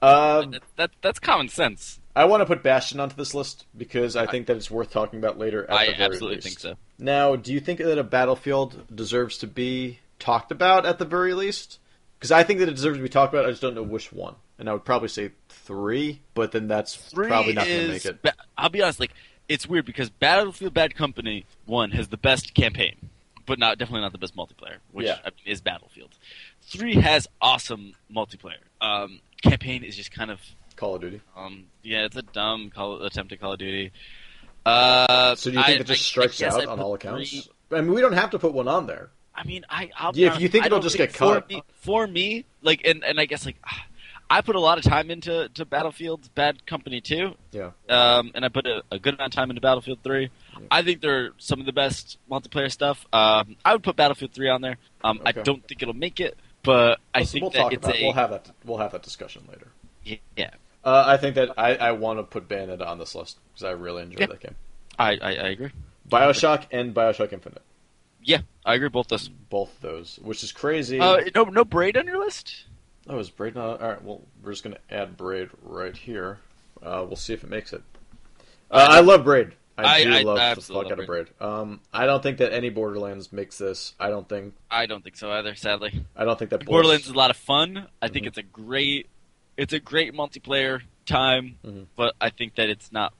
Speaker 1: Um,
Speaker 2: That, that that's common sense.
Speaker 1: I want to put Bastion onto this list because I think that it's worth talking about later. At
Speaker 2: I
Speaker 1: the very
Speaker 2: absolutely
Speaker 1: least.
Speaker 2: think so.
Speaker 1: Now, do you think that a battlefield deserves to be talked about at the very least? Because I think that it deserves to be talked about. I just don't know which one, and I would probably say three. But then that's
Speaker 2: Three
Speaker 1: probably not going
Speaker 2: is.
Speaker 1: to make it.
Speaker 2: ba- I'll be honest. Like it's weird because Battlefield Bad Company One has the best campaign, but not definitely not the best multiplayer, which
Speaker 1: Yeah.
Speaker 2: I mean, is Battlefield. Three has awesome multiplayer. Um, campaign is just kind of
Speaker 1: Call of Duty.
Speaker 2: um, yeah, it's a dumb call, attempt at Call of Duty. Uh,
Speaker 1: So do you think
Speaker 2: I-
Speaker 1: it just
Speaker 2: I- I
Speaker 1: strikes
Speaker 2: guess
Speaker 1: out
Speaker 2: I
Speaker 1: on
Speaker 2: put
Speaker 1: all accounts?
Speaker 2: three-
Speaker 1: I mean, we don't have to put one on there.
Speaker 2: I mean, I I'll be
Speaker 1: Yeah, if
Speaker 2: honest,
Speaker 1: you think
Speaker 2: I
Speaker 1: it'll
Speaker 2: don't
Speaker 1: just
Speaker 2: think-
Speaker 1: get
Speaker 2: for
Speaker 1: cut.
Speaker 2: me, for me, like, and and I guess like, I put a lot of time into to Battlefield Bad Company Two,
Speaker 1: Yeah.
Speaker 2: um, and I put a, a good amount of time into Battlefield Three. I think they're some of the best multiplayer stuff. Um, I would put Battlefield Three on there. Um, I
Speaker 1: Okay.
Speaker 2: don't think it'll make it, but I
Speaker 1: Listen,
Speaker 2: think
Speaker 1: we'll
Speaker 2: that
Speaker 1: talk
Speaker 2: it's
Speaker 1: about.
Speaker 2: a
Speaker 1: We'll have that. We'll have that discussion later.
Speaker 2: yeah.
Speaker 1: Uh, I think that I, I want to put Bayonetta on this list because I really enjoyed
Speaker 2: Yeah.
Speaker 1: that game.
Speaker 2: I, I I agree.
Speaker 1: Bioshock and Bioshock Infinite,
Speaker 2: Yeah, I agree. Both those.
Speaker 1: both of those, which is crazy.
Speaker 2: Uh, no no braid on your list.
Speaker 1: Oh, is Braid not? All right. Well, we're just gonna add Braid right here. Uh, we'll see if it makes it. Uh, I love Braid. I,
Speaker 2: I-
Speaker 1: do
Speaker 2: I-
Speaker 1: love
Speaker 2: I
Speaker 1: the
Speaker 2: absolutely
Speaker 1: fuck out
Speaker 2: love
Speaker 1: of Braid. Um, I don't think that any Borderlands makes this. I don't think.
Speaker 2: I don't think so either. Sadly.
Speaker 1: I don't think that
Speaker 2: Borderlands is a lot of fun. I think
Speaker 1: Mhm.
Speaker 2: it's a great, it's a great multiplayer time.
Speaker 1: Mhm.
Speaker 2: But I think that it's not.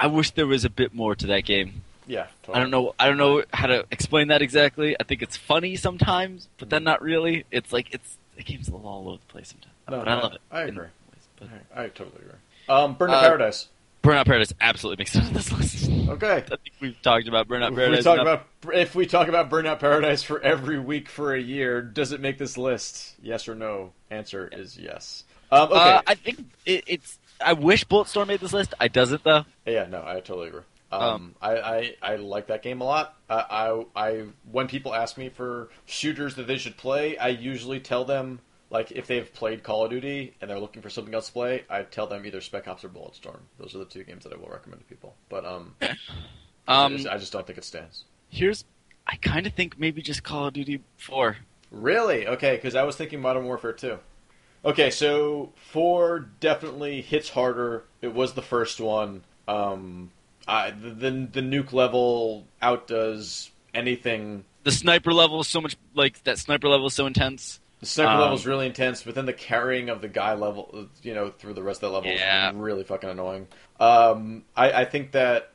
Speaker 2: I wish there was a bit more to that game.
Speaker 1: Yeah.
Speaker 2: I don't know. I don't know how to explain that exactly. I think it's funny sometimes, but then not really. It's like it's the game's all over the place sometimes.
Speaker 1: No,
Speaker 2: but
Speaker 1: no,
Speaker 2: I love it.
Speaker 1: I
Speaker 2: in
Speaker 1: agree.
Speaker 2: ways. But
Speaker 1: I, I totally agree. Um, Burnout
Speaker 2: Uh,
Speaker 1: Paradise.
Speaker 2: Burnout Paradise absolutely makes sense on this list. <laughs>
Speaker 1: Okay.
Speaker 2: I think we've talked about Burnout
Speaker 1: If we
Speaker 2: Paradise.
Speaker 1: talk
Speaker 2: enough.
Speaker 1: about if we talk about Burnout Paradise for every week for a year, does it make this list? Yes or no? Answer is yes. Um, okay.
Speaker 2: Uh, I think it, it's. I wish Bulletstorm made this list. I doesn't though.
Speaker 1: Yeah, no, I totally agree. Um,
Speaker 2: Um,
Speaker 1: I, I, I like that game a lot. I, I I when people ask me for shooters that they should play, I usually tell them like if they've played Call of Duty and they're looking for something else to play, I tell them either Spec Ops or Bulletstorm. Those are the two games that I will recommend to people. But um, I,
Speaker 2: Um,
Speaker 1: just, I just don't think it stands.
Speaker 2: here's, I kind of think maybe just Call of Duty Four.
Speaker 1: Really? Okay, because I was thinking Modern Warfare too. Okay, so four definitely hits harder. It was the first one. Um, I, the, the the nuke level outdoes anything.
Speaker 2: The sniper level is so much like that. Sniper level is so intense.
Speaker 1: The sniper
Speaker 2: Um,
Speaker 1: level is really intense, but then the carrying of the guy level, you know, through the rest of that level
Speaker 2: Yeah.
Speaker 1: is really fucking annoying. Um, I, I think that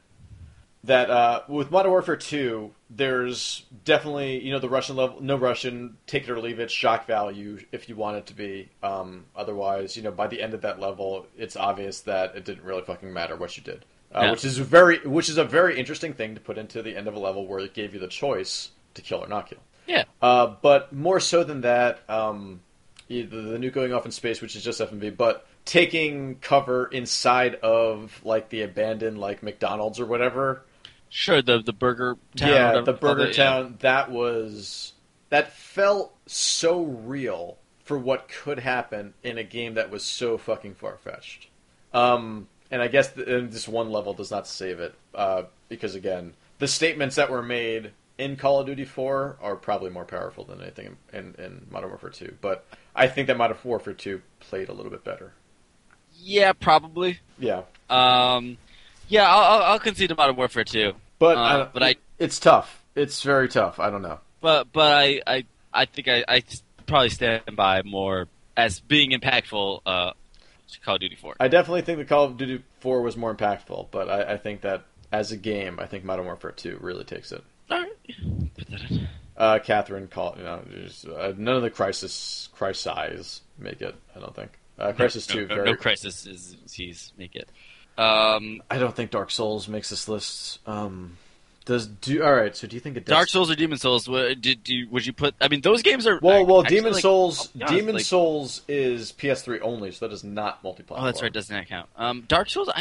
Speaker 1: that uh, with Modern Warfare 2, there's definitely you know the Russian level, no Russian, take it or leave it, shock value if you want it to be. Um, otherwise, you know, by the end of that level, it's obvious that it didn't really fucking matter what you did, uh,
Speaker 2: Yeah.
Speaker 1: which is very, which is a very interesting thing to put into the end of a level where it gave you the choice to kill or not kill.
Speaker 2: Yeah.
Speaker 1: Uh, but more so than that, um, the, the nuke going off in space, which is just FMV, but taking cover inside of like the abandoned like McDonald's or whatever.
Speaker 2: Sure, the the burger town.
Speaker 1: yeah,
Speaker 2: whatever
Speaker 1: the
Speaker 2: it's called,
Speaker 1: Burger
Speaker 2: yeah.
Speaker 1: Town. That was that felt so real for what could happen in a game that was so fucking far fetched. Um, and I guess th- and this one level does not save it uh, because again, the statements that were made in Call of Duty 4 are probably more powerful than anything in, in, in Modern Warfare 2. But I think that Modern Warfare 2 played a little bit better.
Speaker 2: Yeah, probably.
Speaker 1: Yeah,
Speaker 2: Um, yeah, I'll, I'll, I'll concede to Modern Warfare too.
Speaker 1: but
Speaker 2: Uh,
Speaker 1: I,
Speaker 2: but I-
Speaker 1: it's tough. It's very tough. I don't know.
Speaker 2: But but I I, I think I, I probably stand by more as being impactful. Uh, to Call of Duty Four.
Speaker 1: I definitely think the Call of Duty 4 was more impactful, but I, I think that as a game, I think Modern Warfare 2 really takes it.
Speaker 2: All right, put that in.
Speaker 1: Uh, Catherine, call you know, just, uh, none of the Crisis Crisis make it. I don't think uh, Crisis
Speaker 2: no,
Speaker 1: 2.
Speaker 2: <laughs> no,
Speaker 1: very,
Speaker 2: no crisis is he's make it. Um,
Speaker 1: I don't think Dark Souls makes this list. Um, does do all right? So do you think it does?
Speaker 2: Dark Souls or Demon Souls? What, did you would you put? I mean, those games are
Speaker 1: Well, well,
Speaker 2: actually,
Speaker 1: Demon
Speaker 2: like-
Speaker 1: Souls,
Speaker 2: I'll be honest,
Speaker 1: Demon
Speaker 2: like-
Speaker 1: Souls is PS3 only, so that is not multiplayer.
Speaker 2: Oh, that's right. Doesn't that count? Um, Dark Souls, I,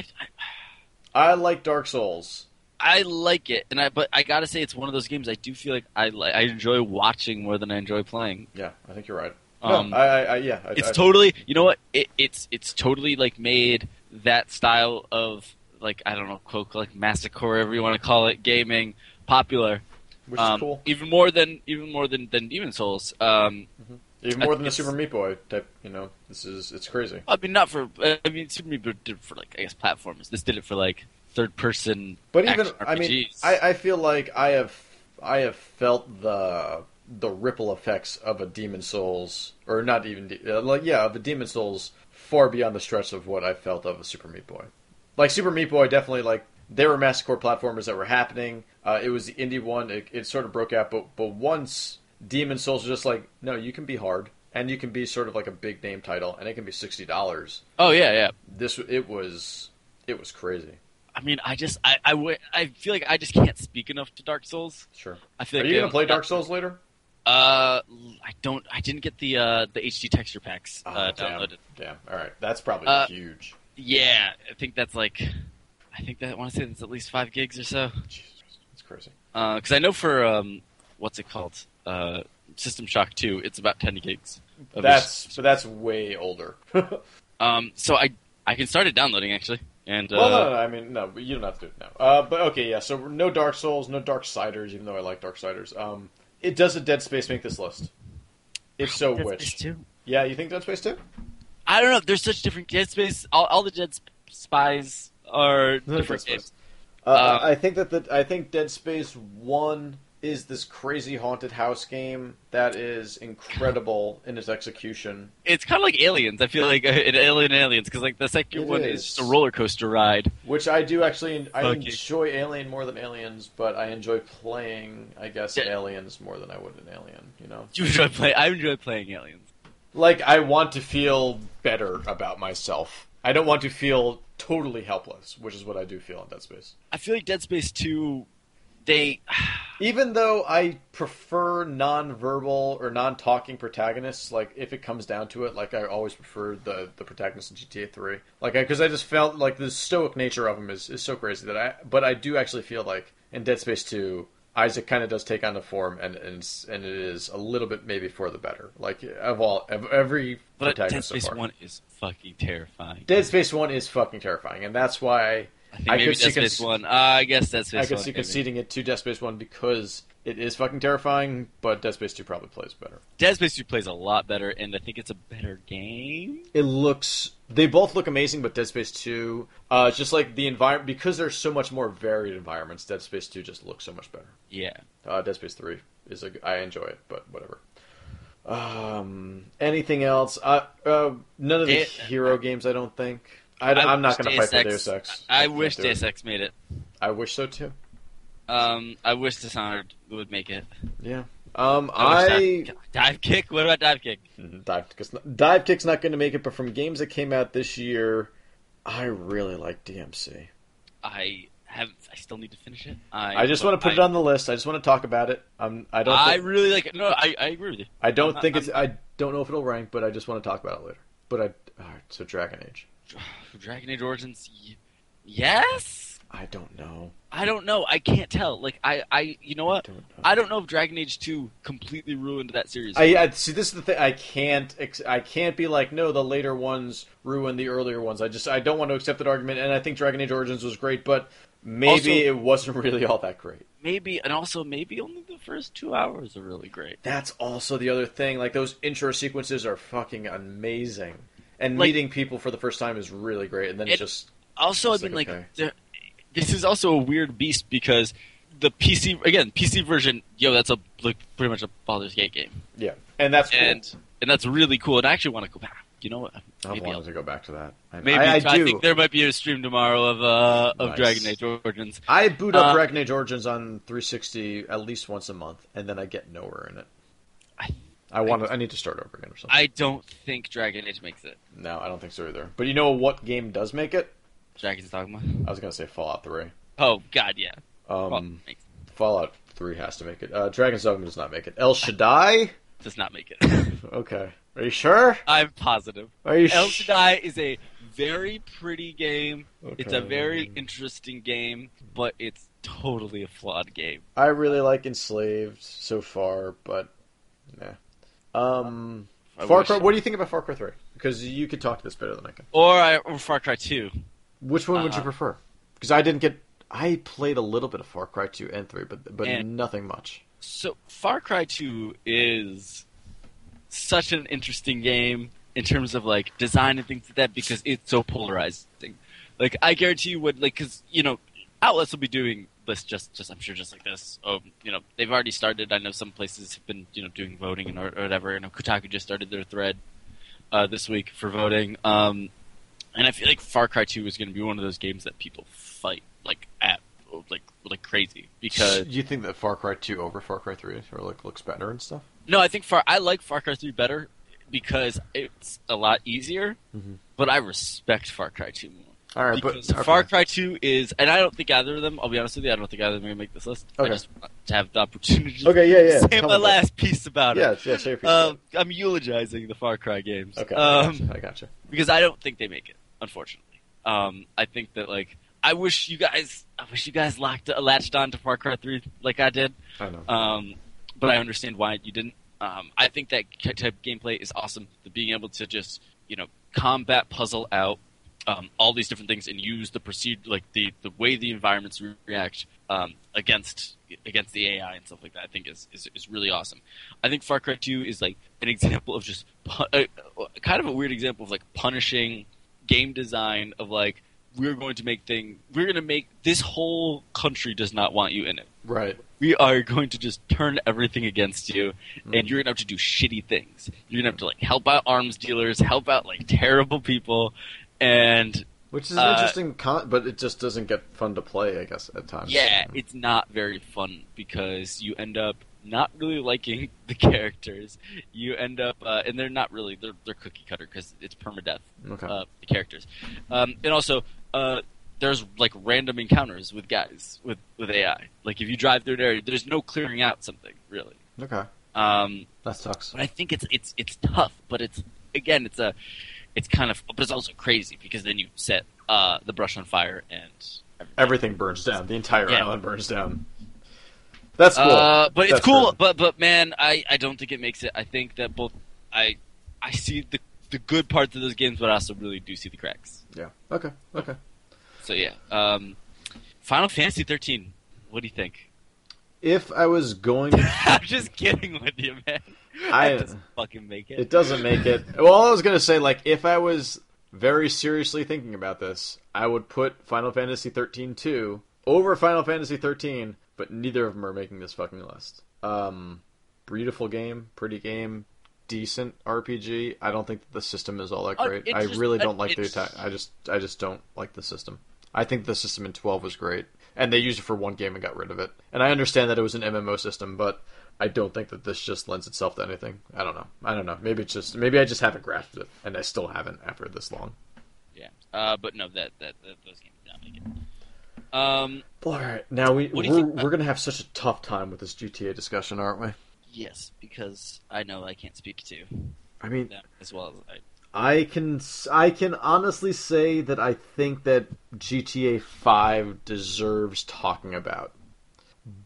Speaker 2: I
Speaker 1: I like Dark Souls.
Speaker 2: I like it, and I but I gotta say it's one of those games I do feel like I li- I enjoy watching more than I enjoy playing.
Speaker 1: Yeah, I think you're right. No,
Speaker 2: Um,
Speaker 1: I, I, I, yeah, I,
Speaker 2: it's
Speaker 1: I-
Speaker 2: totally you know what it, it's it's totally like made that style of like I don't know quote like massacre whatever you want to call it gaming popular
Speaker 1: which
Speaker 2: um,
Speaker 1: is cool.
Speaker 2: even more than even more than than Demon Souls. Um,
Speaker 1: Even
Speaker 2: I
Speaker 1: more than the
Speaker 2: think it's-
Speaker 1: Super Meat Boy type, you know, this is it's crazy.
Speaker 2: I mean, not for. I mean, Super Meat Boy did it for like I guess platformers. This did it for like third person.
Speaker 1: But even
Speaker 2: action
Speaker 1: I mean,
Speaker 2: RPGs.
Speaker 1: I, I feel like I have I have felt the the ripple effects of a Demon Souls or not even de- uh, like yeah of a Demon Souls far beyond the stretch of what I felt of a Super Meat Boy. Like Super Meat Boy, definitely like there were massacre platformers that were happening. Uh, it was the indie one. It, it sort of broke out, but but once Demon Souls was just like no, you can be hard and you can be sort of like a big name title and it can be sixty dollars.
Speaker 2: oh yeah, yeah.
Speaker 1: This it was it was crazy.
Speaker 2: I mean, I just I I, w- I feel like I just can't speak enough to Dark Souls.
Speaker 1: Sure.
Speaker 2: I feel
Speaker 1: Are
Speaker 2: like
Speaker 1: you
Speaker 2: they-
Speaker 1: gonna play Dark Souls later?
Speaker 2: Uh, I don't. I didn't get the uh the HD texture packs uh,
Speaker 1: Ah, damn.
Speaker 2: downloaded.
Speaker 1: Damn. All right. That's probably
Speaker 2: Uh,
Speaker 1: huge.
Speaker 2: Yeah, I think that's like, I think that I want to say that's at least five gigs or so.
Speaker 1: Jesus, it's crazy.
Speaker 2: Because I know for um, what's it called? Uh, System Shock Two. It's about ten gigs. of
Speaker 1: That's so. That's way older. <laughs> well,
Speaker 2: Um, so I I can start it downloading actually, and uh,
Speaker 1: no, no, no, I mean, no, you don't have to do it now. Uh, but okay, yeah. So no Dark Souls, no Dark Siders. Even though I like Dark Siders, um, it does a Dead Space make this list? If so,
Speaker 2: Dead
Speaker 1: which?
Speaker 2: Space 2.
Speaker 1: Yeah, you think Dead Space too?
Speaker 2: I don't know. There's such different Dead Space. All, all the Dead Sp- Spies are
Speaker 1: Dead
Speaker 2: different
Speaker 1: Space.
Speaker 2: games.
Speaker 1: Uh,
Speaker 2: Uh,
Speaker 1: I think that the I think Dead Space One is this crazy haunted house game that is incredible in its execution.
Speaker 2: It's kind of like Aliens. I feel like uh, in Alien Aliens because like the second
Speaker 1: It
Speaker 2: one
Speaker 1: is.
Speaker 2: is just a roller coaster ride. <laughs>
Speaker 1: Which I do actually, I
Speaker 2: Fuck you.
Speaker 1: enjoy Alien more than Aliens, but I enjoy playing, I guess,
Speaker 2: Yeah.
Speaker 1: Aliens more than I would an Alien. You know,
Speaker 2: You enjoy play. I enjoy playing Aliens.
Speaker 1: like I want to feel better about myself. I don't want to feel totally helpless, which is what I do feel in Dead Space.
Speaker 2: I feel like Dead Space Two. they <sighs>
Speaker 1: Even though I prefer non-verbal or non-talking protagonists, like if it comes down to it, like I always preferred the the protagonist in GTA Three, like because I, just felt like the stoic nature of him is, is so crazy that I, but I do actually feel like in Dead Space Two, Isaac kind of does take on the form, and and it's- and it is a little bit maybe for the better, like of all of every
Speaker 2: but Dead
Speaker 1: protagonist
Speaker 2: Space
Speaker 1: so far.
Speaker 2: One is fucking terrifying.
Speaker 1: Dead Space One is fucking terrifying, and that's why
Speaker 2: I think
Speaker 1: I
Speaker 2: maybe
Speaker 1: could see
Speaker 2: Dead Space
Speaker 1: cons-
Speaker 2: One. Uh, I guess Dead
Speaker 1: I
Speaker 2: Space
Speaker 1: could
Speaker 2: One.
Speaker 1: see
Speaker 2: maybe.
Speaker 1: conceding it to Dead Space One because it is fucking terrifying, but Dead Space Two probably plays better.
Speaker 2: Dead Space Two plays a lot better, and I think it's a better game.
Speaker 1: it looks they both look amazing but dead space 2 uh it's just like the environment because there's so much more varied environments dead space 2 just looks so much better
Speaker 2: Yeah,
Speaker 1: uh dead space 3 is a i enjoy it but whatever um anything else uh, uh none of the
Speaker 2: It- uh,
Speaker 1: hero games i don't think I, am not going to fight
Speaker 2: Deus
Speaker 1: for
Speaker 2: Ex-
Speaker 1: Deus Ex.
Speaker 2: I, I
Speaker 1: can't
Speaker 2: wish
Speaker 1: do it.
Speaker 2: Deus Ex made it.
Speaker 1: I wish so too.
Speaker 2: Um, I wish Dishonored would make it.
Speaker 1: Yeah. Um,
Speaker 2: wish
Speaker 1: I
Speaker 2: dive, dive kick. What about dive kick?
Speaker 1: Mm-hmm. dive kick's not, dive kick's not going to make it, but from games that came out this year, I really like DMC.
Speaker 2: I have. I still need to finish it. I,
Speaker 1: I just
Speaker 2: but
Speaker 1: want to put
Speaker 2: I-
Speaker 1: it on the list. I just want to talk about it. Um, I don't.
Speaker 2: I
Speaker 1: thi-
Speaker 2: really like it. No, I, I agree with you. <sighs>
Speaker 1: I don't
Speaker 2: I'm-
Speaker 1: think it's. I don't know if it'll rank, but I just want to talk about it later. But I. All right, so Dragon Age.
Speaker 2: Dragon Age Origins. y- Yes.
Speaker 1: I don't know.
Speaker 2: I don't know. I can't tell. Like I, I, you know
Speaker 1: I
Speaker 2: what?
Speaker 1: don't know.
Speaker 2: I don't know if Dragon Age Two completely ruined that series.
Speaker 1: I, I see. This is the thing. I can't. Ex- I can't be like, no, the later ones ruin the earlier ones. I just. I don't want to accept that argument. And I think Dragon Age Origins was great, but maybe
Speaker 2: Also-
Speaker 1: it wasn't <laughs> really all that great.
Speaker 2: maybe, and also maybe only the first two hours are really great.
Speaker 1: That's also the other thing. Like those intro sequences are fucking amazing, and
Speaker 2: Like-
Speaker 1: meeting people for the first time is really great. And then
Speaker 2: It-
Speaker 1: it's just
Speaker 2: Also,
Speaker 1: It's
Speaker 2: I mean,
Speaker 1: like,
Speaker 2: like,
Speaker 1: okay.
Speaker 2: there, this is also a weird beast because the PC again, PC version, yo, that's a like pretty much a Baldur's Gate game,
Speaker 1: yeah, and that's cool.
Speaker 2: and and that's really cool. And I actually want to go back. You know what?
Speaker 1: I've
Speaker 2: Maybe
Speaker 1: wanted
Speaker 2: I'll-
Speaker 1: to go back to that. I,
Speaker 2: Maybe
Speaker 1: I, I do.
Speaker 2: think there might be a stream tomorrow of uh of
Speaker 1: Nice.
Speaker 2: Dragon Age Origins.
Speaker 1: I boot up
Speaker 2: Uh,
Speaker 1: Dragon Age Origins on 360 at least once a month, and then I get nowhere in it.
Speaker 2: I-
Speaker 1: I want. to I need to start over again or something.
Speaker 2: I don't think Dragon Age makes it.
Speaker 1: no, I don't think so either. But you know what game does make it?
Speaker 2: Dragon's Dogma.
Speaker 1: I was gonna say Fallout 3.
Speaker 2: Oh God, yeah.
Speaker 1: Um,
Speaker 2: Well, makes-
Speaker 1: Fallout 3 has to make it. Uh, Dragon's Dogma does not make it. El Shaddai.
Speaker 2: does not make it. <laughs>
Speaker 1: Okay. Are you sure?
Speaker 2: I'm positive.
Speaker 1: Are you
Speaker 2: El
Speaker 1: sh-
Speaker 2: Shaddai is a very pretty game. It's a
Speaker 1: Okay.
Speaker 2: very interesting game, but it's totally a flawed game.
Speaker 1: I really like Enslaved so far, but nah. Um,
Speaker 2: I
Speaker 1: Far
Speaker 2: wish-
Speaker 1: Cry. What do you think about Far Cry 3? Because you could talk to this better than I can.
Speaker 2: Or, I, or Far Cry 2.
Speaker 1: Which one would you
Speaker 2: Uh,
Speaker 1: prefer? Because I didn't get. I played a little bit of Far Cry two and three, but but
Speaker 2: And-
Speaker 1: nothing much.
Speaker 2: So, Far Cry 2 is such an interesting game in terms of like design and things like that because it's so polarizing. Like, I guarantee you would like because you know outlets will be doing lists just just I'm sure just like this. Oh, you know they've already started. I know some places have been you know doing voting and or, or whatever. You know Kotaku just started their thread uh, this week for voting. Um, and I feel like Far Cry 2 is going to be one of those games that people fight like at like like crazy because
Speaker 1: you think that Far Cry two over Far Cry three or like looks better and stuff?
Speaker 2: No, I think Far. I like Far Cry Three better because it's a lot easier.
Speaker 1: Mhm.
Speaker 2: But I respect Far Cry Two more
Speaker 1: All right,
Speaker 2: because
Speaker 1: but okay.
Speaker 2: Far Cry Two is, and I don't think either of them. I'll be honest with you, I don't think either of them are gonna make this list.
Speaker 1: Okay.
Speaker 2: I just want to have the opportunity.
Speaker 1: Okay, yeah, yeah.
Speaker 2: to <laughs> say
Speaker 1: tell
Speaker 2: my
Speaker 1: me about
Speaker 2: last piece
Speaker 1: it.
Speaker 2: about <laughs>
Speaker 1: Yeah,
Speaker 2: it.
Speaker 1: yeah, say your piece.
Speaker 2: Um, I'm eulogizing the Far Cry games.
Speaker 1: okay,
Speaker 2: Um,
Speaker 1: I got you.
Speaker 2: because I don't think they make it, unfortunately. Um, I think that like I wish you guys, I wish you guys locked latched on to Far Cry Three like I did.
Speaker 1: I know.
Speaker 2: Um, but I understand why you didn't. Um, I think that ki- type of gameplay is awesome. The being able to just you know combat puzzle out um, all these different things and use the proceed like the, the way the environments re- react um, against against the AI and stuff like that. I think is, is is really awesome. I think Far Cry Two is like an example of just pu- uh, kind of a weird example of like punishing game design of like we're going to make thing we're going to make this whole country does not want you in it
Speaker 1: right.
Speaker 2: we are going to just turn everything against you,
Speaker 1: Mm.
Speaker 2: and you're gonna have to do shitty things. You're gonna have to like help out arms dealers, help out like terrible people, and
Speaker 1: Which is
Speaker 2: uh,
Speaker 1: an interesting, con- but it just doesn't get fun to play. I guess at times.
Speaker 2: yeah, it's not very fun because you end up not really liking <laughs> the characters. You end up, uh, and they're not really they're they're cookie cutter because it's permadeath
Speaker 1: Okay.
Speaker 2: uh, the characters, um, and also uh, there's like random encounters with guys with with AI. Like if you drive through an area, there's no clearing out something really.
Speaker 1: Okay.
Speaker 2: Um,
Speaker 1: That sucks.
Speaker 2: but I think it's it's it's tough. But it's again, it's a it's kind of but it's also crazy because then you set uh, the brush on fire and
Speaker 1: Everything burns down. The entire
Speaker 2: Yeah.
Speaker 1: island burns down. That's cool.
Speaker 2: Uh, but it's
Speaker 1: That's
Speaker 2: cool.
Speaker 1: good.
Speaker 2: But but man, I, I don't think it makes it. I think that both I I see the the good parts of those games, but I also really do see the cracks.
Speaker 1: Yeah. Okay. Okay.
Speaker 2: So yeah, um, Final Fantasy thirteen. What do you think? <laughs>
Speaker 1: If I was going,
Speaker 2: I'm just kidding with you, man.
Speaker 1: I-
Speaker 2: That doesn't fucking make
Speaker 1: <laughs>
Speaker 2: it.
Speaker 1: it doesn't make it. Well, I was gonna say like if I was very seriously thinking about this, I would put Final Fantasy 13 2 over Final Fantasy 13, but neither of them are making this fucking list. Um, beautiful game, pretty game, decent RPG. I don't think that the system is all that
Speaker 2: Uh,
Speaker 1: great.
Speaker 2: it's
Speaker 1: I
Speaker 2: just-
Speaker 1: really
Speaker 2: uh,
Speaker 1: don't like the
Speaker 2: it's-
Speaker 1: attack. I just I just don't like the system. I think the system in 12 was great, and they used it for one game and got rid of it. And I understand that it was an MMO system, but I don't think that this just lends itself to anything. I don't know. I don't know. Maybe it's just maybe I just haven't grasped it, and I still haven't after this long.
Speaker 2: Yeah. Uh, but no, that, that that those games don't make it. Um.
Speaker 1: All right, now we
Speaker 2: What
Speaker 1: we're,
Speaker 2: do you think about-
Speaker 1: we're gonna have such a tough time with this GTA discussion, aren't we?
Speaker 2: Yes, because I know I can't speak to
Speaker 1: I mean,
Speaker 2: them as well as I
Speaker 1: I can s- I can honestly say that I think that GTA 5 deserves talking about.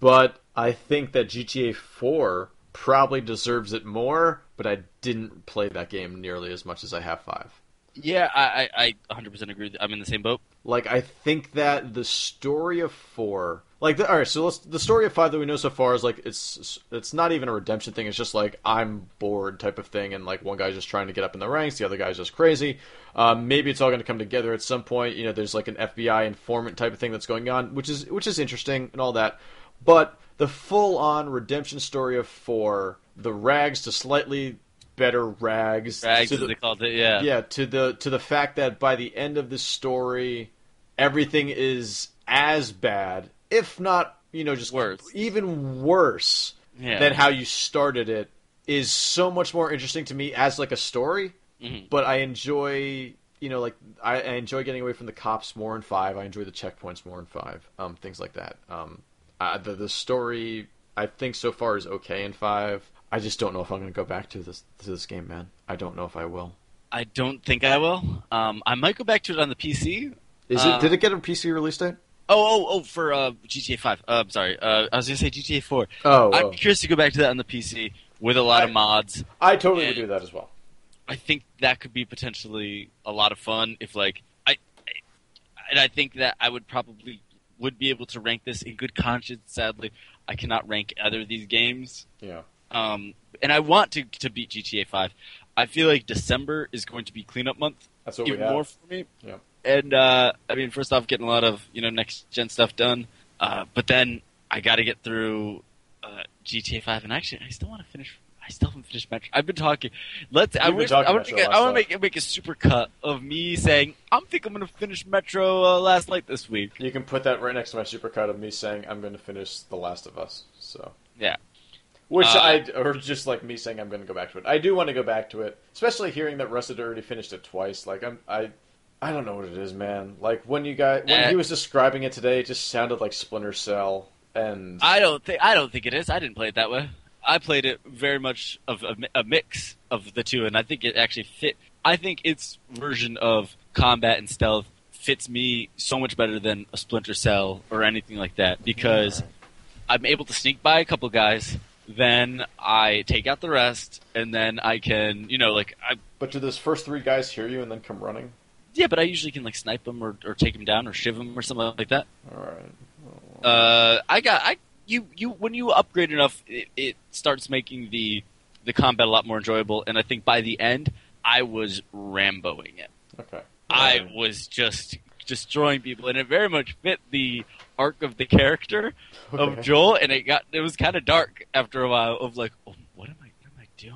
Speaker 1: But I think that GTA 4 probably deserves it more, but I didn't play that game nearly as much as I have 5.
Speaker 2: Yeah, I, I, I 100% agree. with- I'm in the same boat.
Speaker 1: Like I think that the story of four, like the, all right, so let's, the story of five that we know so far is like it's it's not even a redemption thing. It's just like I'm bored type of thing, and like one guy's just trying to get up in the ranks, the other guy's just crazy. Um, maybe it's all going to come together at some point. You know, there's like an FBI informant type of thing that's going on, which is which is interesting and all that. But the full on redemption story of four, the rags to slightly better rags,
Speaker 2: Rags,
Speaker 1: to
Speaker 2: as they called it. Yeah.
Speaker 1: yeah to the to the fact that by the end of the story everything is as bad if not you know just
Speaker 2: Worse.
Speaker 1: even worse
Speaker 2: Yeah.
Speaker 1: than how you started it is so much more interesting to me as like a story
Speaker 2: Mhm.
Speaker 1: but i enjoy you know like I, I enjoy getting away from the cops more in five i enjoy the checkpoints more in five um, things like that um, uh, the, the story i think so far is okay in five i just don't know if i'm going to go back to this to this game man i don't know if i will
Speaker 2: I don't think I will. Um, I might go back to it on the PC.
Speaker 1: Is
Speaker 2: Uh,
Speaker 1: it? Did it get a PC release date?
Speaker 2: Oh, oh, oh, for uh, GTA 5. Uh, I'm sorry. Uh, I was going to say GTA 4.
Speaker 1: Oh,
Speaker 2: I'm curious to go back to that on the PC with a lot of
Speaker 1: I-
Speaker 2: mods.
Speaker 1: I totally
Speaker 2: would do
Speaker 1: that as well.
Speaker 2: I think that could be potentially a lot of fun if, like, I, I and I think that I would probably would be able to rank this in good conscience. Sadly, I cannot rank either of these games.
Speaker 1: Yeah.
Speaker 2: um, and I want to to beat GTA Five. I feel like December is going to be cleanup month
Speaker 1: That's what
Speaker 2: even
Speaker 1: we have.
Speaker 2: more for me.
Speaker 1: Yeah.
Speaker 2: And uh, I mean, first off, getting a lot of you know next gen stuff done, uh, but then I got to get through uh, GTA Five, and actually, I still want to finish. I still haven't finished Metro. I've been talking. Let's. I
Speaker 1: You've been
Speaker 2: wish.
Speaker 1: talking
Speaker 2: I want to
Speaker 1: Metro
Speaker 2: make. A,
Speaker 1: last
Speaker 2: I want to
Speaker 1: night.
Speaker 2: make make a super cut of me saying I'm think I'm going to finish Metro uh, last night this week.
Speaker 1: You can put that right next to my supercut of me saying I'm going to finish The Last of Us. So
Speaker 2: Yeah.
Speaker 1: which
Speaker 2: Uh,
Speaker 1: I or just like me saying I'm going to go back to it. I do want to go back to it, especially hearing that Russ had already finished it twice. Like I'm I. I don't know what it is, man. Like when you guys when
Speaker 2: Eh.
Speaker 1: he was describing it today, it just sounded like Splinter Cell, and
Speaker 2: I don't think I don't think it is. I didn't play it that way. I played it very much of a, mi- a mix of the two, and I think it actually fit. I think its version of combat and stealth fits me so much better than a Splinter Cell or anything like that because I'm able to sneak by a couple guys, then I take out the rest, and then I can, you know, like I
Speaker 1: but do those first three guys hear you and then come running?
Speaker 2: yeah, but I usually can like snipe them or, or take them down or shiv them or something like that.
Speaker 1: All right.
Speaker 2: Uh, I got I you you when you upgrade enough, it, it starts making the the combat a lot more enjoyable. And I think by the end, I was ramboing it.
Speaker 1: Okay.
Speaker 2: I was just destroying people, and it very much fit the arc of the character of
Speaker 1: Okay.
Speaker 2: Joel. And it got it was kind of dark after a while of like, oh, what am I what am I doing?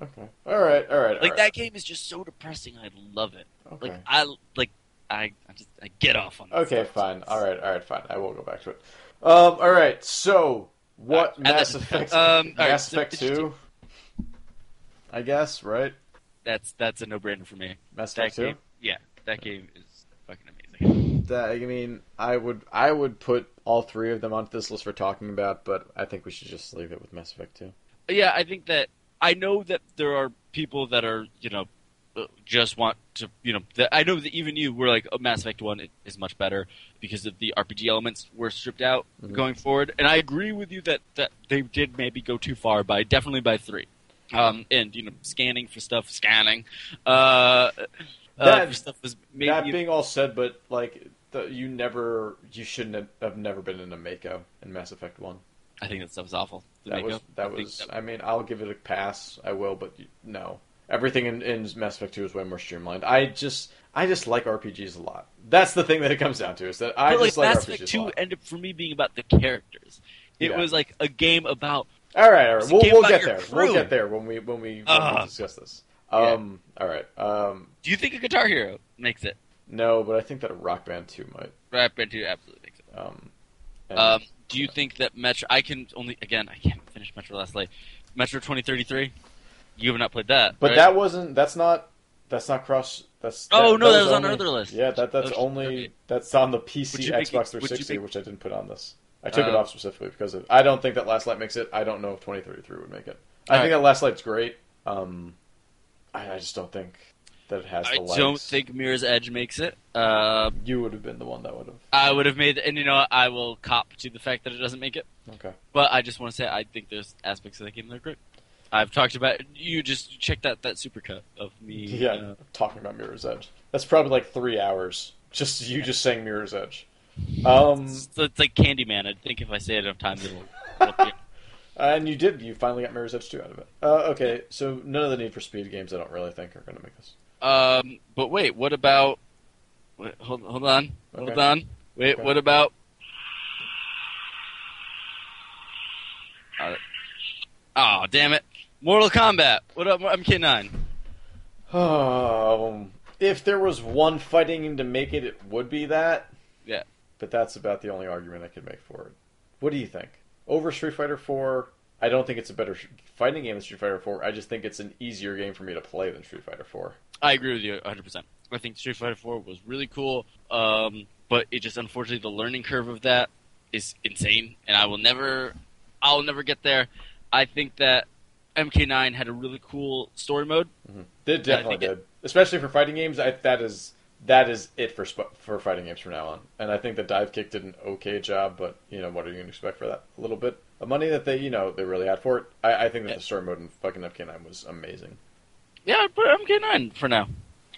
Speaker 1: Okay. All right. All right. all
Speaker 2: Like
Speaker 1: right.
Speaker 2: that game is just so depressing. I love it.
Speaker 1: Okay.
Speaker 2: Like I like I I just I get off on. This
Speaker 1: Okay,
Speaker 2: stuff.
Speaker 1: fine. All right, all right, fine. I will go back to it. Um, all right. So, what
Speaker 2: Uh,
Speaker 1: Mass
Speaker 2: and then-
Speaker 1: Effect?
Speaker 2: <laughs> um, all right,
Speaker 1: Mass
Speaker 2: so-
Speaker 1: Effect Two. I guess right.
Speaker 2: That's that's a no brainer for me.
Speaker 1: Mass
Speaker 2: That
Speaker 1: Effect Two.
Speaker 2: game, yeah, that game is fucking amazing.
Speaker 1: that, I mean, I would I would put all three of them onto this list for talking about, but I think we should just leave it with Mass Effect 2.
Speaker 2: yeah, I think that I know that there are people that are you know uh, just want to you know that I know that even you were like oh, Mass Effect One is much better because of the RPG elements were stripped out
Speaker 1: Mhm.
Speaker 2: going forward, and I agree with you that that they did maybe go too far by definitely by three, um, and you know scanning for stuff, scanning, uh, uh,
Speaker 1: That-
Speaker 2: for stuff was maybe
Speaker 1: that being all said, but like the, you never you shouldn't have, have never been in a Mako in Mass Effect 1.
Speaker 2: I think that stuff was awful. The
Speaker 1: That was
Speaker 2: makeup, I
Speaker 1: that
Speaker 2: think
Speaker 1: was I mean, I'll give it a pass. I will, but you, no. Everything in, in Mass Effect 2 is way more streamlined. I just I just like RPGs a lot. That's the thing that it comes down to is that I
Speaker 2: but like
Speaker 1: just like
Speaker 2: Mass
Speaker 1: RPGs
Speaker 2: Effect
Speaker 1: a
Speaker 2: Two
Speaker 1: lot.
Speaker 2: ended up for me being about the characters. It
Speaker 1: Yeah.
Speaker 2: was like a game about
Speaker 1: All right, all right.
Speaker 2: It's a
Speaker 1: We'll,
Speaker 2: game
Speaker 1: we'll
Speaker 2: about
Speaker 1: get
Speaker 2: your
Speaker 1: there. We'll
Speaker 2: crew.
Speaker 1: get there when we when we, when we
Speaker 2: Ugh.
Speaker 1: discuss this.
Speaker 2: Yeah.
Speaker 1: Um, All right. Um,
Speaker 2: Do you think a Guitar Hero makes it?
Speaker 1: no, but I think that a Rock Band two might.
Speaker 2: Rap Band 2 absolutely makes it.
Speaker 1: Um, and-
Speaker 2: Um, do you think that Metro? I can only again. I can't finish Metro last night. Metro 2033. You have not played that,
Speaker 1: but
Speaker 2: right?
Speaker 1: that wasn't. That's not. That's not cross. That's.
Speaker 2: Oh, no, that was on
Speaker 1: only-
Speaker 2: our other list.
Speaker 1: Yeah, that that's
Speaker 2: Oh, shit,
Speaker 1: only
Speaker 2: okay.
Speaker 1: that's on the PC
Speaker 2: Would you make
Speaker 1: Xbox
Speaker 2: it- would you
Speaker 1: 360,
Speaker 2: make-
Speaker 1: which I didn't put on this. I took it
Speaker 2: Uh,
Speaker 1: off specifically because of, I don't think that Last Light makes it. I don't know if 2033 would make it. I
Speaker 2: All
Speaker 1: think
Speaker 2: right.
Speaker 1: that Last Light's great. Um, I, I just don't think that it has.
Speaker 2: I
Speaker 1: the legs.
Speaker 2: don't think Mirror's Edge makes it. Uh,
Speaker 1: you would have been the one that would have.
Speaker 2: I would have made, and you know, what? I will cop to the fact that it doesn't make it.
Speaker 1: Okay.
Speaker 2: But I just want to say, I think there's aspects of the game that are great. I've talked about. You just check that that supercut of me.
Speaker 1: Yeah,
Speaker 2: uh,
Speaker 1: talking about Mirror's Edge. That's probably like three hours. Just you just saying Mirror's Edge.
Speaker 2: <laughs>
Speaker 1: Um,
Speaker 2: it's, it's like Candyman. I think if I say it enough times, it'll. it'll
Speaker 1: and you did. You finally got Mirror's Edge two out of it. Uh, okay, so none of the Need for Speed games I don't really think are going to make this.
Speaker 2: Um, but wait, what about? Wait, hold, hold on, hold
Speaker 1: Okay.
Speaker 2: on. Wait,
Speaker 1: Okay.
Speaker 2: what about? Uh, oh, damn it! Mortal Kombat. What up? I'm K9.
Speaker 1: Oh, if there was one fighting game to make it, it would be that.
Speaker 2: Yeah.
Speaker 1: But that's about the only argument I could make for it. What do you think? Over Street Fighter Four, I don't think it's a better sh- fighting game than Street Fighter Four. I just think it's an easier game for me to play than Street Fighter Four.
Speaker 2: I agree with you 100. percent I think Street Fighter 4 was really cool. Um, but it just unfortunately the learning curve of that is insane, and I will never, I'll never get there. I think that MK9 had a really cool story mode.
Speaker 1: They definitely
Speaker 2: think it-
Speaker 1: did, especially for fighting games. I, that is that is it for sp- for fighting games from now on. And I think the dive kick did an okay job, but you know what are you going to expect for that? A little bit of money that they you know they really had for it. I, I think that
Speaker 2: Yeah.
Speaker 1: the story mode in fucking MK9 was amazing.
Speaker 2: Yeah, I'd put MK9 for now.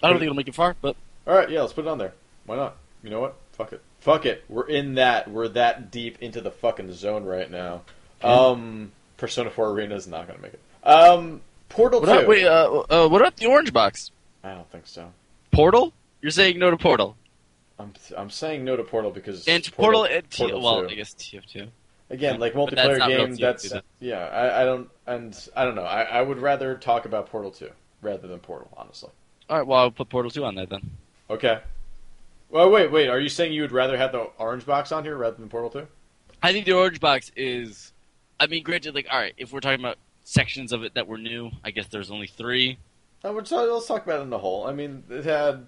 Speaker 2: I don't think it'll make it far, but
Speaker 1: All right, yeah, let's put it on there. Why not? You know what? Fuck it. Fuck it. We're in that. We're that deep into the fucking zone right now. Um, Persona 4 Arena is not going to make it. Um, Portal 2.
Speaker 2: What up? Wait, uh, uh, what up? The orange box
Speaker 1: I don't think so.
Speaker 2: portal? You're saying no to portal
Speaker 1: I'm I'm saying no to Portal because
Speaker 2: and to portal, and T-
Speaker 1: Portal
Speaker 2: well,
Speaker 1: 2.
Speaker 2: I guess TF2.
Speaker 1: again like
Speaker 2: But that's
Speaker 1: multiplayer
Speaker 2: not real
Speaker 1: game.
Speaker 2: TF2,
Speaker 1: That's
Speaker 2: though.
Speaker 1: yeah. I, I don't and I don't know. I, I would rather talk about Portal 2 rather than Portal, honestly.
Speaker 2: All right, well, I'll put portal 2 on there then.
Speaker 1: Okay. Well, wait, wait. Are you saying you would rather have the orange box on here rather than Portal 2?
Speaker 2: I think the orange box is, I mean, granted, like, all right, if we're talking about sections of it that were new, I guess there's only three.
Speaker 1: Uh, we're talk- let's talk about it in the whole. I mean, it had.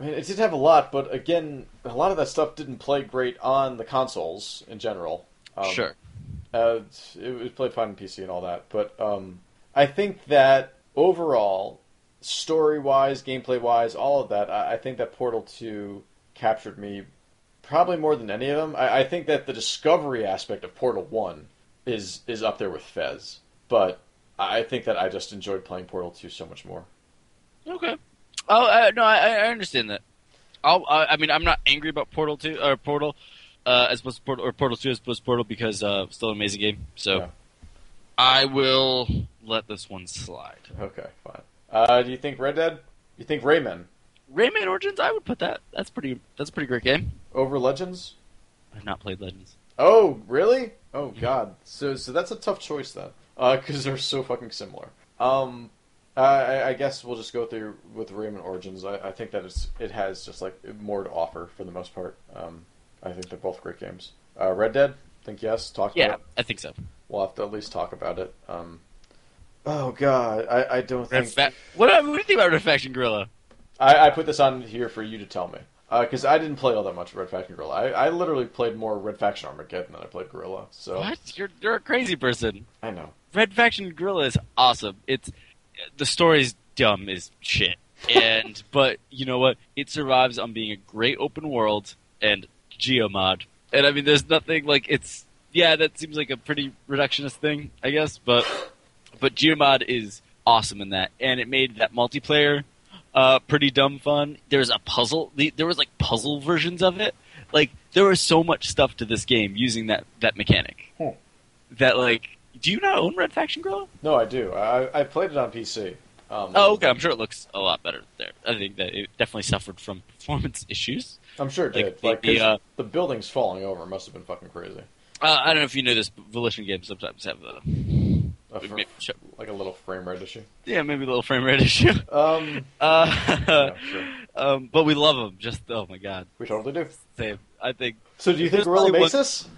Speaker 1: I mean, it did have a lot, but again, a lot of that stuff didn't play great on the consoles in general. Um,
Speaker 2: sure,
Speaker 1: Uh, it, it played fine on PC and all that, but um, I think that overall, story wise, gameplay wise, all of that, I, I think that Portal 2 captured me probably more than any of them. I, I think that the discovery aspect of Portal 1 is, is up there with Fez, but I I think that I just enjoyed playing Portal 2 so much more.
Speaker 2: okay. Oh uh, no, I, I understand that. I'll, I, I mean, I'm not angry about portal 2 or portal uh, as opposed to portal or portal 2 as opposed to portal because uh, still an amazing game. So
Speaker 1: Yeah.
Speaker 2: I will let this one slide.
Speaker 1: Okay, fine. Uh, do you think Red Dead? You think Rayman
Speaker 2: Rayman Origins, I would put that. That's pretty. That's a pretty great game.
Speaker 1: over Legends?
Speaker 2: I've not played Legends.
Speaker 1: Oh, really? Oh God. So so that's a tough choice then, because they're so fucking similar. Um, I- I, I guess we'll just go through with Rayman Origins. I, I think that it's it has just like more to offer for the most part. Um, I think they're both great games. Uh, Red Dead, think yes. Talk
Speaker 2: Yeah,
Speaker 1: about it.
Speaker 2: I think so.
Speaker 1: We'll have to at least talk about it. Um, oh God, I, I don't
Speaker 2: Red
Speaker 1: think
Speaker 2: Fa- what, what do you think about Red Faction Gorilla?
Speaker 1: I, I put this on here for you to tell me. Because I didn't play all that much Red Faction Gorilla. I, I literally played more Red Faction Armageddon than I played Gorilla. So
Speaker 2: What? You're you're a crazy person.
Speaker 1: I know.
Speaker 2: Red Faction Gorilla is awesome. It's the story's dumb as shit, and <laughs> but you know what? It survives on being a great open world and geomod. And I mean, there's nothing like it's. Yeah, that seems like a pretty reductionist thing, I guess. But but geomod is awesome in that, and it made that multiplayer uh, pretty dumb fun. There's a puzzle. The, there was like puzzle versions of it. Like there was so much stuff to this game using that that mechanic.
Speaker 1: Hmm.
Speaker 2: That like, do you not own Red Faction Gorilla?
Speaker 1: No, I do. I, I played it on PC. Um,
Speaker 2: Oh, okay. I'm sure it looks a lot better there. I think that it definitely suffered from <laughs> performance issues.
Speaker 1: I'm sure it
Speaker 2: Like,
Speaker 1: did.
Speaker 2: the-
Speaker 1: Like,
Speaker 2: the,
Speaker 1: 'cause
Speaker 2: uh,
Speaker 1: the buildings falling over must have been fucking crazy.
Speaker 2: Uh, I don't know if you know this, but Volition games sometimes have uh,
Speaker 1: Uh, for-
Speaker 2: maybe- sure.
Speaker 1: like a little frame rate issue.
Speaker 2: yeah, maybe a little frame rate <laughs> issue.
Speaker 1: Um,
Speaker 2: Uh,
Speaker 1: sure.
Speaker 2: <laughs> um, but we love them. Just oh my god,
Speaker 1: we totally do.
Speaker 2: same. I think
Speaker 1: So, do you think
Speaker 2: There's
Speaker 1: Gorilla
Speaker 2: probably
Speaker 1: makes
Speaker 2: one-
Speaker 1: this?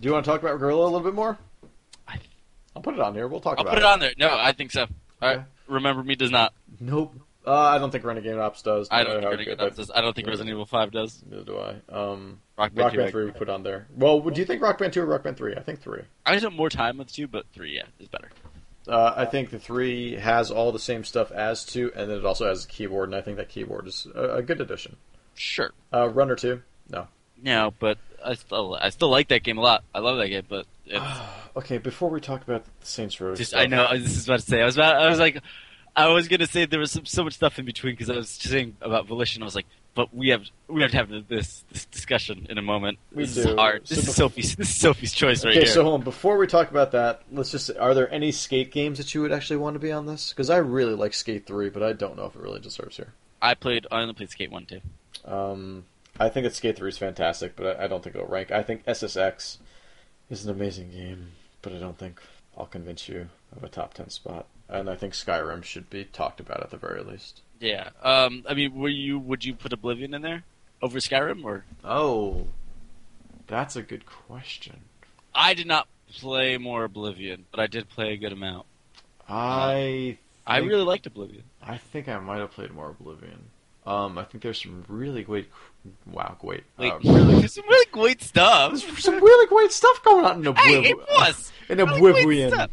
Speaker 1: Do you want to talk about Gorilla a little bit more?
Speaker 2: I-
Speaker 1: I'll put it on here. We'll talk
Speaker 2: I'll
Speaker 1: about
Speaker 2: put it on there. No, I think so. All right.
Speaker 1: Okay.
Speaker 2: Remember Me does not.
Speaker 1: Nope. Uh, I don't think Renegade Ops does.
Speaker 2: I don't
Speaker 1: know
Speaker 2: think
Speaker 1: how
Speaker 2: Renegade
Speaker 1: good
Speaker 2: Ops
Speaker 1: that-
Speaker 2: does. I don't think
Speaker 1: Yeah.
Speaker 2: Resident Evil Five does.
Speaker 1: Neither do I. Um,
Speaker 2: Rock Band
Speaker 1: Rock
Speaker 2: 2.
Speaker 1: Band
Speaker 2: I,
Speaker 1: 3 we put on there. Well, do you think Rock Band 2 or Rock Band 3? I think 3.
Speaker 2: I just have more time with two, but three, yeah, is better.
Speaker 1: Uh, I think the 3 has all the same stuff as 2, and then it also has a keyboard, and I think that keyboard is a, a good addition.
Speaker 2: Sure.
Speaker 1: Uh, Runner 2? No.
Speaker 2: No, but I still I still like that game a lot. I love that game, but
Speaker 1: <sighs>
Speaker 2: it's
Speaker 1: Ah, okay, before we talk about the Saints Row
Speaker 2: Just
Speaker 1: stuff-
Speaker 2: I know this is about to say. I was about. I was like, I was gonna say there was some, so much stuff in between because I was saying about volition. I was like, but we have we have to have this this discussion in a moment.
Speaker 1: We
Speaker 2: this
Speaker 1: do.
Speaker 2: is hard.
Speaker 1: So
Speaker 2: This
Speaker 1: bef-
Speaker 2: is Sophie's. This is Sophie's choice right
Speaker 1: okay,
Speaker 2: here.
Speaker 1: so hold on. Before we talk about that, let's just. Are there any skate games that you would actually want to be on this? Because I really like Skate 3, but I don't know if it really deserves here.
Speaker 2: I played. I only played Skate One too.
Speaker 1: Um, I think that Skate 3 is fantastic, but I, I don't think it'll rank. I think SSX is an amazing game, but I don't think I'll convince you of a top 10 spot. And I think Skyrim should be talked about at the very least.
Speaker 2: Yeah. Um. I mean, were you? Would you put Oblivion in there over Skyrim? Or
Speaker 1: Oh, that's a good question.
Speaker 2: I did not play more Oblivion, but I did play a good amount.
Speaker 1: I
Speaker 2: I
Speaker 1: Think-
Speaker 2: really liked Oblivion.
Speaker 1: I think I might have played more Oblivion. Um, I think there's some really great, wow, great,
Speaker 2: Like,
Speaker 1: uh, really,
Speaker 2: there's some really <laughs> great stuff.
Speaker 1: <laughs> there's some really great stuff going on in
Speaker 2: Hey,
Speaker 1: Oblivion.
Speaker 2: it
Speaker 1: <laughs>
Speaker 2: was.
Speaker 1: in
Speaker 2: Really great
Speaker 1: Oblivion.
Speaker 2: stuff.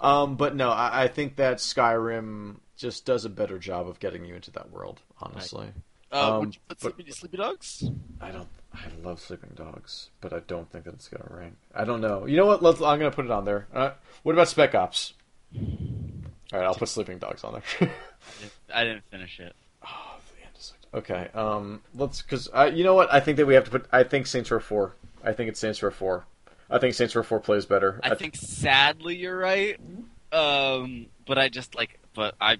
Speaker 1: Um, but no, I, I think that Skyrim just does a better job of getting you into that world. Honestly,
Speaker 2: Uh,
Speaker 1: Um,
Speaker 2: would you put
Speaker 1: but-
Speaker 2: Sleepy, Sleepy Dogs?
Speaker 1: I don't. I love Sleeping Dogs, but I don't think that it's gonna rank. I don't know. You know what? Let's. I'm gonna put it on there. Uh, what about Spec Ops? All right, I'll put Sleeping Dogs on there. <laughs>
Speaker 2: I didn't finish it.
Speaker 1: Oh, the end is like- Okay. Um. Let's. Cause I. You know what? I think that we have to put. I think Saints Row Four. I think it's Saints Row Four. I think Saints Row Four plays better.
Speaker 2: I think sadly you're right. Um, but I just like, but I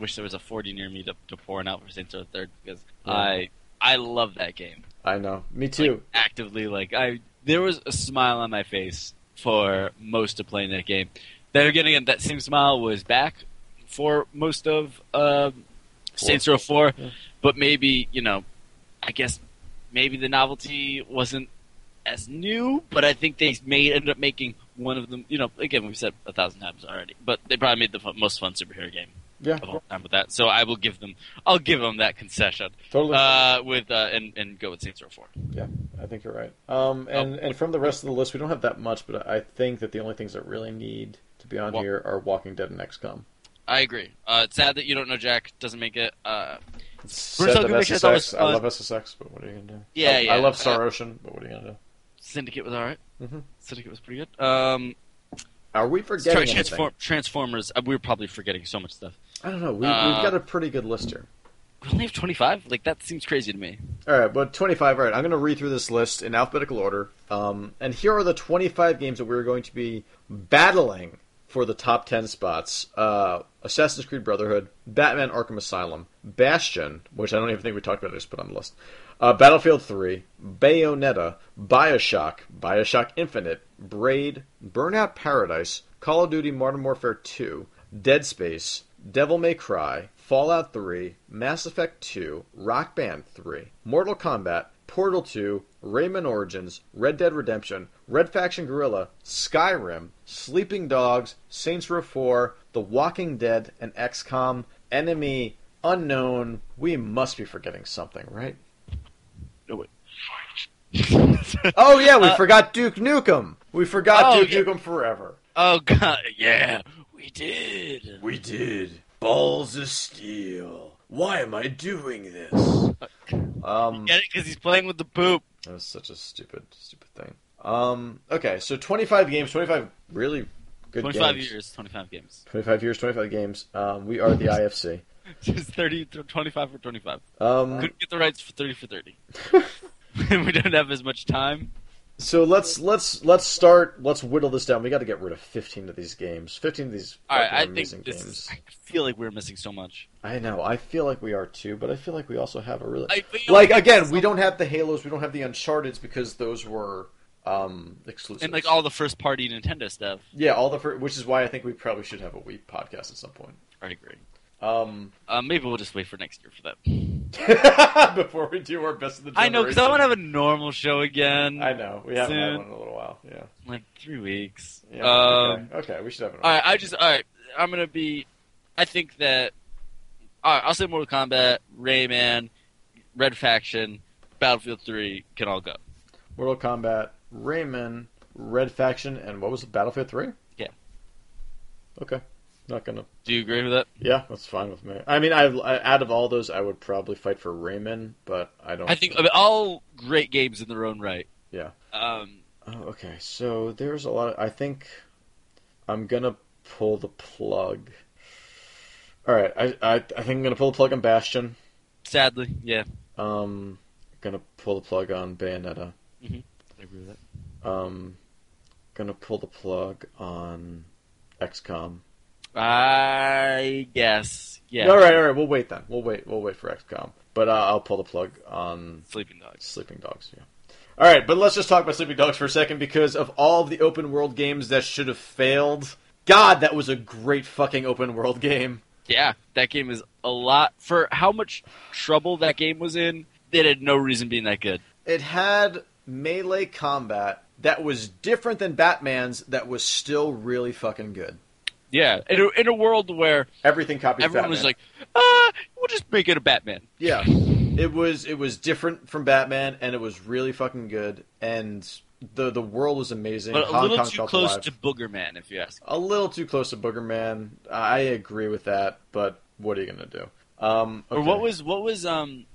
Speaker 2: wish there was a 40 near me to, to pour it out for Saints Row the Third because
Speaker 1: Yeah.
Speaker 2: I I love that game
Speaker 1: I know. Me too.
Speaker 2: actively. Like I, there was a smile on my face for most of playing that game. Then again, again, that same smile was back for most of um, Saints Row Four,
Speaker 1: Yeah.
Speaker 2: but maybe you know, I guess maybe the novelty wasn't as new, but I think they made ended up making one of them. You know, again, we've said a thousand times already, but they probably made the fu- most fun superhero game
Speaker 1: yeah.
Speaker 2: of all time with that. So I will give them, I'll give them that concession
Speaker 1: Totally.
Speaker 2: uh, with uh, and and go with Saints Row Four.
Speaker 1: I think you're right. Um.
Speaker 2: Oh.
Speaker 1: And and from the rest of the list, we don't have that much, but I think that the only things that really need to be on
Speaker 2: Wa-
Speaker 1: here are Walking Dead and XCOM.
Speaker 2: I agree. Uh, it's sad that you don't know Jack. Doesn't make it. Uh,
Speaker 1: It's
Speaker 2: Bruce
Speaker 1: said that
Speaker 2: Algovic has always
Speaker 1: SSX I love SSX, but what are you gonna do?
Speaker 2: uh, Yeah,
Speaker 1: I, I
Speaker 2: yeah. Uh,
Speaker 1: love Star Ocean, but what are you gonna
Speaker 2: Syndicate was all right.
Speaker 1: do? hmm
Speaker 2: Syndicate was pretty good. Um,
Speaker 1: Are we forgetting
Speaker 2: sorry,
Speaker 1: anything?
Speaker 2: Transform- Transformers. Uh, we were probably forgetting so much stuff.
Speaker 1: I don't know. We, we've
Speaker 2: Uh,
Speaker 1: got a pretty good list here.
Speaker 2: We only have twenty five. Like that seems crazy to me. <laughs>
Speaker 1: All right, but 25. All right, I'm going to read through this list in alphabetical order. Um, and here are the 25 games that we're going to be battling for the top 10 spots uh, Assassin's Creed Brotherhood, Batman Arkham Asylum, Bastion, which I don't even think we talked about, I just put on the list, uh, Battlefield 3, Bayonetta, Bioshock, Bioshock Infinite, Braid, Burnout Paradise, Call of Duty Modern Warfare 2, Dead Space, Devil May Cry, Fallout 3, Mass Effect 2, Rock Band 3, Mortal Kombat, Portal 2, Rayman Origins, Red Dead Redemption, Red Faction Guerrilla, Skyrim, Sleeping Dogs, Saints Row 4, The Walking Dead, and XCOM, Enemy, Unknown. We must be forgetting something, right?
Speaker 2: No wait.
Speaker 1: Oh yeah, we
Speaker 2: Uh,
Speaker 1: forgot Duke Nukem. We forgot
Speaker 2: Oh,
Speaker 1: Duke
Speaker 2: yeah.
Speaker 1: Nukem Forever.
Speaker 2: Oh god, yeah, we did.
Speaker 1: We did. Balls of steel. Why am I doing this? Um,
Speaker 2: Get it? Because he's playing with the poop.
Speaker 1: that was such a stupid, stupid thing. Um, okay, so 25 games, 25 really good
Speaker 2: 25
Speaker 1: games.
Speaker 2: years, 25 games. <laughs>
Speaker 1: 25 years, 25 games. Um, we are the IFC.
Speaker 2: Just 30, th- 25 for 25.
Speaker 1: Um,
Speaker 2: Couldn't get the rights for 30 for 30. <laughs> we don't have as much time.
Speaker 1: <laughs> so let's let's let's start. Let's whittle this down. We got to get rid of 15 of these games. 15 of these
Speaker 2: All right,
Speaker 1: fucking
Speaker 2: I
Speaker 1: amazing
Speaker 2: think this.
Speaker 1: games.
Speaker 2: Is, I feel like we're missing so much.
Speaker 1: I know. I feel like we are too, but I feel like we also have a really
Speaker 2: Like, but you
Speaker 1: like
Speaker 2: know,
Speaker 1: again. We don't have the Halos. We don't have the Uncharted's because those were um exclusive.
Speaker 2: and like all the first party Nintendo stuff.
Speaker 1: yeah, all the fir- which is why I think we probably should have a Wii podcast at some point.
Speaker 2: I agree.
Speaker 1: Um, <laughs>
Speaker 2: Uh, maybe we'll just wait for next year for that.
Speaker 1: before we do our best of the
Speaker 2: I know because I
Speaker 1: generation.
Speaker 2: want to have a normal show again.
Speaker 1: I know we haven't had
Speaker 2: Soon.
Speaker 1: one in a little while. Yeah.
Speaker 2: like three weeks.
Speaker 1: yeah
Speaker 2: um,
Speaker 1: okay. okay, we should have one.
Speaker 2: All right, I just all right. I'm gonna be. I think that. All right, I'll say Mortal Kombat, Rayman, Red Faction, Battlefield Three can all go.
Speaker 1: Mortal Kombat, Rayman, Red Faction, and what was it? Battlefield Three.
Speaker 2: Yeah.
Speaker 1: Okay. Not gonna
Speaker 2: Do you agree with that?
Speaker 1: Yeah, that's fine with me. I mean, I, I out of all those, I would probably fight for Rayman, but I don't.
Speaker 2: I think I mean, all great games in their own right.
Speaker 1: Yeah.
Speaker 2: Um,
Speaker 1: Oh, okay, so there's a lot. Of, I think I'm gonna pull the plug. All right, I, I I think I'm gonna pull the plug on Bastion.
Speaker 2: sadly, yeah,
Speaker 1: Um, gonna pull the plug on Bayonetta.
Speaker 2: I agree with that.
Speaker 1: Um, gonna pull the plug on XCOM.
Speaker 2: I guess, yeah.
Speaker 1: All right, all right. We'll wait then. We'll wait. We'll wait for XCOM. But uh, I'll pull the plug on
Speaker 2: Sleeping Dogs.
Speaker 1: Sleeping Dogs, yeah. All right, but let's just talk about Sleeping Dogs for a second because of all of the open world games that should have failed, God, that was a great fucking open world game.
Speaker 2: Yeah, that game is a lot for how much trouble that game was in. It had no reason being that good.
Speaker 1: It had melee combat that was different than Batman's that was still really fucking good.
Speaker 2: Yeah, in a, in a world where
Speaker 1: Everything copies
Speaker 2: everyone
Speaker 1: Batman.
Speaker 2: was like, "Ah, we'll just make it a Batman."
Speaker 1: yeah.
Speaker 2: <laughs>
Speaker 1: It was it was different from Batman and it was really fucking good and the the world was amazing.
Speaker 2: But a
Speaker 1: Hong
Speaker 2: little
Speaker 1: Kong
Speaker 2: too
Speaker 1: felt
Speaker 2: close
Speaker 1: alive.
Speaker 2: to Boogerman, if you ask.
Speaker 1: a little too close to Boogerman. I agree with that, but what are you gonna do? Um,
Speaker 2: Or
Speaker 1: okay.
Speaker 2: what was what was um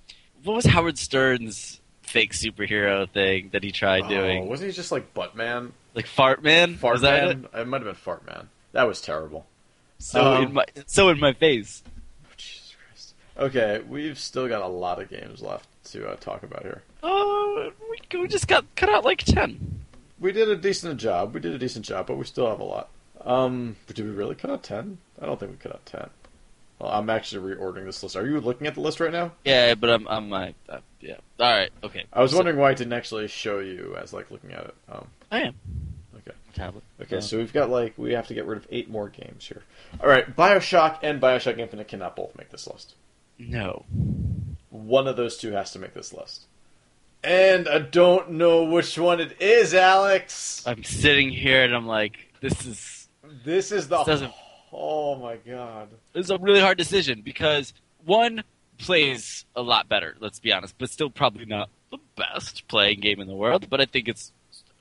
Speaker 2: what was Howard Stern's fake superhero thing that he tried
Speaker 1: Oh,
Speaker 2: doing?
Speaker 1: wasn't he just like Buttman,
Speaker 2: Like Fart Man? Was that it?
Speaker 1: Fartman? It might have been Fartman. That was terrible.
Speaker 2: So
Speaker 1: Um,
Speaker 2: in my so in my face.
Speaker 1: Oh, Jesus Christ. Okay, we've still got a lot of games left to uh, talk about here.
Speaker 2: Oh, we, we just got cut out like ten.
Speaker 1: We did a decent job. We did a decent job, but we still have a lot. Um, but did we really cut out ten? I don't think we cut out ten. Well, I'm actually reordering this list. Are you looking at the list right now?
Speaker 2: Yeah, but I'm I'm my uh, yeah. All right, okay.
Speaker 1: I was
Speaker 2: So-
Speaker 1: wondering why I didn't actually show you as like looking at it. Um,
Speaker 2: I am.
Speaker 1: Okay.
Speaker 2: Tablet.
Speaker 1: Okay,
Speaker 2: Yeah.
Speaker 1: so we've got like we have to get rid of eight more games here. All right, BioShock and BioShock Infinite cannot both make this list.
Speaker 2: No.
Speaker 1: One of those two has to make this list, and I don't know which one it is, Alex.
Speaker 2: I'm sitting here and I'm like, this is
Speaker 1: This is the
Speaker 2: This doesn't-
Speaker 1: oh my god.
Speaker 2: this is a really hard decision because one plays a lot better, let's be honest, but still probably not the best playing game in the world, but I think it's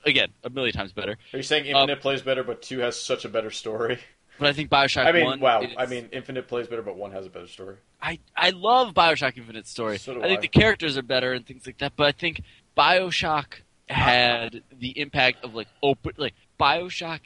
Speaker 2: again a million times better.
Speaker 1: Are you saying Infinite
Speaker 2: Um,
Speaker 1: plays better, but two has such a better story?
Speaker 2: But I think BioShock
Speaker 1: I mean,
Speaker 2: 1
Speaker 1: wow.
Speaker 2: is-
Speaker 1: I mean, Infinite plays better, but one has a better story.
Speaker 2: I I love BioShock Infinite's story.
Speaker 1: So do
Speaker 2: I think
Speaker 1: I.
Speaker 2: the characters are better and things like that, but I think BioShock had the impact of like open like BioShock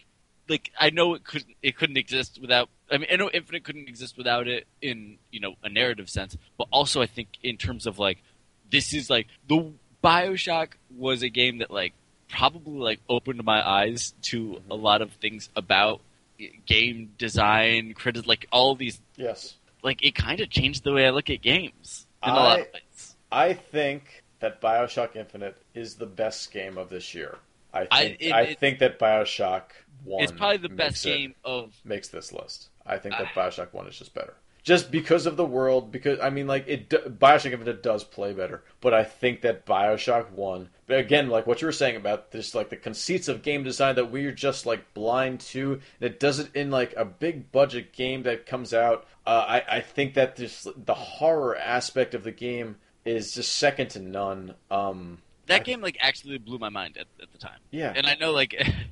Speaker 2: like I know it couldn't it couldn't exist without I mean I know Infinite couldn't exist without it in, you know, a narrative sense, but also I think in terms of like this is like the BioShock was a game that like probably like opened my eyes to a lot of things about eh, game design, credit like all these
Speaker 1: Yes,
Speaker 2: like it kind of changed the way I look at games in a lot
Speaker 1: I-
Speaker 2: of ways.
Speaker 1: I think that BioShock Infinite is the best game of this year. I
Speaker 2: I-
Speaker 1: think, I,
Speaker 2: it- it-
Speaker 1: think that BioShock one
Speaker 2: It's probably the
Speaker 1: makes
Speaker 2: best
Speaker 1: it.
Speaker 2: game of
Speaker 1: makes this list. I think that Bioshock One is just better, just because of the world. Because I mean, like it, d- Bioshock Infinite does play better, but I think that Bioshock One, but again, like what you were saying about this, like the conceits of game design that we're just like blind to. That does it in like a big budget game that comes out. Uh, I I think that this the horror aspect of the game is just second to none. Um,
Speaker 2: That game like actually blew my mind at, at the time,
Speaker 1: yeah,
Speaker 2: and I know like <laughs>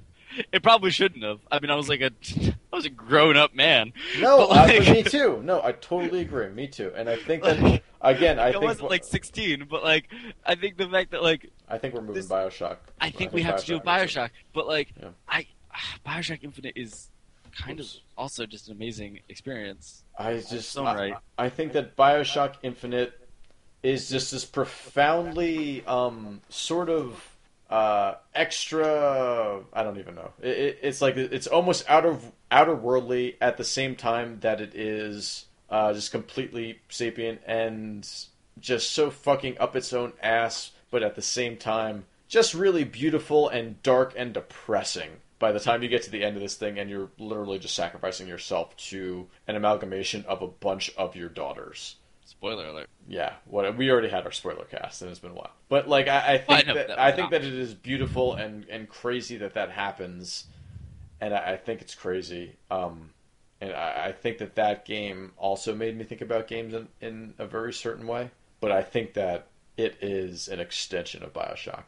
Speaker 2: it probably shouldn't have. I mean, I was like a <laughs> I was a grown up man.
Speaker 1: no,
Speaker 2: <laughs> but, like-
Speaker 1: uh, me too. No, I totally agree. Me too, and I think that
Speaker 2: <laughs> Like,
Speaker 1: again, I
Speaker 2: I,
Speaker 1: think
Speaker 2: wasn't like 16, but like I think the fact that like
Speaker 1: I think we're moving
Speaker 2: this-
Speaker 1: Bioshock.
Speaker 2: I think we have to do a
Speaker 1: makes sense.
Speaker 2: Bioshock, but like
Speaker 1: Yeah.
Speaker 2: I <sighs> Bioshock Infinite is kind
Speaker 1: Oops.
Speaker 2: of also just an amazing experience.
Speaker 1: I just
Speaker 2: sound
Speaker 1: I,
Speaker 2: right.
Speaker 1: I think that Bioshock Infinite is just this profoundly um, sort of uh, extra. I don't even know. It, it, it's like it's almost out of outer worldly at the same time that it is uh, just completely sapient and just so fucking up its own ass, but at the same time just really beautiful and dark and depressing. By the time you get to the end of this thing, and you're literally just sacrificing yourself to an amalgamation of a bunch of your daughters.
Speaker 2: Spoiler alert.
Speaker 1: Yeah, what we already had our spoiler cast, and it's been a while. But like, I, I think
Speaker 2: Well, I know
Speaker 1: that,
Speaker 2: that
Speaker 1: I
Speaker 2: was
Speaker 1: think
Speaker 2: an
Speaker 1: that it is beautiful and and crazy that that happens, and I, I think it's crazy. Um, and I, I think that that game also made me think about games in, in a very certain way. But I think that it is an extension of Bioshock.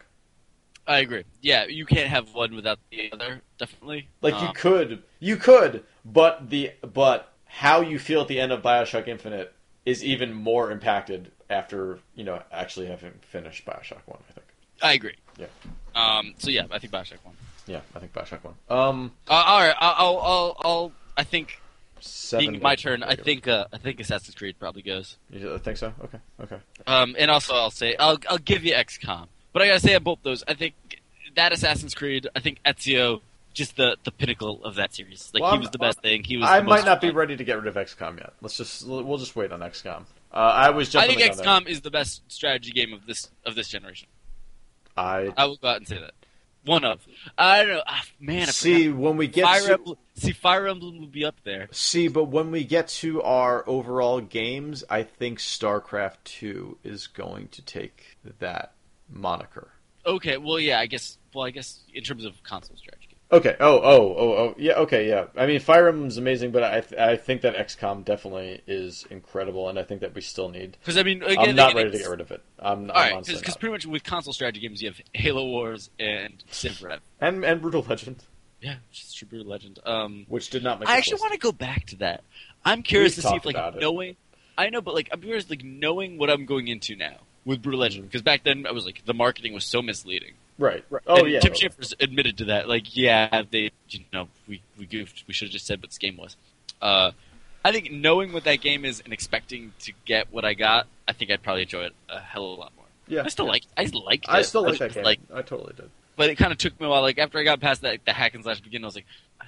Speaker 2: I agree. Yeah, you can't have one without the other, definitely.
Speaker 1: Like
Speaker 2: Um,
Speaker 1: you could, you could, but the but how you feel at the end of Bioshock Infinite is even more impacted after you know actually having finished Bioshock One. I think.
Speaker 2: I agree.
Speaker 1: Yeah.
Speaker 2: Um. So yeah, I think Bioshock one.
Speaker 1: Yeah, I think Bioshock One. Um,
Speaker 2: Uh, all right. I'll. I'll. I'll, I'll I think
Speaker 1: seven.
Speaker 2: being my turn. I think. Uh, I think Assassin's Creed probably goes.
Speaker 1: You think so? Okay. Okay.
Speaker 2: Um. And also, I'll say I'll. I'll give you XCOM. But I gotta say on both those, I think that Assassin's Creed. I think Ezio just the the pinnacle of that series. Like
Speaker 1: Well,
Speaker 2: he
Speaker 1: I'm-
Speaker 2: was the best thing. He was.
Speaker 1: I
Speaker 2: the
Speaker 1: might
Speaker 2: most
Speaker 1: not be
Speaker 2: fun.
Speaker 1: ready to get rid of XCOM yet. Let's just we'll just wait on XCOM. Uh, I was
Speaker 2: I
Speaker 1: jumping.
Speaker 2: think XCOM is the best strategy game of this of this generation.
Speaker 1: I
Speaker 2: I will go out and say that. One of. I don't know. Ah, man, I
Speaker 1: see
Speaker 2: forgot.
Speaker 1: when we get
Speaker 2: Fire
Speaker 1: to,
Speaker 2: Emblem, see, Fire Emblem will be up there.
Speaker 1: see, but when we get to our overall games, I think StarCraft Two is going to take that moniker.
Speaker 2: Okay, well, yeah, I guess. Well, I guess in terms of console strategy.
Speaker 1: Okay. Oh. Oh. Oh. Oh. Yeah. Okay. Yeah. I mean, Fire Emblem's amazing, but I th- I think that XCOM definitely is incredible, and I think that we still need.
Speaker 2: Because I mean, again,
Speaker 1: I'm not ready to get rid of it. I'm, I'm
Speaker 2: All right,
Speaker 1: honestly
Speaker 2: because
Speaker 1: not.
Speaker 2: pretty much with console strategy games, you have Halo Wars and Civ
Speaker 1: and and brutal legend,
Speaker 2: Yeah, just true Brutal Legend. Um,
Speaker 1: which did not make.
Speaker 2: I actually want to go back to that. I'm curious
Speaker 1: We've
Speaker 2: to see if
Speaker 1: talked
Speaker 2: like
Speaker 1: about it.
Speaker 2: knowing. I know, but like I'm curious, like knowing what I'm going into now with Brutal Legend,
Speaker 1: Mm-hmm.
Speaker 2: because back then I was like the marketing was so misleading.
Speaker 1: to. Right. Oh
Speaker 2: and
Speaker 1: yeah.
Speaker 2: Tim Schafer's admitted to that. Like, yeah, they, you know, we we goofed. We should have just said what this game was. Uh, I think knowing what that game is and expecting to get what I got, I think I'd probably enjoy it a hell of a lot more.
Speaker 1: yeah.
Speaker 2: I still like. I liked.
Speaker 1: I
Speaker 2: it.
Speaker 1: still like
Speaker 2: was
Speaker 1: that game.
Speaker 2: Like,
Speaker 1: I totally did.
Speaker 2: but it kind of took me a while. Like after I got past that, the hack and slash beginning, I was like, I,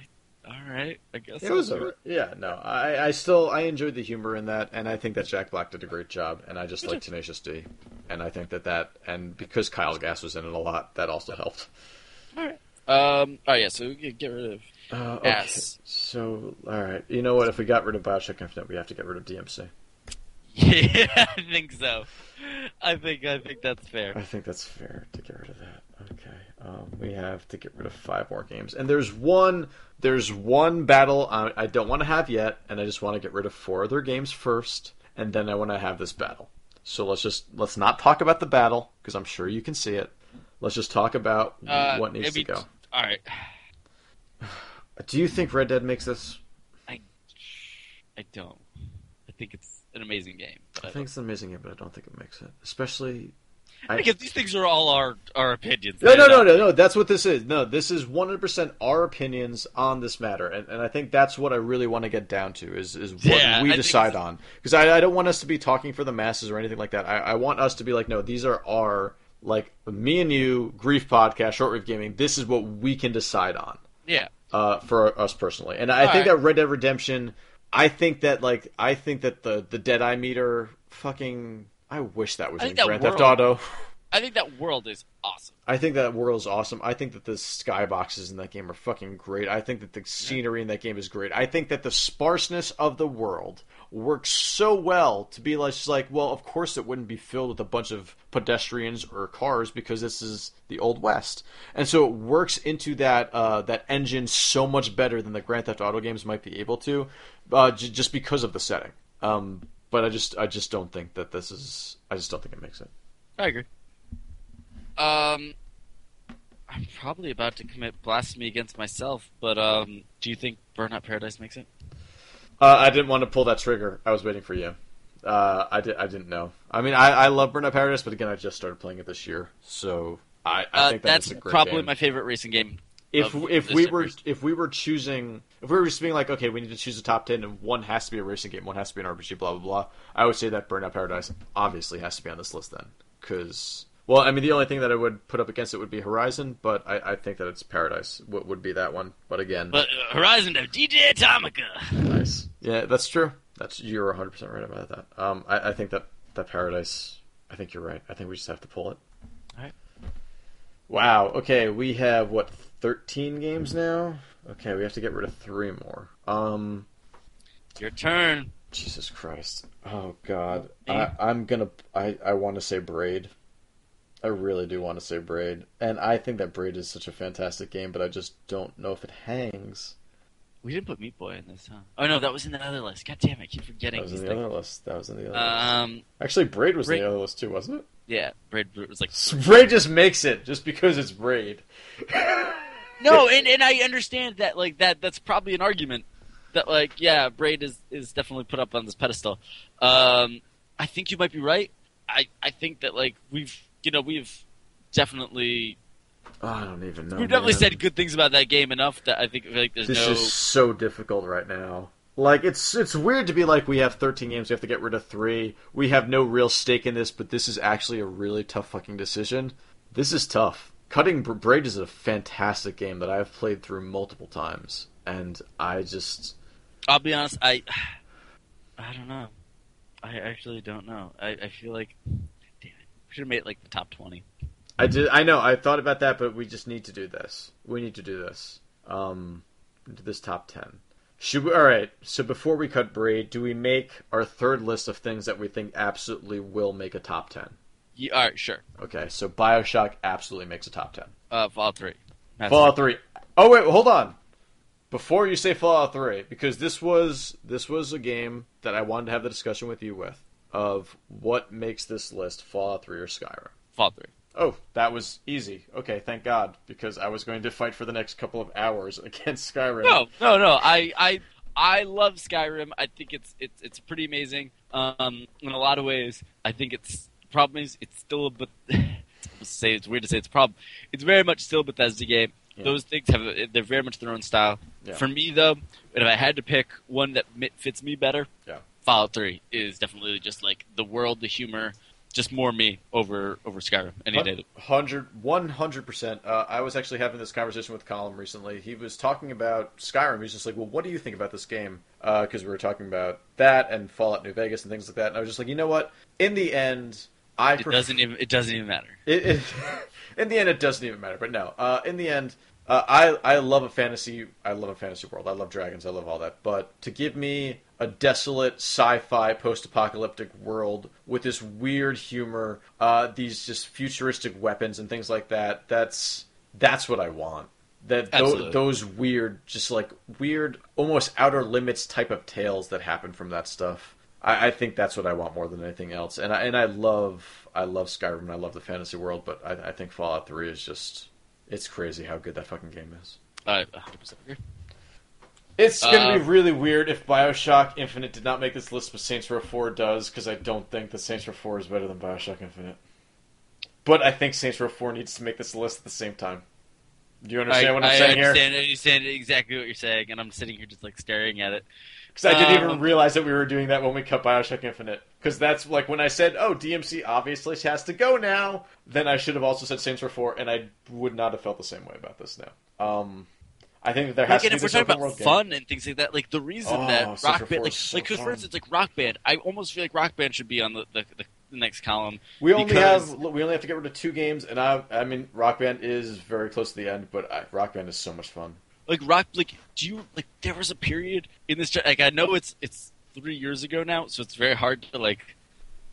Speaker 2: all right, I guess
Speaker 1: It
Speaker 2: I'll
Speaker 1: was
Speaker 2: do
Speaker 1: alright. Yeah. No. I I still I enjoyed the humor in that, and I think that Jack Black did a great job, and I just
Speaker 2: Me too.
Speaker 1: like Tenacious D, and I think that that and because Kyle Gass was in it a lot, that also helped.
Speaker 2: Um. Oh yeah. So get get rid of. <laughs>
Speaker 1: Uh, okay.
Speaker 2: Yes.
Speaker 1: So, all right. You know what? If we got rid of Bioshock Infinite, we have to get rid of DMC.
Speaker 2: Yeah, I think so. I think I think that's fair.
Speaker 1: I think that's fair to get rid of that. Okay. Um, we have to get rid of five more games, and there's one. There's one battle I, I don't want to have yet, and I just want to get rid of four other games first, and then I want to have this battle. So let's just let's not talk about the battle because I'm sure you can see it. Let's just talk about
Speaker 2: Uh,
Speaker 1: what needs to
Speaker 2: maybe-
Speaker 1: go.
Speaker 2: All right.
Speaker 1: Do you think Red Dead makes this?
Speaker 2: I don't. I think it's an amazing game. But
Speaker 1: I
Speaker 2: I
Speaker 1: think it's an amazing game, but I don't think it makes it. Especially
Speaker 2: because these things are all our our opinions.
Speaker 1: No, no,
Speaker 2: They're
Speaker 1: no,
Speaker 2: not-
Speaker 1: no, no. That's what this is. No, this is 100% our opinions on this matter, and, and I think that's what I really want to get down to is is what
Speaker 2: Yeah, I
Speaker 1: we
Speaker 2: think
Speaker 1: decide
Speaker 2: it's-
Speaker 1: on. Because I, I don't want us to be talking for the masses or anything like that. I, I want us to be like, no, these are our like me and you grief podcast, short reef gaming. This is what we can decide on
Speaker 2: Yeah.
Speaker 1: uh, for us personally. And I
Speaker 2: All
Speaker 1: think
Speaker 2: right.
Speaker 1: that Red Dead Redemption, I think that like I think that the the Deadeye meter, fucking, I wish that was
Speaker 2: I
Speaker 1: in
Speaker 2: think that
Speaker 1: Grand Theft
Speaker 2: world-
Speaker 1: Auto.
Speaker 2: I think that world is awesome.
Speaker 1: I think that world is awesome. I think that the skyboxes in that game are fucking great. I think that the scenery in that game is great. I think that the sparseness of the world works so well to be like, just like, well, of course it wouldn't be filled with a bunch of pedestrians or cars because this is the old west, and so it works into that uh, that engine so much better than the Grand Theft Auto games might be able to, uh, j- just because of the setting. Um, but but I just I just don't think that this is I just don't think it makes it.
Speaker 2: I agree. Um, I'm probably about to commit blasphemy against myself, but um, do you think Burnout Paradise makes it?
Speaker 1: Uh, I didn't want to pull that trigger. I was waiting for you. Uh, I did. I didn't know. I mean, I, I love Burnout Paradise, but again, I just started playing it this year, so I, I
Speaker 2: uh,
Speaker 1: think
Speaker 2: that's
Speaker 1: that's a great
Speaker 2: probably
Speaker 1: game.
Speaker 2: my favorite racing game.
Speaker 1: if
Speaker 2: of
Speaker 1: if
Speaker 2: this
Speaker 1: we were
Speaker 2: generation.
Speaker 1: if we were choosing if we were just being like okay we need to choose a top 10 and one has to be a racing game one has to be an rpg blah blah blah i would say that burnout paradise obviously has to be on this list then because well i mean the only thing that i would put up against it would be horizon but i, I think that it's paradise what would be that one but again
Speaker 2: But uh, Horizon of DJ Atomica.
Speaker 1: nice yeah that's true that's you're 100% right about that um i, I think that that paradise i think you're right i think we just have to pull it
Speaker 2: Alright.
Speaker 1: Wow. Okay, we have what thirteen games now. Okay, we have to get rid of three more. Um,
Speaker 2: Your turn.
Speaker 1: Jesus Christ. Oh God. I,
Speaker 2: Yeah.
Speaker 1: I'm gonna. I I want to say Braid. I really do want to say Braid, and I think that Braid is such a fantastic game, but I just don't know if it hangs.
Speaker 2: We didn't put Meat Boy in this, huh? Oh no, that was in the other list. God damn, I keep forgetting
Speaker 1: That was
Speaker 2: these
Speaker 1: in the
Speaker 2: things.
Speaker 1: other list. That was in the other list.
Speaker 2: Um,
Speaker 1: Actually, Braid was in
Speaker 2: Braid-
Speaker 1: the other list too, wasn't it?
Speaker 2: yeah, Braid Brute was like
Speaker 1: Braid just makes it just because it's <laughs> Braid.
Speaker 2: no, and, and I understand that like that that's probably an argument that like yeah, Braid is is definitely put up on this pedestal. Um, I think you might be right. I I think that like we've you know we've definitely
Speaker 1: Oh, I don't even know.
Speaker 2: we've definitely
Speaker 1: man.
Speaker 2: said good things about that game enough that I think like there's
Speaker 1: This
Speaker 2: no
Speaker 1: is so difficult right now. Like it's it's weird to be like we have 13 games, we have to get rid of three. We have no real stake in this, but this is actually a really tough fucking decision. This is tough. Cutting Br- Braid is a fantastic game that I have played through multiple times, and I just
Speaker 2: I'll be honest, I I don't know. I actually don't know. I, I feel like damn it, we should have made it like the top twenty.
Speaker 1: I did I know I thought about that, but we just need to do this. We need to do this. Um, do this top 10. Should we, all right. So before we cut Braid, do we make our third list of things that we think absolutely will make a top 10?
Speaker 2: Yeah, all right, sure.
Speaker 1: Okay, so Bioshock absolutely makes a top ten.
Speaker 2: Uh, Fallout Three. Mass
Speaker 1: Fallout Three. Oh wait, hold on. Before you say Fallout Three, because this was this was a game that I wanted to have the discussion with you with of what makes this list Fallout Three or Skyrim.
Speaker 2: Fallout Three.
Speaker 1: Oh, that was easy. Okay, thank God, because I was going to fight for the next couple of hours <laughs> against Skyrim.
Speaker 2: No, no, no. I, I, I love Skyrim. I think it's it's it's pretty amazing. Um, in a lot of ways, I think it's the problem is it's still a <laughs> but. say it's weird to say it's a problem. It's very much still a Bethesda game.
Speaker 1: Yeah.
Speaker 2: Those things have a- they're very much their own style.
Speaker 1: Yeah.
Speaker 2: For me though, if I had to pick one that mi- fits me better,
Speaker 1: Yeah.
Speaker 2: Fallout Three is definitely just like the world, the humor, just more me over over Skyrim any day.
Speaker 1: 100 100%. Uh, I was actually having this conversation with Colin recently. He was talking about Skyrim. He's just like, "Well, what do you think about this game?" Because we were talking about that and Fallout New Vegas and things like that. And I was just like, "You know what? In the end, I
Speaker 2: It
Speaker 1: pref-
Speaker 2: doesn't even it doesn't even matter.
Speaker 1: it, <laughs> it, in the end, it doesn't even matter. But no, uh, in the end, uh, I I love a fantasy. I love a fantasy world. I love dragons. I love all that. But to give me a desolate sci-fi post-apocalyptic world with this weird humor, uh, these just futuristic weapons and things like that. That's that's what I want. That tho-
Speaker 2: Absolutely.
Speaker 1: those weird, just like weird, almost outer limits type of tales that happen from that stuff. I, I think that's what I want more than anything else. And I and I love I love Skyrim and I love the fantasy world, but I, I think Fallout Three is just it's crazy how good that fucking game is.
Speaker 2: I 100% agree.
Speaker 1: It's gonna be
Speaker 2: Uh,
Speaker 1: really weird if Bioshock Infinite did not make this list, but Saints Row Four does, because I don't think that Saints Row Four is better than Bioshock Infinite. But I think Saints Row Four needs to make this list at the same time. Do you understand
Speaker 2: I,
Speaker 1: what I'm
Speaker 2: I
Speaker 1: saying here?
Speaker 2: understand, I understand exactly what you're saying, and I'm sitting here just like staring at it.
Speaker 1: Because I didn't
Speaker 2: Um,
Speaker 1: even realize that we were doing that when we cut Bioshock Infinite. Because that's like when I said, "Oh, DMC obviously has to go now." Then I should have also said Saints Row Four, and I would not have felt the same way about this now. Um, I think that there has
Speaker 2: Again,
Speaker 1: to
Speaker 2: if
Speaker 1: be
Speaker 2: we're
Speaker 1: this
Speaker 2: talking
Speaker 1: open
Speaker 2: about
Speaker 1: world game.
Speaker 2: fun and things like that, like the reason
Speaker 1: Oh,
Speaker 2: that
Speaker 1: Saints Row
Speaker 2: Rock Band,
Speaker 1: 4
Speaker 2: like,
Speaker 1: is so
Speaker 2: like 'cause for
Speaker 1: fun.
Speaker 2: instance, like Rock Band, I almost feel like Rock Band should be on the the, the, the next column.
Speaker 1: We only
Speaker 2: because-
Speaker 1: have we only have to get rid of two games, and I I mean Rock Band is very close to the end, but I, Rock Band is so much fun.
Speaker 2: Like Rock, like do you like? There was a period in this, like I know it's it's three years ago now, so it's very hard to like,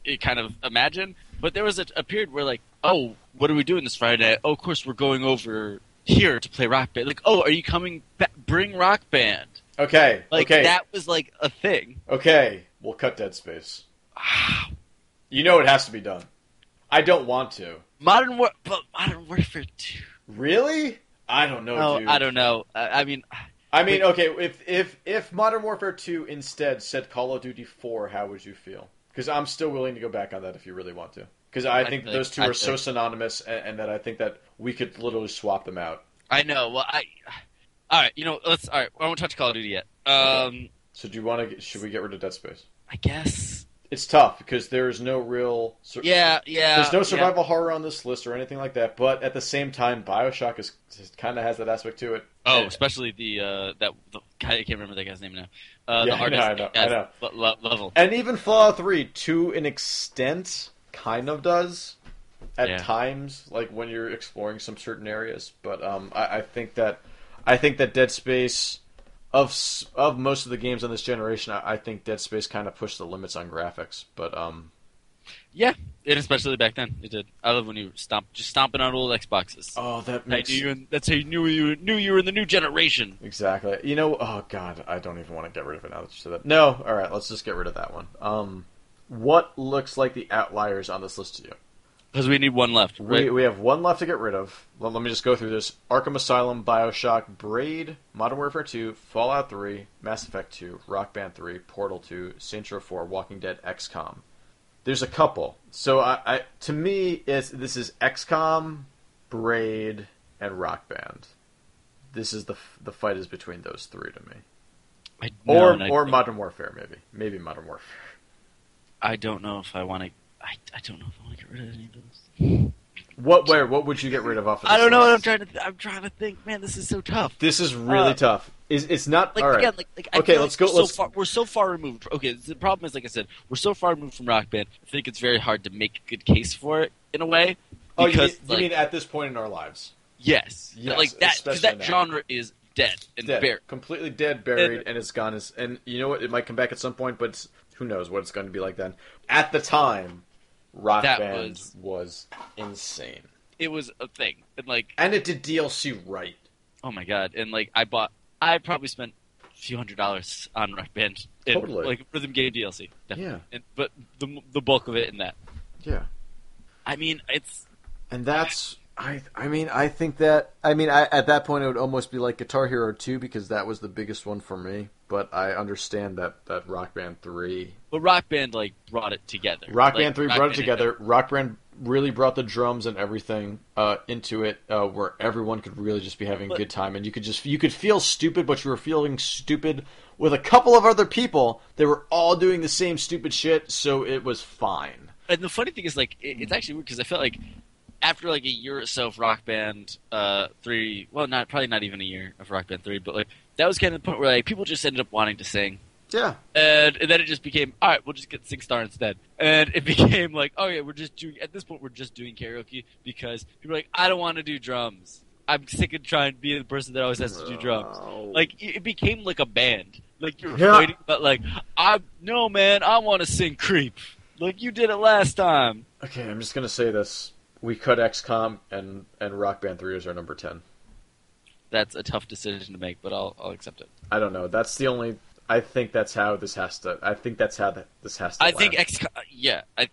Speaker 2: it kind of imagine. But there was a, a period where like, oh, what are we doing this Friday? night? Oh, of course we're going over here to play Rock Band. Like, oh, are you coming? Ba- bring Rock Band.
Speaker 1: Okay,
Speaker 2: Like
Speaker 1: okay,
Speaker 2: that was like a thing. <sighs>
Speaker 1: okay. We'll cut Dead Space. You know it has to be done. I don't want to.
Speaker 2: Modern War, but Modern Warfare Two.
Speaker 1: Really? I don't know.
Speaker 2: No,
Speaker 1: Oh, dude.
Speaker 2: Oh, I don't know. I, I mean,
Speaker 1: I mean, okay. If if if Modern Warfare Two instead said Call of Duty Four, how would you feel? Because I'm still willing to go back on that if you really want to. Because I,
Speaker 2: I
Speaker 1: think
Speaker 2: think-
Speaker 1: those two
Speaker 2: I
Speaker 1: are so
Speaker 2: think-
Speaker 1: synonymous, and, and that I think that we could literally swap them out.
Speaker 2: I know. Well, I. <sighs> All right, you know, let's. All right, I won't touch Call of Duty yet. Um,
Speaker 1: So do you want to? Should we get rid of Dead Space?
Speaker 2: I guess.
Speaker 1: It's tough because there is no real. sur-
Speaker 2: Yeah, yeah.
Speaker 1: There's no
Speaker 2: yeah.
Speaker 1: survival horror on this list or anything like that, but at the same time, Bioshock is kind of has that aspect to it.
Speaker 2: Oh,
Speaker 1: And-
Speaker 2: especially the uh, that the guy. I can't remember that guy's name now. Uh,
Speaker 1: Yeah, I
Speaker 2: the
Speaker 1: know,
Speaker 2: artist.
Speaker 1: I know, I
Speaker 2: guy's
Speaker 1: know.
Speaker 2: le- le- level.
Speaker 1: And even Fallout 3, to an extent, kind of does at
Speaker 2: Yeah.
Speaker 1: times, like when you're exploring some certain areas. But um, I, I think that I think that Dead Space of s- of most of the games on this generation, I, I think Dead Space kind of pushed the limits on graphics. But um,
Speaker 2: And especially back then, it did. I love when you stomp, just stomping on old Xboxes.
Speaker 1: oh, that
Speaker 2: That
Speaker 1: makes
Speaker 2: knew you- that's how you knew you knew you were in the new generation.
Speaker 1: exactly. You know, oh god, I don't even want to get rid of it now that you said that. No, all right, let's just get rid of that one. Um, what looks like the outliers on this list to you?
Speaker 2: Because we need one left, right?
Speaker 1: We, we have one left to get rid of. Let, let me just go through this Arkham Asylum, Bioshock, Braid, Modern Warfare 2, Fallout 3, Mass Effect 2, Rock Band 3, Portal 2, Saints Row 4, Walking Dead, XCOM. There's a couple. So I, I to me, it's, this is XCOM, Braid, and Rock Band. This is the f- the fight is between those three to me,
Speaker 2: I,
Speaker 1: or
Speaker 2: no, no,
Speaker 1: or Modern Warfare maybe, maybe Modern Warfare.
Speaker 2: I don't know if I want to. I, I don't know if I want to get rid of any of those.
Speaker 1: What where what would you get rid of off? Of
Speaker 2: I
Speaker 1: this
Speaker 2: don't know
Speaker 1: list?
Speaker 2: what I'm trying to. Th- I'm trying to think. Man, this is so tough.
Speaker 1: This is really
Speaker 2: Uh,
Speaker 1: tough. Is it's not
Speaker 2: Like
Speaker 1: all right.
Speaker 2: again, like, like I
Speaker 1: Okay,
Speaker 2: feel
Speaker 1: let's
Speaker 2: like
Speaker 1: go-
Speaker 2: We're
Speaker 1: let's-
Speaker 2: so, far, we're so far removed. Okay, the problem is, like I said, we're so far removed from Rock Band. I think it's very hard to make a good case for it in a way.
Speaker 1: Oh, you mean,
Speaker 2: because,
Speaker 1: you
Speaker 2: like-
Speaker 1: mean at this point in our lives?
Speaker 2: Yes,
Speaker 1: Yes,
Speaker 2: like that. Because
Speaker 1: especially
Speaker 2: that
Speaker 1: now.
Speaker 2: genre is dead and
Speaker 1: Dead,
Speaker 2: buried.
Speaker 1: completely dead, buried, and it's gone. As, and you know what? It might come back at some point, but it's- who knows what it's going to be like then. At the time, Rock
Speaker 2: That
Speaker 1: Band was...
Speaker 2: was-
Speaker 1: insane,
Speaker 2: It was a thing, and like,
Speaker 1: and it did DLC right.
Speaker 2: oh my god, and like, I bought. I probably spent a few hundred dollars on Rock Band, and,
Speaker 1: Totally.
Speaker 2: like rhythm game DLC. Definitely.
Speaker 1: Yeah,
Speaker 2: And, but the the bulk of it in that.
Speaker 1: yeah,
Speaker 2: I mean, it's
Speaker 1: and that's. I, I mean I think that I mean I, at that point it would almost be like Guitar Hero 2 because that was the biggest one for me but I understand that that Rock Band 3
Speaker 2: but Rock Band like brought it together.
Speaker 1: Rock
Speaker 2: Like,
Speaker 1: Band 3 brought it
Speaker 2: Band-
Speaker 1: together. Rock Band really brought the drums and everything uh, into it uh, where everyone could really just be having a
Speaker 2: But-
Speaker 1: good time and you could just you could feel stupid but you were feeling stupid with a couple of other people they were all doing the same stupid shit so it was fine.
Speaker 2: And the funny thing is, like, it, it's actually weird because I felt like after like a year or so of Rock Band uh, three, well, not probably not even a year of Rock Band three, but like that was kind of the point where like people just ended up wanting to sing.
Speaker 1: Yeah.
Speaker 2: And, and then it just became, all right, we'll just get Sing Star instead. And it <laughs> became like, oh yeah, we're just doing, at this point, we're just doing karaoke because people are like, I don't want to do drums. I'm sick of trying to be the person that always has to do drums. Like, it it became like a band. Like, you're
Speaker 1: Yeah.
Speaker 2: fighting, but like, I, no man, I want to sing Creep. Like, you did it last time.
Speaker 1: okay, I'm just going to say this. We cut XCOM and and Rock Band 3 is our number 10.
Speaker 2: That's a tough decision to make, but I'll, I'll accept it.
Speaker 1: I don't know. That's the only I think that's how this has to I think that's how that, this has to
Speaker 2: I
Speaker 1: land.
Speaker 2: think X, yeah, I,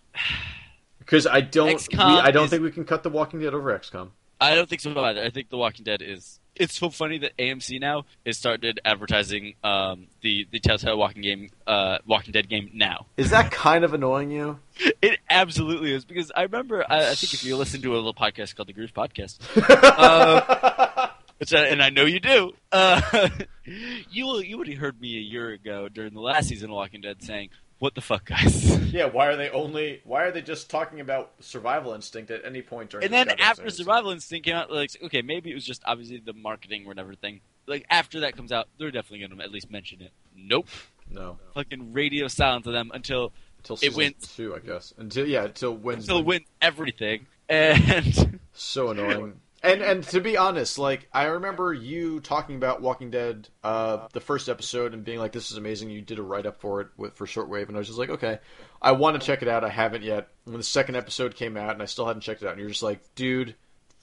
Speaker 1: because I don't we,
Speaker 2: XCOM
Speaker 1: I don't
Speaker 2: is-
Speaker 1: think we can cut The Walking Dead over XCOM.
Speaker 2: I don't think so either. I think The Walking Dead is. It's so funny that AMC now has started advertising um, the the Telltale Walking Game, uh, Walking Dead game now. <laughs>
Speaker 1: Is that kind of annoying you?
Speaker 2: It absolutely is because I remember. I, I think if you listen to a little podcast called the Groove Podcast, which I, and I know you do, uh, <laughs> you will- you would have heard me a year ago during the last season of Walking Dead saying, "What the fuck,
Speaker 1: <laughs> <laughs>
Speaker 2: guys."
Speaker 1: yeah, why are they only? Why are they just talking about survival instinct at any point during?
Speaker 2: And
Speaker 1: this
Speaker 2: then
Speaker 1: goddamn
Speaker 2: after
Speaker 1: series?
Speaker 2: Survival Instinct came out, like okay, maybe it was just obviously the marketing and everything. Like after that comes out, they're definitely going to at least mention it. Nope,
Speaker 1: no,
Speaker 2: fucking radio silence of them until
Speaker 1: until
Speaker 2: It
Speaker 1: season
Speaker 2: wins.
Speaker 1: two, I guess. Until yeah, until Wednesday.
Speaker 2: until win everything. And <laughs>
Speaker 1: so annoying. And and to be honest, like I remember you talking about Walking Dead, uh, the first episode, and being like, "This is amazing." You did a write up for it with, for shortwave, and I was just like, "Okay, I want to check it out. I haven't yet." When the second episode came out, and I still hadn't checked it out, and you're just like, "Dude,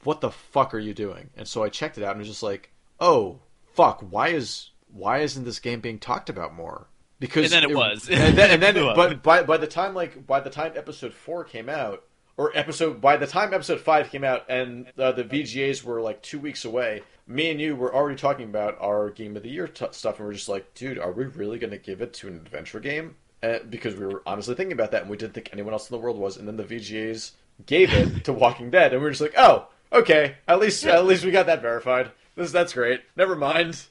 Speaker 1: what the fuck are you doing?" And so I checked it out, and was just like, "Oh fuck, why is why isn't this game being talked about more?" because
Speaker 2: And then it was.
Speaker 1: and then, and then
Speaker 2: <laughs> It was.
Speaker 1: but by by the time like by the time episode four came out, or episode by the time episode five came out, and uh, the VGAs were like two weeks away. Me and you were already talking about our game of the year t- stuff, and we are just like, dude, are we really going to give it to an adventure game? Uh, because we were honestly thinking about that, and we didn't think anyone else in the world was. And then the VGAs gave it to Walking Dead, and we were just like, oh, okay, at least at least we got that verified. This that's great. Never mind.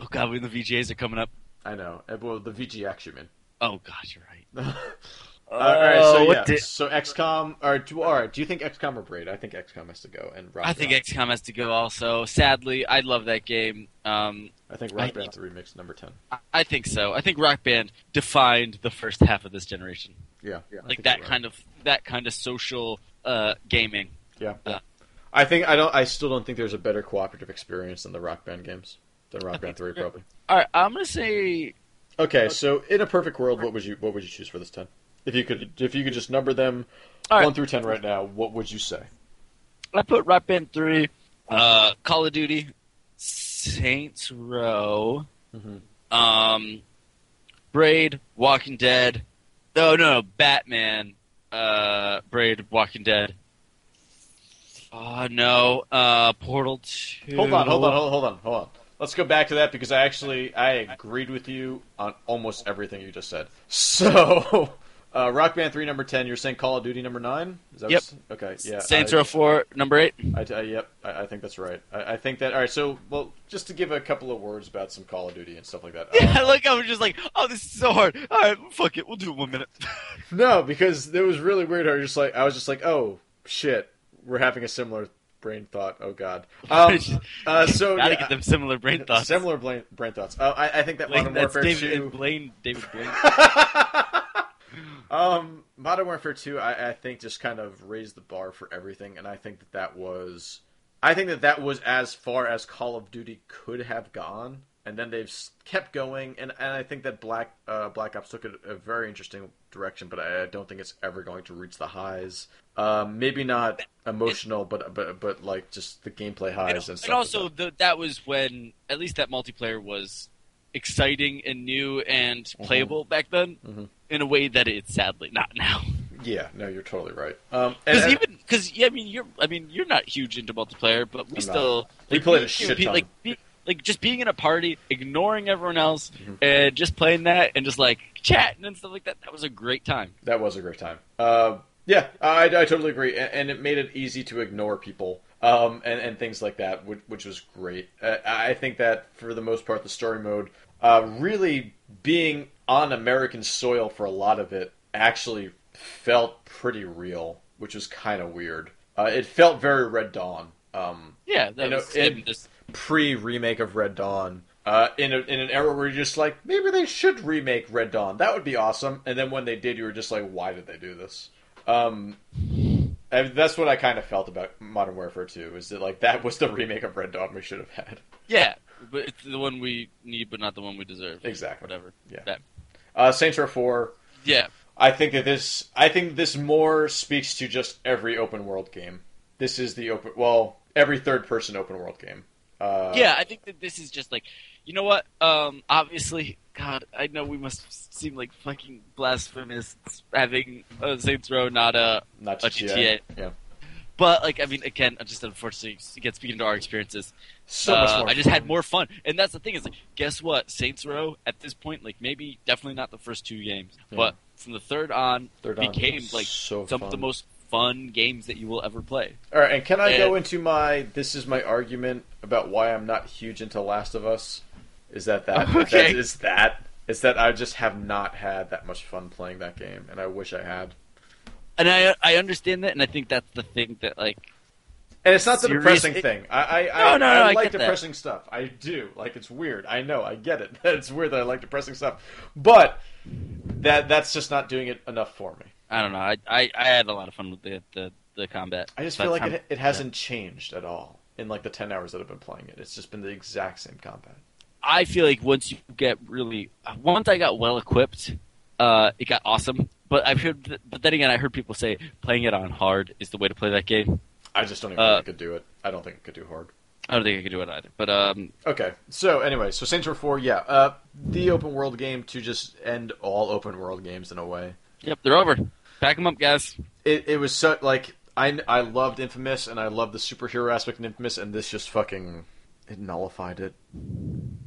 Speaker 2: Oh god, when the VGAs are coming up.
Speaker 1: I know. Uh, Well, the VG action man. <laughs>
Speaker 2: Oh god, you're right.
Speaker 1: all right, so
Speaker 2: Oh, what
Speaker 1: yeah,
Speaker 2: the-
Speaker 1: so XCOM. All right, do, all right. Do you think XCOM or Braid? I think XCOM has to go, and Rock
Speaker 2: I think
Speaker 1: Band.
Speaker 2: XCOM has to go. Also, sadly, I love that game. Um,
Speaker 1: I think Rock
Speaker 2: I-
Speaker 1: Band's the remix number ten.
Speaker 2: I- I think so. I think Rock Band defined the first half of this generation,
Speaker 1: Yeah, yeah I
Speaker 2: like
Speaker 1: think
Speaker 2: that
Speaker 1: you're right.
Speaker 2: kind of that kind of social uh, gaming.
Speaker 1: Yeah, yeah.
Speaker 2: uh,
Speaker 1: I think I don't. I still don't think there's a better cooperative experience than the Rock Band games than Rock Band Three, probably.
Speaker 2: All right, I'm gonna say
Speaker 1: Okay, so in a perfect world, what would you what would you choose for this ten? If you could, if you could just number them
Speaker 2: All right.
Speaker 1: one through ten right now, what would you say?
Speaker 2: I put Rock Band three, uh, Call of Duty, Saints Row,
Speaker 1: Mhm.
Speaker 2: um, Braid, Walking Dead. No, no, no, Batman, uh, Braid, Walking Dead. Oh no, uh, Portal two.
Speaker 1: Hold on, hold on, hold on, hold on, hold on. Let's go back to that because I actually I agreed with you on almost everything you just said. <laughs> So, uh, Rock Band three number ten. You're saying Call of Duty number nine? Is that
Speaker 2: Yep.
Speaker 1: What, okay. Yeah.
Speaker 2: Saints
Speaker 1: I,
Speaker 2: Row four, number eight.
Speaker 1: I, I- yep. I, I think that's right. I, I think that. All right. So, well, just to give a couple of words about some Call of Duty and stuff like that. Uh,
Speaker 2: <laughs> Yeah, like I was just like, oh, this is so hard. All right, fuck it, we'll do it one minute.
Speaker 1: No, because it was really weird. I was just like, I was just like, oh shit, we're having a similar brain thought. Oh god.
Speaker 2: <laughs>
Speaker 1: Um, uh, so
Speaker 2: Gotta
Speaker 1: yeah,
Speaker 2: get them similar brain thoughts.
Speaker 1: Similar brain, brain thoughts. Uh, I, I think that
Speaker 2: Like,
Speaker 1: Modern
Speaker 2: that's
Speaker 1: Warfare
Speaker 2: David
Speaker 1: two.
Speaker 2: and Blaine. David
Speaker 1: <laughs>
Speaker 2: Blaine.
Speaker 1: um, Modern Warfare 2, I, I think, just kind of raised the bar for everything, and I think that that was, I think that that was as far as Call of Duty could have gone, and then they've s- kept going, and, and I think that Black uh, Black Ops took a, a very interesting direction, but I, I don't think it's ever going to reach the highs. Um, maybe not emotional, but but but like just the gameplay highs
Speaker 2: and,
Speaker 1: and,
Speaker 2: and
Speaker 1: stuff. like
Speaker 2: also the, that was when at least that multiplayer was exciting and new and
Speaker 1: Mm-hmm.
Speaker 2: playable back then
Speaker 1: Mhm.
Speaker 2: in a way that it's sadly not now
Speaker 1: that. yeah, no, you're totally right. Um, and-
Speaker 2: because
Speaker 1: and-
Speaker 2: even because yeah i mean you're i mean you're not huge into multiplayer but we
Speaker 1: I'm
Speaker 2: still
Speaker 1: We
Speaker 2: like,
Speaker 1: played a
Speaker 2: being-
Speaker 1: shit
Speaker 2: be-
Speaker 1: ton.
Speaker 2: like be- like just being in a party ignoring everyone else
Speaker 1: Mm-hmm.
Speaker 2: and just playing that and just like chatting and stuff like that that was a great time
Speaker 1: That was a great time. Uh, yeah, I, I totally agree, and, and it made it easy to ignore people um, and, and things like that, which, which was great. Uh, I think that for the most part, the story mode uh, really being on American soil for a lot of it actually felt pretty real, which was kind of weird. Uh, it felt very Red Dawn. Um,
Speaker 2: yeah that
Speaker 1: You know,
Speaker 2: was
Speaker 1: it-
Speaker 2: I mean, this-
Speaker 1: pre remake of Red Dawn uh, in a, in an era where you're just like maybe they should remake Red Dawn that would be awesome and then when they did you were just like why did they do this um, I that's what I kind of felt about Modern Warfare 2 is that like that was the remake of Red Dawn we should have had
Speaker 2: yeah but it's the one we need but not the one we deserve
Speaker 1: Exactly.
Speaker 2: whatever
Speaker 1: Yeah.
Speaker 2: that,
Speaker 1: uh, Saints Row 4
Speaker 2: yeah
Speaker 1: I think that this I think this more speaks to just every open world game this is the open well every third person open world game uh,
Speaker 2: yeah, I think that this is just like, you know what? Um, obviously, God, I know we must seem like fucking blasphemous having uh, Saints Row not a,
Speaker 1: not
Speaker 2: Uh, a
Speaker 1: GTA,
Speaker 2: GTA.
Speaker 1: yeah
Speaker 2: But like, I mean, again, I just unfortunately again speaking to our experiences,
Speaker 1: so
Speaker 2: uh,
Speaker 1: much more
Speaker 2: I just had
Speaker 1: fun.
Speaker 2: more fun, and that's the thing is, like, guess what? Saints Row at this point, like, maybe definitely not the first two games,
Speaker 1: Yeah.
Speaker 2: but from the third on,
Speaker 1: Third Dawn
Speaker 2: became
Speaker 1: was
Speaker 2: like
Speaker 1: so
Speaker 2: some of the
Speaker 1: fun.
Speaker 2: most fun games that you will ever play.
Speaker 1: All right, and can I go
Speaker 2: And-
Speaker 1: into my this is my argument about why I'm not huge into Last of Us? Is that that
Speaker 2: <laughs> Okay.
Speaker 1: that is that is that I just have not had that much fun playing that game, and I wish I had.
Speaker 2: And I I understand that, and I think that's the thing that like
Speaker 1: And it's not the
Speaker 2: Serious-
Speaker 1: depressing
Speaker 2: it-
Speaker 1: thing. I I, I,
Speaker 2: No, no,
Speaker 1: I
Speaker 2: no, I
Speaker 1: like
Speaker 2: get that.
Speaker 1: depressing stuff. I do. Like it's weird. I know. I get it. <laughs> It's weird that I like depressing stuff, but that that's just not doing it enough for me.
Speaker 2: I don't know. I, I, I had a lot of fun with the the, the combat.
Speaker 1: I just
Speaker 2: But
Speaker 1: feel like
Speaker 2: com-
Speaker 1: it, it hasn't changed at all in like the ten hours that I've been playing it. It's just been the exact same combat.
Speaker 2: I feel like once you get really once I got well equipped, uh, it got awesome. But I've heard, th- but then again, I heard people say playing it on hard is the way to play that game.
Speaker 1: I just don't even
Speaker 2: Uh,
Speaker 1: think it could do it. I don't think it could do hard.
Speaker 2: I don't think I could do it either. But um,
Speaker 1: Okay. So anyway, so Saints Row Four, yeah, uh, the open world game to just end all open world games in a way.
Speaker 2: yep, they're over. Pack them up, guys.
Speaker 1: It it was so like I I loved Infamous and I loved the superhero aspect in Infamous, and this just fucking it nullified it.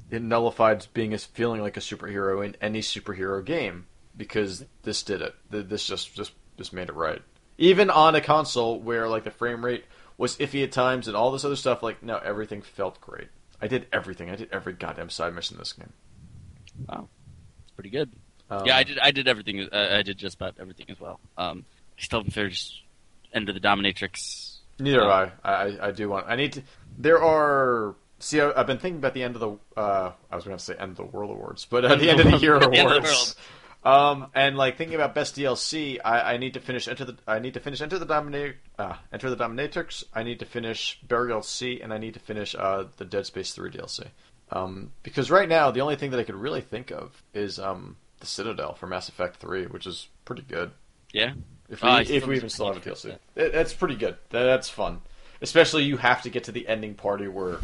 Speaker 1: It nullified being as feeling like a superhero in any superhero game because this did it. Th- This just just just made it right. Even on a console where like the frame rate was iffy at times and all this other stuff, like no, everything felt great. I did everything. I did every goddamn side mission in this game.
Speaker 2: It's pretty good.
Speaker 1: Um,
Speaker 2: yeah, I did. I did everything. Uh, I did just about everything as well. Um, I still haven't finished End of the Dominatrix.
Speaker 1: Neither have I. I. I- I do want. I need to. There are. See, I- I've been thinking about the end of the. Uh, I was going to say end of the world awards, but uh, the end of the year
Speaker 2: <laughs> End of the
Speaker 1: awards. Um, and like thinking about best DLC, I, I need to finish enter the. I need to finish enter the dominate. Uh, enter the dominatrix. I need to finish burial C, and I need to finish uh, the Dead Space three DLC. Um, because right now the only thing that I could really think of is um the Citadel for Mass Effect three, which is pretty good.
Speaker 2: Yeah.
Speaker 1: If we,
Speaker 2: Ah, I
Speaker 1: if
Speaker 2: still
Speaker 1: we
Speaker 2: need
Speaker 1: even
Speaker 2: to
Speaker 1: still have a
Speaker 2: finish
Speaker 1: DLC,
Speaker 2: that.
Speaker 1: That- that's pretty good. That, that's fun. Especially you have to get to the ending party where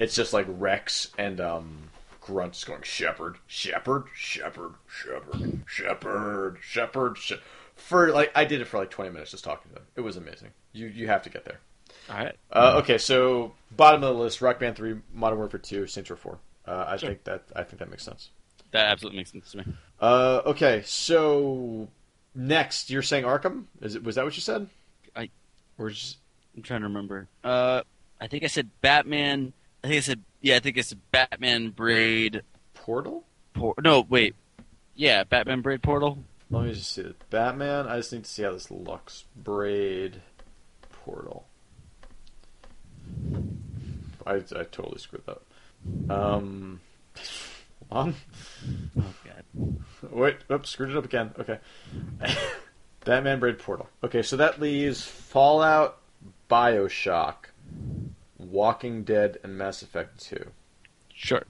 Speaker 1: it's just like Rex and um, Grunt just going Shepherd, Shepherd, Shepherd, Shepherd, Shepherd, Shepherd. She-. For like, I did it for like twenty minutes just talking to them. It was amazing. You you have to get there.
Speaker 2: All right.
Speaker 1: Uh, okay, so bottom of the list: Rock Band three, Modern Warfare two, Saints Row four. Uh, I
Speaker 2: Sure.
Speaker 1: think that I think that makes sense.
Speaker 2: That absolutely makes sense to me.
Speaker 1: Uh, okay, so next you're saying Arkham? Is it was that what you said?
Speaker 2: I-
Speaker 1: or just,
Speaker 2: I'm trying to remember. Uh, I think I said Batman. I think I said yeah. I think I said Batman Braid.
Speaker 1: Portal?
Speaker 2: Por- no, wait. Yeah, Batman Braid Portal.
Speaker 1: Let me just see the Batman. I just need to see how this looks. Braid Portal. I, I totally screwed that. up. Um, <laughs> on
Speaker 2: Oh God.
Speaker 1: wait, oops, screwed it up again. Okay, <laughs> Batman Braid Portal. Okay, so that leaves Fallout, Bioshock, Walking Dead, and Mass Effect Two.
Speaker 2: Sure.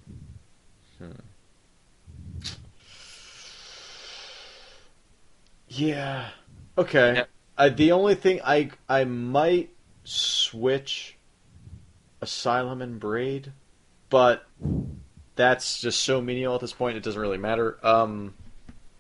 Speaker 1: Yeah. Okay.
Speaker 2: Yeah.
Speaker 1: I, the only thing I I might switch Asylum and Braid, but that's just so menial at this point. It doesn't really matter. Um,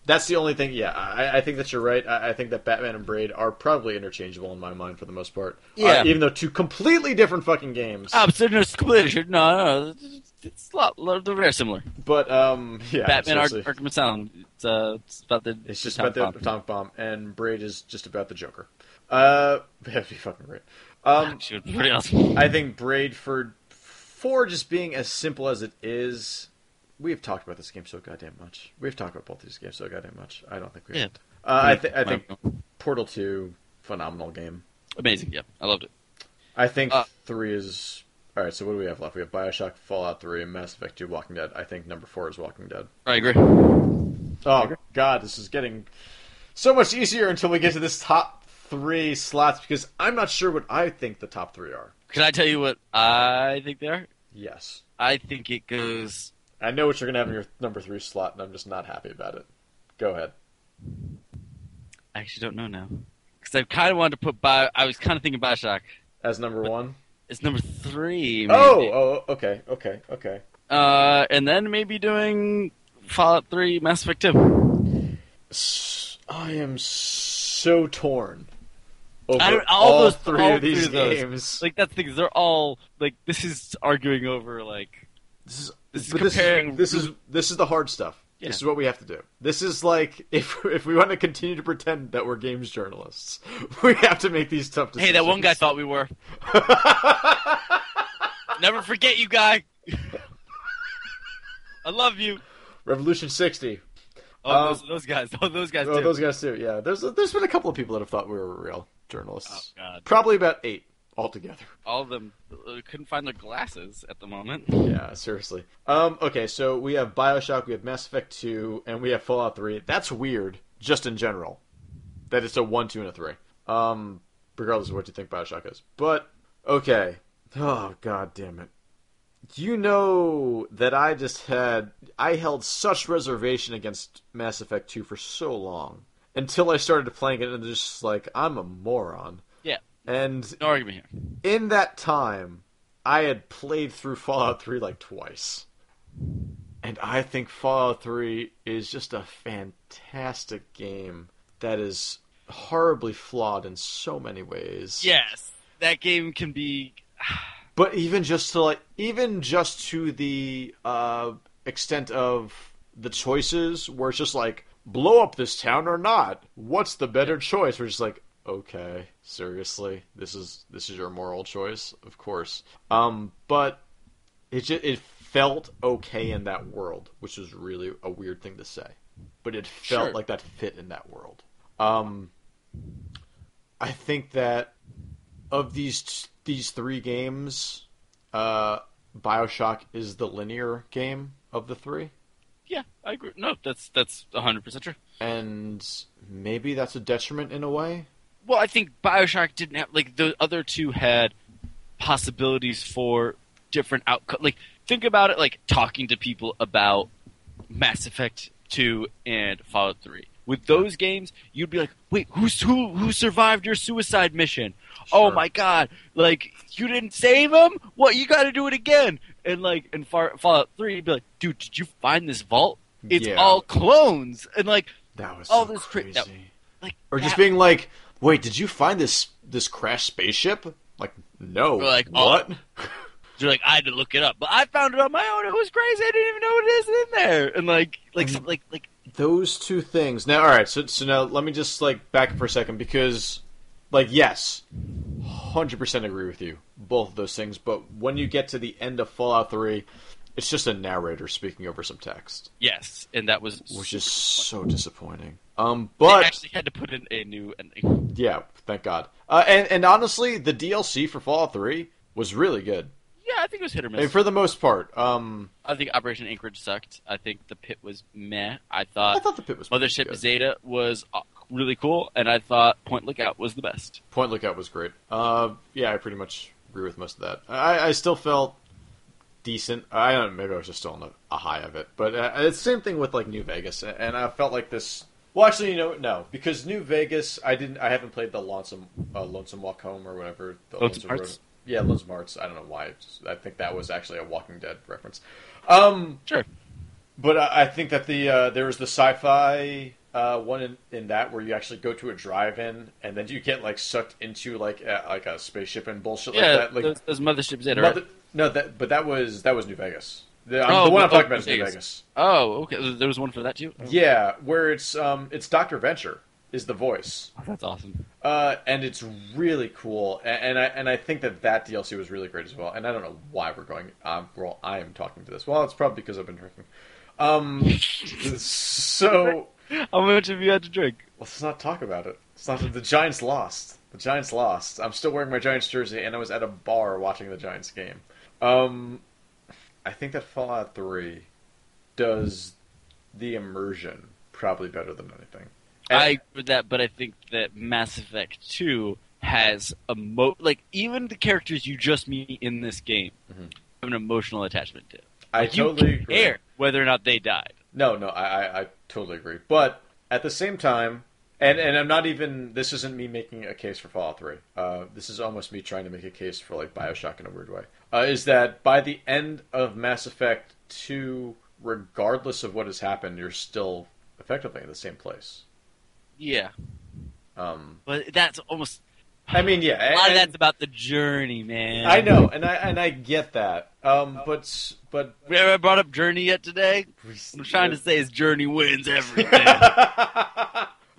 Speaker 1: that's the only thing. Yeah, I, I think that you're right. I, I think that Batman and Braid are probably interchangeable in my mind for the most part. Uh,
Speaker 2: Yeah. Um,
Speaker 1: even though two completely different fucking games.
Speaker 2: Absolute collision. No, no, it's- it's a lot. lot- They're very similar.
Speaker 1: but um, yeah.
Speaker 2: Batman Ar-
Speaker 1: seriously.
Speaker 2: Arkham Asylum. It's, uh, it's about the.
Speaker 1: It's just
Speaker 2: Tom
Speaker 1: about the
Speaker 2: Pop.
Speaker 1: atomic bomb, and Braid is just about the Joker. Uh, <laughs> that'd be fucking great. Um,
Speaker 2: Shoot, pretty awesome.
Speaker 1: I think Braid for for just being as simple as it is. We've talked about this game so goddamn much. We've talked about both these games so goddamn much. I don't think we.
Speaker 2: Yeah.
Speaker 1: Have. Uh, I, th- I think Portal Two, phenomenal game.
Speaker 2: amazing. Yeah, I loved it.
Speaker 1: I think
Speaker 2: Uh,
Speaker 1: three is all right. So what do we have left? We have Bioshock, Fallout Three, Mass Effect Two, Walking Dead. I think number four is Walking Dead.
Speaker 2: I agree.
Speaker 1: Oh God, this is getting so much easier until we get to this top three slots because I'm not sure what I think the top three are.
Speaker 2: Can I tell you what I think they are?
Speaker 1: Yes,
Speaker 2: I think it goes
Speaker 1: I know what you're gonna have in your number three slot, and I'm just not happy about it. Go ahead.
Speaker 2: I actually don't know now because I kind of wanted to put Bio. I was kind of thinking Bioshock.
Speaker 1: As number one.
Speaker 2: It's number three. maybe.
Speaker 1: Oh, oh, okay, okay, okay.
Speaker 2: uh, and then maybe doing Fallout Three, Mass Effect Two.
Speaker 1: S- I am so torn over
Speaker 2: I don't- all
Speaker 1: all,
Speaker 2: those-
Speaker 1: three
Speaker 2: all
Speaker 1: of these
Speaker 2: three of those.
Speaker 1: games.
Speaker 2: Like that's the thing. is They're all like this is arguing over like
Speaker 1: this is
Speaker 2: this is
Speaker 1: But
Speaker 2: comparing.
Speaker 1: This is, this is this is the hard stuff.
Speaker 2: Yeah.
Speaker 1: This is what we have to do. This is like <laughs> if if we want to continue to pretend that we're games journalists, <laughs> we have to make these tough
Speaker 2: hey,
Speaker 1: decisions. <laughs>
Speaker 2: that one guy thought we were. Never forget you, guy. <laughs> I love you.
Speaker 1: Revolution sixty.
Speaker 2: Oh,
Speaker 1: Um,
Speaker 2: those, those guys. <laughs> Oh, those guys
Speaker 1: Oh,
Speaker 2: too.
Speaker 1: those guys too. Yeah, there's there's been a couple of people that have thought we were real journalists.
Speaker 2: Oh, God.
Speaker 1: Probably about eight altogether.
Speaker 2: All of them uh, couldn't find their glasses at the moment.
Speaker 1: Yeah, seriously. Um, okay, so we have Bioshock, we have Mass Effect two, and we have Fallout three. That's weird, just in general, that it's a one, two, and a three. Um, regardless of what you think Bioshock is, but okay. Oh god damn it! You know that I just had I held such reservation against Mass Effect two for so long until I started playing it and just like I'm a moron.
Speaker 2: Yeah.
Speaker 1: And
Speaker 2: No argument here.
Speaker 1: in that time, I had played through Fallout 3 like twice. And I think Fallout 3 is just a fantastic game that is horribly flawed in so many ways.
Speaker 2: Yes, that game can be.
Speaker 1: But even just to like, even just to the uh, extent of the choices, where it's just like, blow up this town or not. What's the better choice? We're just like, okay, seriously, this is this is your moral choice, of course. Um, but it just, it felt okay in that world, which is really a weird thing to say, but it felt
Speaker 2: Sure.
Speaker 1: like that fit in that world. Um, I think that of these t- these three games, uh, Bioshock is the linear game of the three,
Speaker 2: Yeah, I agree. No, that's that's 100 percent true.
Speaker 1: and maybe that's a detriment in a way.
Speaker 2: Well, I think Bioshock didn't have like the other two had possibilities for different outcome. Like think about it, like talking to people about Mass Effect Two and Fallout Three. With those games, you'd be like, "Wait, who's who? Who survived your suicide mission? Oh
Speaker 1: Sure.
Speaker 2: my god! Like you didn't save him? What? You got to do it again?" And like in Far- Fallout Three, you'd be like, "Dude, did you find this vault? It's
Speaker 1: Yeah.
Speaker 2: all clones." And like,
Speaker 1: That was
Speaker 2: all
Speaker 1: so
Speaker 2: Oh, this cra-
Speaker 1: crazy.
Speaker 2: that- like
Speaker 1: or just
Speaker 2: that-
Speaker 1: being like, "Wait, did you find this this crashed spaceship?" Like, no.
Speaker 2: Or like, oh.
Speaker 1: what?
Speaker 2: You're like, I had to look it up, but I found it on my own. It was crazy. I didn't even know it is in there. And like, like,
Speaker 1: Mm-hmm.
Speaker 2: some, like, like,
Speaker 1: Those two things. Now, all right. So, so now let me just like back up for a second because, like, yes, hundred percent agree with you both of those things. But when you get to the end of Fallout Three, it's just a narrator speaking over some text,
Speaker 2: yes. And that was,
Speaker 1: which is so disappointing. Um,
Speaker 2: they
Speaker 1: but
Speaker 2: actually had to put in a new ending.
Speaker 1: yeah, thank God. Uh, and and honestly, the DLC for Fallout Three was really good.
Speaker 2: Yeah, I think it was hit or miss.
Speaker 1: And for the most part, um,
Speaker 2: I think Operation Anchorage sucked. I think the pit was meh. I
Speaker 1: I
Speaker 2: thought
Speaker 1: thought the pit was pretty
Speaker 2: Mothership
Speaker 1: good.
Speaker 2: Zeta was uh, really cool, and I thought Point Lookout was the best.
Speaker 1: Point Lookout was great. Uh, yeah, I pretty much agree with most of that. I, I still felt decent. I don't. Maybe I was just still on a, a high of it. But uh, it's the same thing with like New Vegas, a- and I felt like this. Well, actually, you know, what? no, because New Vegas, I didn't. I haven't played the Lonesome uh, Lonesome Walk Home or whatever. The
Speaker 2: Lonesome
Speaker 1: Road-
Speaker 2: Hearts?
Speaker 1: Yeah, Lonesome Hearts. I don't know why. It's just- I think that was actually a Walking Dead reference. Um,
Speaker 2: Sure.
Speaker 1: but I, I think that the uh, there was the sci-fi uh, one in, in that where you actually go to a drive-in and then you get like sucked into like a, like a spaceship and bullshit
Speaker 2: yeah,
Speaker 1: like that. Like
Speaker 2: those, those Mothership Zeta. right?
Speaker 1: mother- no, that but that was that was New Vegas. The, um,
Speaker 2: Oh,
Speaker 1: the one I'm
Speaker 2: oh,
Speaker 1: talking about is
Speaker 2: New
Speaker 1: New
Speaker 2: Vegas.
Speaker 1: Vegas.
Speaker 2: Oh, okay. There was one for that too.
Speaker 1: Yeah, where it's um it's Doctor Venture is the voice,
Speaker 2: Oh, that's awesome.
Speaker 1: uh, and it's really cool. And, and I and I think that that DLC was really great as well. And I don't know why we're going. Um, well, I am talking to this. Well, it's probably because I've been drinking. Um, so.
Speaker 2: How much have you had to drink?
Speaker 1: Let's not talk about it. It's not the Giants lost. The Giants lost. I'm still wearing my Giants jersey, and I was at a bar watching the Giants game. Um, I think that Fallout Three does the immersion probably better than anything.
Speaker 2: I agree with that, but I think that Mass Effect 2 has a mo like even the characters you just meet in this game
Speaker 1: Mhm.
Speaker 2: have an emotional attachment to.
Speaker 1: I
Speaker 2: you
Speaker 1: totally agree.
Speaker 2: Care whether or not they died.
Speaker 1: No, no, I, I, I totally agree. But at the same time, and, and I'm not even. This isn't me making a case for Fallout 3. Uh, this is almost me trying to make a case for like Bioshock in a weird way. Uh, is that by the end of Mass Effect 2, regardless of what has happened, you're still effectively in the same place.
Speaker 2: Yeah,
Speaker 1: Um,
Speaker 2: but that's almost
Speaker 1: I mean, yeah,
Speaker 2: a lot of
Speaker 1: and-
Speaker 2: that's about the journey, man.
Speaker 1: I know, and I and I get that. Um, but s- but
Speaker 2: We haven't brought up journey yet today.
Speaker 1: <laughs>
Speaker 2: I'm trying to say is journey wins everything.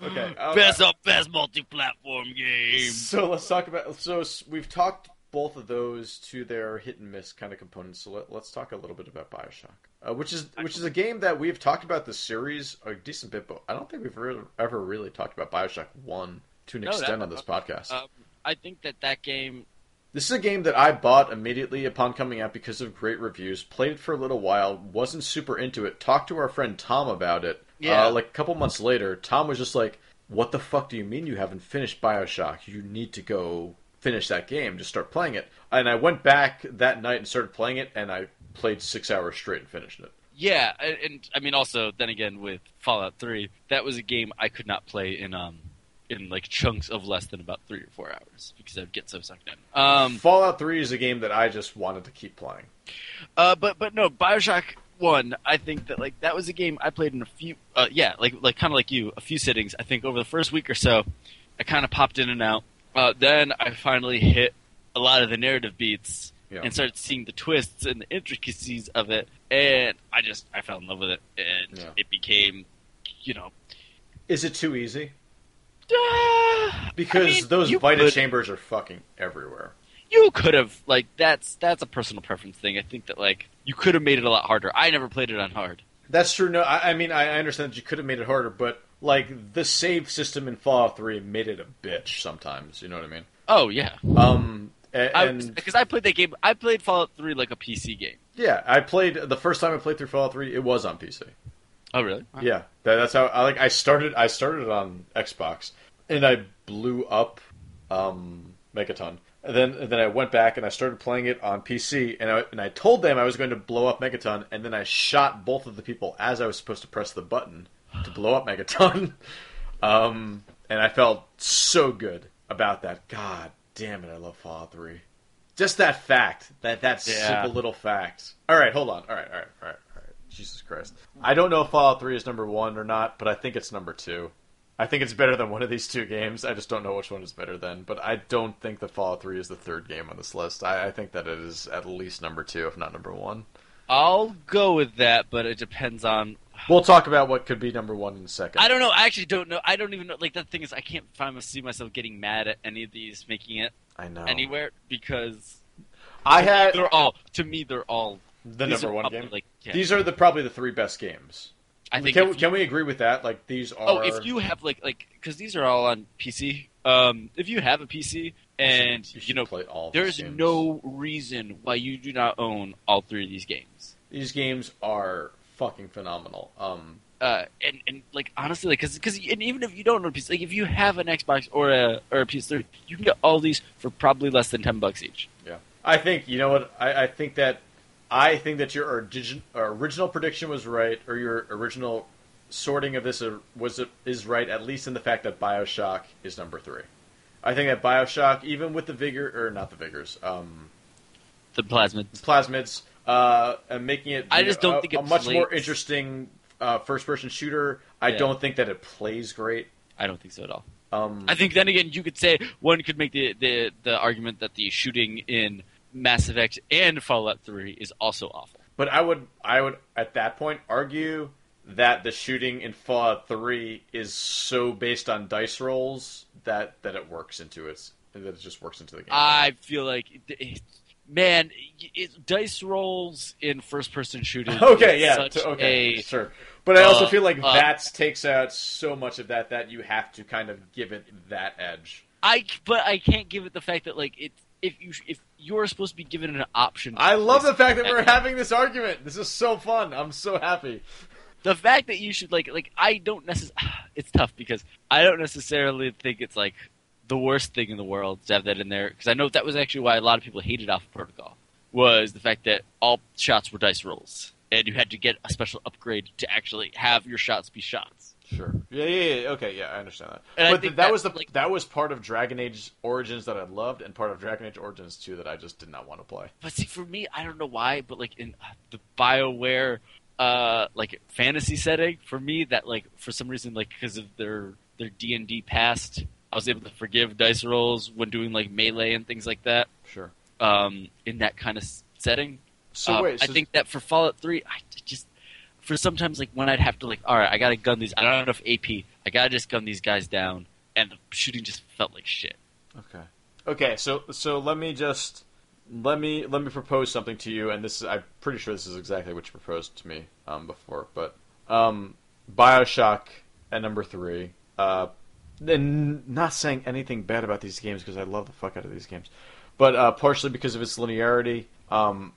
Speaker 1: okay, uh,
Speaker 2: best of best multi-platform game.
Speaker 1: So let's talk about. So s- we've talked both of those to their hit and miss kind of components. So let, let's talk a little bit about Bioshock, uh, which is which is a game that we've talked about the series a decent bit, but I don't think we've re- ever really talked about Bioshock One to an
Speaker 2: No, that-
Speaker 1: extent on this podcast.
Speaker 2: Um, I think that that game
Speaker 1: This is a game that I bought immediately upon coming out because of great reviews. Played it for a little while, wasn't super into it. Talked to our friend Tom about it.
Speaker 2: Yeah.
Speaker 1: Uh, like a couple months later, Tom was just like, "What the fuck do you mean you haven't finished BioShock? You need to go finish that game. Just start playing it." And I went back that night and started playing it, and I played six hours straight and finished it.
Speaker 2: Yeah, and, and I mean also then again with Fallout Three, that was a game I could not play in um in like chunks of less than about three or four hours because I'd get so sucked in. Um,
Speaker 1: Fallout 3 is a game that I just wanted to keep playing.
Speaker 2: Uh, but but no, Bioshock One. I think that like that was a game I played in a few. Uh, yeah, like like kind of like you, a few sittings. I think over the first week or so, I kind of popped in and out. Uh, then I finally hit a lot of the narrative beats
Speaker 1: Yeah.
Speaker 2: and started seeing the twists and the intricacies of it, and I just I fell in love with it, and
Speaker 1: Yeah.
Speaker 2: it became, you know.
Speaker 1: Is it too easy?
Speaker 2: ah, I
Speaker 1: Because
Speaker 2: mean,
Speaker 1: those
Speaker 2: you
Speaker 1: Vita
Speaker 2: could-
Speaker 1: chambers are fucking everywhere.
Speaker 2: you could have like that's that's a personal preference thing. I think that like you could have made it a lot harder. I never played it on hard.
Speaker 1: That's true. No, I, I mean I I understand that you could have made it harder, but like the save system in Fallout 3 made it a bitch sometimes. You know what I mean?
Speaker 2: Oh yeah,
Speaker 1: Um, a- and
Speaker 2: because I, played that game. I played Fallout Three like a PC game.
Speaker 1: yeah, I played the first time I played through Fallout 3. It was on PC.
Speaker 2: Oh really?
Speaker 1: Yeah, that, that's how I like. I started. I started on Xbox, and I blew up um, Megaton. And then and then I went back and I started playing it on PC, and I and I told them I was going to blow up Megaton, and then I shot both of the people as I was supposed to press the button to blow up Megaton. <laughs> um, and I felt so good about that. God damn it! I love Fallout Three. Just that fact, that that
Speaker 2: Yeah.
Speaker 1: simple little fact. All right, hold on. All right, all right, all right, all right. Jesus Christ. I don't know if Fallout 3 is number one or not, but I think it's number two. I think it's better than one of these two games. I just don't know which one is better than. But I don't think that Fallout 3 is the third game on this list. I, I think that it is at least number two, if not number one.
Speaker 2: I'll go with that, but it depends on.
Speaker 1: We'll talk about what could be number one in a second.
Speaker 2: I don't know. I actually don't know. I don't even know. Like the thing is, I can't find see myself getting mad at any of these making it
Speaker 1: I know.
Speaker 2: anywhere because
Speaker 1: I had
Speaker 2: they're all to me they're all
Speaker 1: the
Speaker 2: these
Speaker 1: number
Speaker 2: are
Speaker 1: one
Speaker 2: probably,
Speaker 1: game.
Speaker 2: Like yeah,
Speaker 1: These are the probably the three best games.
Speaker 2: I think
Speaker 1: can,
Speaker 2: if
Speaker 1: we- can we agree with that? Like these are.
Speaker 2: Oh, if you have like like because these are all on PC. Um, if you have a PC and
Speaker 1: should
Speaker 2: you know
Speaker 1: play all of
Speaker 2: there
Speaker 1: these
Speaker 2: is
Speaker 1: games.
Speaker 2: no reason why you do not own all three of these games.
Speaker 1: These games are fucking phenomenal. Um,
Speaker 2: Uh, and and like honestly, like because and even if you don't own a PC, like if you have an Xbox or a or a PS3, you can get all these for probably less than ten bucks each.
Speaker 1: Yeah, I think you know what I, I think that I think that your origin, original prediction was right, or your original sorting of this uh, was is right, at least in the fact that Bioshock is number three. I think that Bioshock, even with the vigor or not the vigors, um,
Speaker 2: The plasmids.
Speaker 1: plasmids, uh, and making it,
Speaker 2: I
Speaker 1: you
Speaker 2: just
Speaker 1: know,
Speaker 2: don't
Speaker 1: a,
Speaker 2: think
Speaker 1: a
Speaker 2: it
Speaker 1: much more
Speaker 2: plays-
Speaker 1: interesting uh, first-person shooter. I
Speaker 2: Yeah.
Speaker 1: don't think that it plays great.
Speaker 2: I don't think so at all.
Speaker 1: Um,
Speaker 2: I think then again, you could say one could make the the the argument that the shooting in Mass Effect and Fallout Three is also awful.
Speaker 1: But I would I would at that point argue that the shooting in Fallout 3 is so based on dice rolls that that it works into its that it just works into the game. <laughs>
Speaker 2: I feel like, it- man, it, dice rolls in first-person shooting.
Speaker 1: <laughs> okay,
Speaker 2: is
Speaker 1: yeah,
Speaker 2: such
Speaker 1: t- okay,
Speaker 2: a-
Speaker 1: sure. But I also
Speaker 2: uh,
Speaker 1: feel like
Speaker 2: uh,
Speaker 1: that takes out so much of that that you have to kind of give it that edge.
Speaker 2: I but I can't give it the fact that like it if you if you're supposed to be given an option. to
Speaker 1: I love
Speaker 2: place-
Speaker 1: the fact that
Speaker 2: <laughs>
Speaker 1: we're having this argument. This is so fun. I'm so happy.
Speaker 2: the fact that you should like like I don't necessarily. <sighs> It's tough because I don't necessarily think it's like the worst thing in the world to have that in there because I know that was actually why a lot of people hated Alpha Protocol was the fact that all shots were dice rolls and you had to get a special upgrade to actually have your shots be shots.
Speaker 1: Sure. Yeah, yeah, yeah. Okay, yeah, I understand that.
Speaker 2: And I
Speaker 1: but
Speaker 2: think
Speaker 1: th- that,
Speaker 2: that,
Speaker 1: was the
Speaker 2: like-
Speaker 1: that was part of Dragon Age Origins that I loved, and part of Dragon Age Origins two that I just did not want to play.
Speaker 2: But see, for me, I don't know why, but like in uh, the Bioware, uh, like fantasy setting, for me, that like for some reason, like because of their their D and D past, I was able to forgive dice rolls when doing like melee and things like that.
Speaker 1: Sure.
Speaker 2: Um, in that kind of s- setting,
Speaker 1: So
Speaker 2: Um,
Speaker 1: wait,
Speaker 2: I
Speaker 1: so-
Speaker 2: think that for Fallout Three, I t- just for sometimes like when I'd have to like, all right, I gotta gun these. I don't have enough AP. I gotta just gun these guys down, and the shooting just felt like shit.
Speaker 1: okay, okay. So so let me just let me let me propose something to you, and this is I'm pretty sure this is exactly what you proposed to me um, before, but um, Bioshock at number three. Uh, and not saying anything bad about these games because I love the fuck out of these games, but uh, partially because of its linearity, um,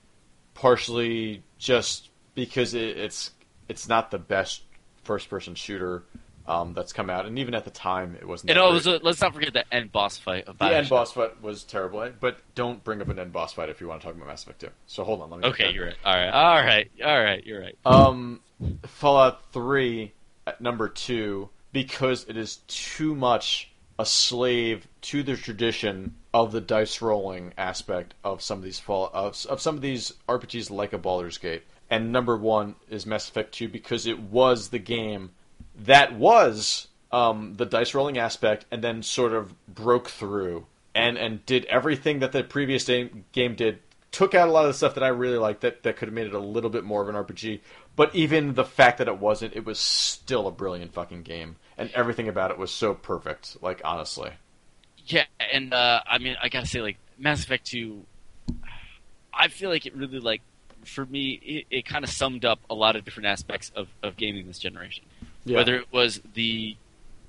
Speaker 1: partially just because it, it's it's not the best first person shooter um, that's come out, and even at the time it wasn't.
Speaker 2: And
Speaker 1: that great.
Speaker 2: also, let's not forget that end boss fight of
Speaker 1: the end
Speaker 2: Bioshock.
Speaker 1: boss fight was terrible, eh? but don't bring up an end boss fight if you want to talk about Mass Effect 2. So hold on, let me.
Speaker 2: Okay, you're right. All right, all right, all right. You're right.
Speaker 1: Um, uh, Fallout 3 at number two because it is too much a slave to the tradition of the dice rolling aspect of some of these fall of, of some of these RPGs like a Baldur's Gate. And number one is Mass Effect Two because it was the game that was um, the dice rolling aspect, and then sort of broke through and and did everything that the previous game, game did. Took out a lot of the stuff that I really liked that that could have made it a little bit more of an RPG. But even the fact that it wasn't, it was still a brilliant fucking game, and everything about it was so perfect. Like honestly,
Speaker 2: Yeah, and uh, I mean, I gotta say, like Mass Effect Two, I feel like it really like for me, it, it kind of summed up a lot of different aspects of, of gaming this generation.
Speaker 1: yeah,
Speaker 2: Whether it was the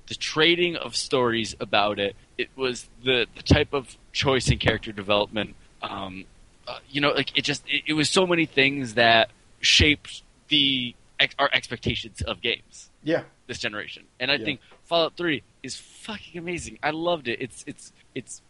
Speaker 2: the trading of stories about it, it was the the type of choice and character development. Um, uh, you know, like it just it, it was so many things that shaped the ex- our expectations of games
Speaker 1: yeah,
Speaker 2: this generation. And I
Speaker 1: Yeah.
Speaker 2: think Fallout 3 is fucking amazing. I loved it. It's it's it's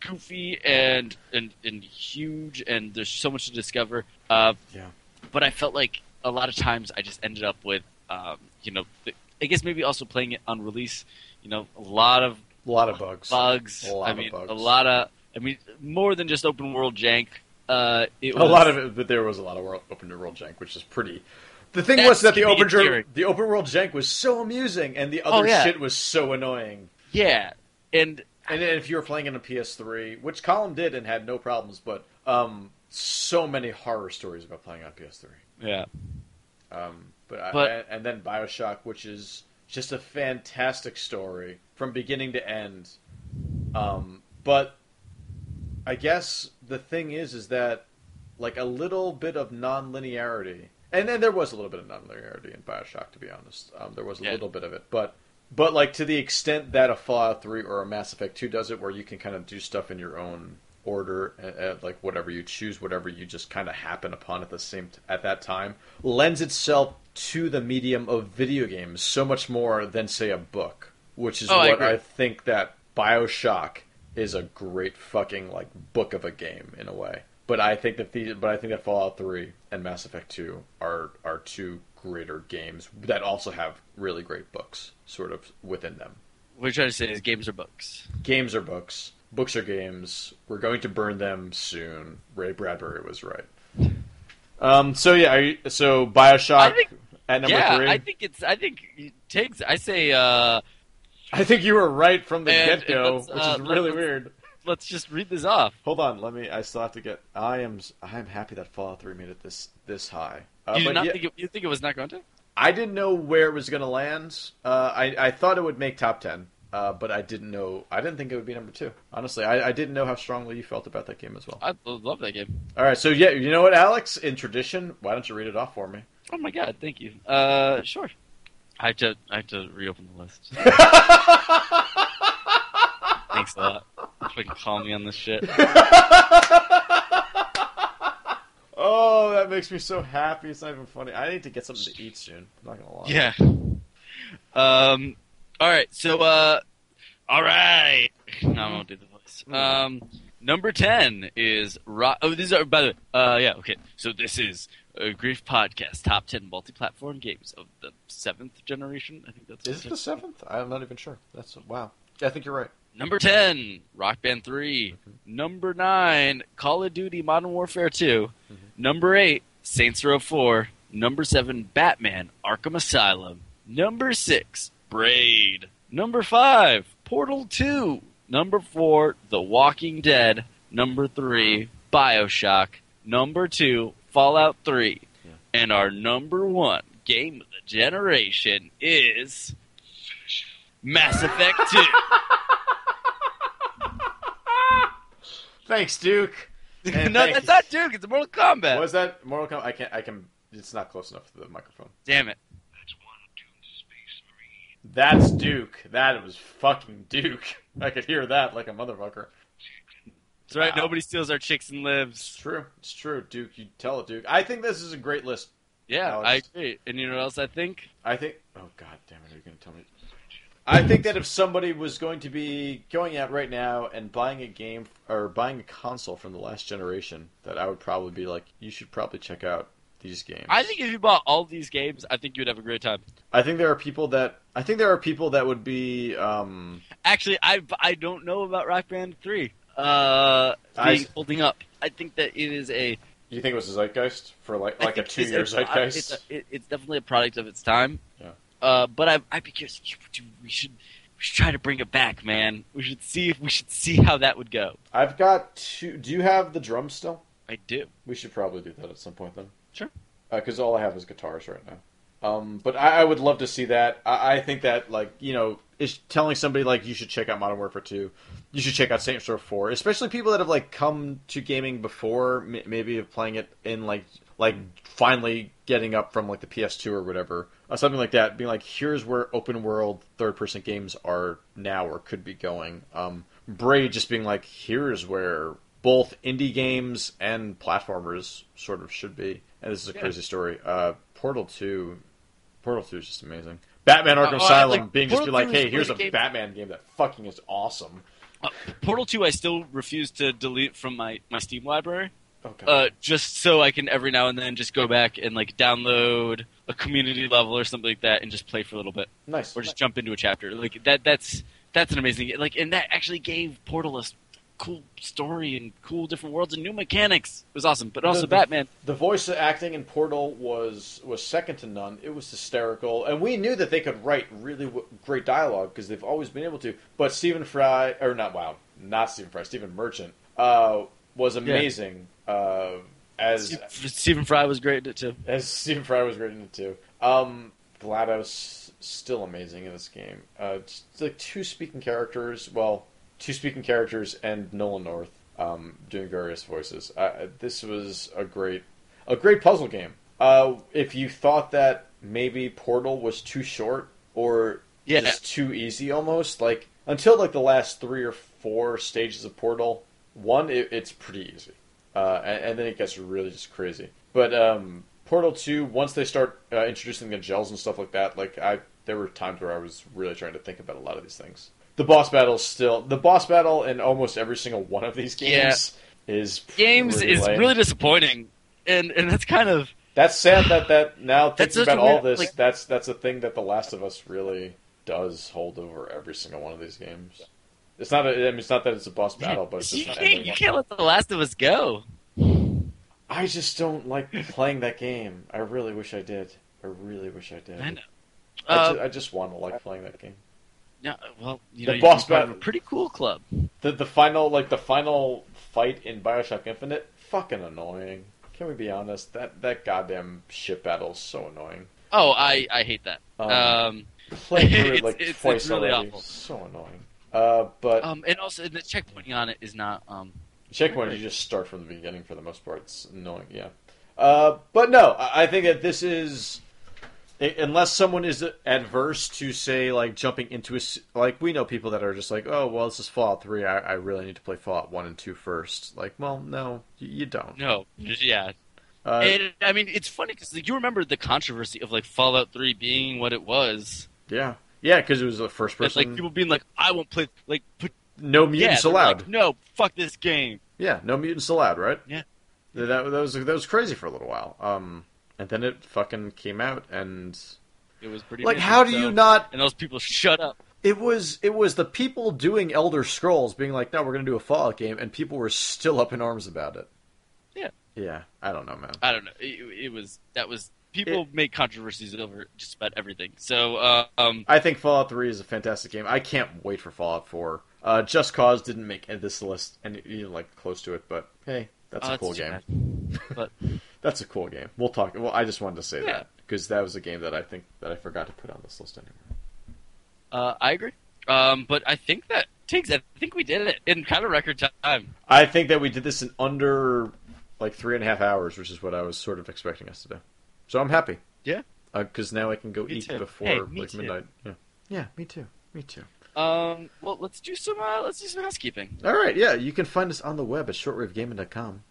Speaker 2: goofy and and and huge and there's so much to discover. Uh,
Speaker 1: Yeah.
Speaker 2: But I felt like a lot of times I just ended up with um, you know, th- I guess maybe also playing it on release, you know, a lot of
Speaker 1: a lot of bugs.
Speaker 2: bugs.
Speaker 1: A lot
Speaker 2: I
Speaker 1: of
Speaker 2: mean,
Speaker 1: bugs.
Speaker 2: a lot of I mean, more than just open world jank. Uh, it
Speaker 1: a lot of it, but there was a lot of world, open world jank, which is pretty. The thing was that
Speaker 2: That's
Speaker 1: the
Speaker 2: to be
Speaker 1: open jur-
Speaker 2: endearing.
Speaker 1: the open world jank was so amusing, and the other
Speaker 2: Oh, yeah.
Speaker 1: shit was so annoying.
Speaker 2: yeah, and
Speaker 1: And then if you were playing on a PS3, which Colin did and had no problems, but um, so many horror stories about playing on PS3.
Speaker 2: yeah,
Speaker 1: Um, but, I-
Speaker 2: But-
Speaker 1: and, and then Bioshock, which is just a fantastic story from beginning to end. Um, but I guess the thing is, is that like a little bit of non-linearity, and then there was a little bit of non-linearity in Bioshock, to be honest. Um, there was a
Speaker 2: Yeah.
Speaker 1: little bit of it, but but like to the extent that a Fallout Three or a Mass Effect Two does it, where you can kind of do stuff in your own order, uh, uh, like whatever you choose, whatever you just kind of happen upon at the same t- at that time, lends itself to the medium of video games so much more than say a book, which is
Speaker 2: Oh, I
Speaker 1: what
Speaker 2: agree.
Speaker 1: I think that Bioshock is a great fucking like book of a game in a way. But I think that the but I think that Fallout Three and Mass Effect Two are are two greater games that also have really great books sort of within them.
Speaker 2: what you're trying to say is games are books.
Speaker 1: Games are books. Books are games. We're going to burn them soon. Ray Bradbury was right. Um. So yeah. Are you, so Bioshock
Speaker 2: I think-
Speaker 1: at number
Speaker 2: yeah,
Speaker 1: three.
Speaker 2: I think it's. I think it takes. I say. uh
Speaker 1: I think you were right from the
Speaker 2: And-
Speaker 1: get go,
Speaker 2: let's,
Speaker 1: which
Speaker 2: uh,
Speaker 1: is really
Speaker 2: let's-
Speaker 1: weird.
Speaker 2: Let's just read this off.
Speaker 1: Hold on, let me. I still have to get. I am. I am happy that Fallout Three made it this this high. Uh,
Speaker 2: you
Speaker 1: but
Speaker 2: did not
Speaker 1: yeah,
Speaker 2: think it, you think it was not going to?
Speaker 1: I didn't know where it was going to land. Uh, I I thought it would make top ten, uh, but I didn't know. I didn't think it would be number two. Honestly, I, I didn't know how strongly you felt about that game as well.
Speaker 2: I lo- love that game.
Speaker 1: All right, so yeah, you know what, Alex? In tradition, why don't you read it off for me?
Speaker 2: Oh my god, thank you. Uh, sure. I have to. I have to reopen
Speaker 1: <laughs>
Speaker 2: the list. Thanks a lot. Fucking call me on this shit.
Speaker 1: oh, that makes me so happy. It's not even funny. I need to get something to eat soon. I'm not gonna lie.
Speaker 2: Yeah. Um. All right. So. Uh. All right. No, I won't do the voice. Um. Number ten is rock. Oh, these are by the way. Uh. Yeah. Okay. So this is a grief podcast top ten multi-platform games of the seventh generation. I think that's
Speaker 1: Is it the seventh? I'm not even sure. That's wow. I think you're right.
Speaker 2: number ten. Rock Band 3 Number nine. Call of Duty Modern Warfare 2
Speaker 1: Mhm.
Speaker 2: Number eight. Saints Row four. Number seven. Batman Arkham Asylum. Number six, Braid. Number five, Portal 2. Number four, The Walking Dead. Number three, Bioshock. Number two, Fallout 3.
Speaker 1: Yeah.
Speaker 2: And our number one game of the generation is Mass Effect 2.
Speaker 1: Thanks, Duke.
Speaker 2: <laughs>
Speaker 1: Man,
Speaker 2: no,
Speaker 1: thank
Speaker 2: that's
Speaker 1: you.
Speaker 2: not Duke. It's Mortal Kombat.
Speaker 1: What is that Mortal Kombat? I can't. I can. It's not close enough to the microphone.
Speaker 2: Damn it.
Speaker 1: That's Duke. That was fucking Duke. <laughs> I could hear that like a motherfucker.
Speaker 2: That's right.
Speaker 1: Wow.
Speaker 2: Nobody steals our chicks and
Speaker 1: It's
Speaker 2: lives.
Speaker 1: true. It's true, Duke. You tell it, Duke. I think this is a great list.
Speaker 2: Yeah,
Speaker 1: Alex.
Speaker 2: I agree. And you know what else I think?
Speaker 1: I think. Oh God damn it! Are you going to tell me? I think that if somebody was going to be going out right now and buying a game or buying a console from the last generation, that I would probably be like, you should probably check out these games.
Speaker 2: I think if you bought all these games, I think you'd have a great time.
Speaker 1: I think there are people that I think there are people that would be. Um,
Speaker 2: Actually, I I don't know about Rock Band Three uh,
Speaker 1: I
Speaker 2: being
Speaker 1: s-
Speaker 2: holding up. I think that it is a
Speaker 1: you think it was a zeitgeist for like
Speaker 2: I
Speaker 1: like a
Speaker 2: think
Speaker 1: two
Speaker 2: it's-
Speaker 1: year
Speaker 2: it's-
Speaker 1: zeitgeist?
Speaker 2: It's, a- it- it's definitely a product of its time.
Speaker 1: Yeah.
Speaker 2: Uh, but I, I'd be curious. dude, we should we should try to bring it back, man. We should see if we should see how that would go.
Speaker 1: I've got two. Do you have the drums still?
Speaker 2: I do.
Speaker 1: We should probably do that at some point then.
Speaker 2: Sure.
Speaker 1: Because all I have is guitars right now. Um, but I, I would love to see that. I, I think that like you know, is telling somebody like you should check out Modern Warfare Two, you should check out Saints Row Four, especially people that have like come to gaming before, m- maybe of playing it in like like finally getting up from like the PS2 or whatever, uh, something like that. Being like, here's where open world third person games are now or could be going. Um, Braid just being like, here's where both indie games and platformers sort of should be. And this is a
Speaker 2: Yeah.
Speaker 1: crazy story. Uh, Portal Two, Portal Two is just amazing. Batman Arkham
Speaker 2: Uh, uh,
Speaker 1: Asylum
Speaker 2: like,
Speaker 1: being just be
Speaker 2: Portal
Speaker 1: like,
Speaker 2: 2 is
Speaker 1: hey, here's a
Speaker 2: great game.
Speaker 1: Batman game that fucking is awesome.
Speaker 2: Uh, Portal Two, I still refuse to delete from my my Steam library,
Speaker 1: Oh god,
Speaker 2: uh, just so I can every now and then just go back and like download a community level or something like that and just play for a little bit.
Speaker 1: nice.
Speaker 2: or just jump into a chapter. Like that that's that's an amazing like and that actually gave Portal a s- cool story and cool different worlds and new mechanics. It was awesome. But also
Speaker 1: The- the-
Speaker 2: Batman.
Speaker 1: The voice acting in Portal was was second to none. It was hysterical, and we knew that they could write really w- great dialogue because they've always been able to. But Stephen Fry, or not, wow, not Stephen Fry, Stephen Merchant, uh, was amazing uh, as
Speaker 2: Stephen Fry was great too.
Speaker 1: <laughs> as Stephen Fry was written into. Um, GLaDOS still amazing in this game. Uh, it's like two speaking characters, well, two speaking characters and Nolan North um, doing various voices. Uh, this was a great, a great puzzle game. Uh, if you thought that maybe Portal was too short or
Speaker 2: Yeah.
Speaker 1: just too easy almost, like until like the last three or four stages of Portal, one it, it's pretty easy uh, and, and then it gets really just crazy. But um, Portal Two, once they start uh, introducing the gels and stuff like that, like I, there were times where I was really trying to think about a lot of these things. The boss battle still, the boss battle in almost every single one of these games is
Speaker 2: Games
Speaker 1: pretty
Speaker 2: is
Speaker 1: lame.
Speaker 2: really disappointing. And and that's kind of
Speaker 1: That's sad that that now
Speaker 2: That's
Speaker 1: thinking
Speaker 2: such
Speaker 1: about
Speaker 2: a
Speaker 1: all
Speaker 2: weird-
Speaker 1: this,
Speaker 2: like-
Speaker 1: that's that's a thing that The Last of Us really does hold over every single one of these games. It's not. A, I mean, it's not that it's a boss battle, but it's
Speaker 2: you
Speaker 1: just an
Speaker 2: can't
Speaker 1: ending.
Speaker 2: you can't let the Last of Us go.
Speaker 1: I just don't like playing that game. I really wish I did. I really wish I did.
Speaker 2: I know.
Speaker 1: I,
Speaker 2: Uh,
Speaker 1: ju- I just want to like playing that game.
Speaker 2: yeah, well, you
Speaker 1: the
Speaker 2: know, you're
Speaker 1: boss
Speaker 2: part of a
Speaker 1: battle-
Speaker 2: pretty cool club.
Speaker 1: The the final like the final fight in Bioshock Infinite, fucking annoying. Can we be honest? That that goddamn ship battle is so annoying.
Speaker 2: Oh, I, I hate that.
Speaker 1: Um,
Speaker 2: um,
Speaker 1: played through it
Speaker 2: <laughs> it's-
Speaker 1: like
Speaker 2: it's- it's
Speaker 1: twice
Speaker 2: really
Speaker 1: already.
Speaker 2: awful.
Speaker 1: So annoying. Uh, but
Speaker 2: um, and also and the checkpointing on it is not um,
Speaker 1: Checkpoint, you just start from the beginning for the most part. It's annoying, yeah. Uh, but no, I I think that this is, i- unless someone is adverse to say like jumping into a s- like we know people that are just like, oh well, this is Fallout Three. I, I really need to play Fallout One and Two first. Like, well, no, y- you don't.
Speaker 2: no, yeah,
Speaker 1: Uh,
Speaker 2: and I mean, it's funny because like, you remember the controversy of like Fallout Three being what it was,
Speaker 1: yeah, yeah, because it was the first
Speaker 2: and
Speaker 1: person.
Speaker 2: like people being like, "I won't play." Like, put,
Speaker 1: no
Speaker 2: yeah,
Speaker 1: mutants
Speaker 2: they're
Speaker 1: allowed.
Speaker 2: like, no, fuck this game.
Speaker 1: Yeah, no mutants allowed, right?
Speaker 2: Yeah.
Speaker 1: That, that was that was crazy for a little while. Um, and then it fucking came out, and
Speaker 2: It was pretty.
Speaker 1: like,
Speaker 2: amazing,
Speaker 1: how do
Speaker 2: so-
Speaker 1: you not?
Speaker 2: And those people shut up.
Speaker 1: It was it was the people doing Elder Scrolls being like, "No, we're going to do a Fallout game," and people were still up in arms about it.
Speaker 2: Yeah.
Speaker 1: yeah. I don't know, man.
Speaker 2: I don't know. It, it was that was people make controversies over just about everything. So, uh, um,
Speaker 1: I think Fallout Three is a fantastic game. I can't wait for Fallout Four. Uh, Just Cause didn't make this list, and you know, like close to it, but hey, that's
Speaker 2: oh,
Speaker 1: a cool
Speaker 2: too
Speaker 1: game.
Speaker 2: bad.
Speaker 1: That's a cool game. We'll talk. Well, I just wanted to say
Speaker 2: Yeah.
Speaker 1: that because that was a game that I think that I forgot to put on this list anyway.
Speaker 2: Uh, I agree. Um, but I think that takes. I think we did it in kind of record time.
Speaker 1: I think that we did this in under like three and a half hours, which is what I was sort of expecting us to do. So I'm happy.
Speaker 2: Yeah.
Speaker 1: Because now I can go
Speaker 2: Me
Speaker 1: eat
Speaker 2: too.
Speaker 1: before
Speaker 2: Hey, me
Speaker 1: like
Speaker 2: too.
Speaker 1: midnight. Yeah. Yeah, me too. Me too.
Speaker 2: Um, well, let's do some. Uh, let's do some housekeeping.
Speaker 1: All right. Yeah, you can find us on the web at shortwavegaming.com.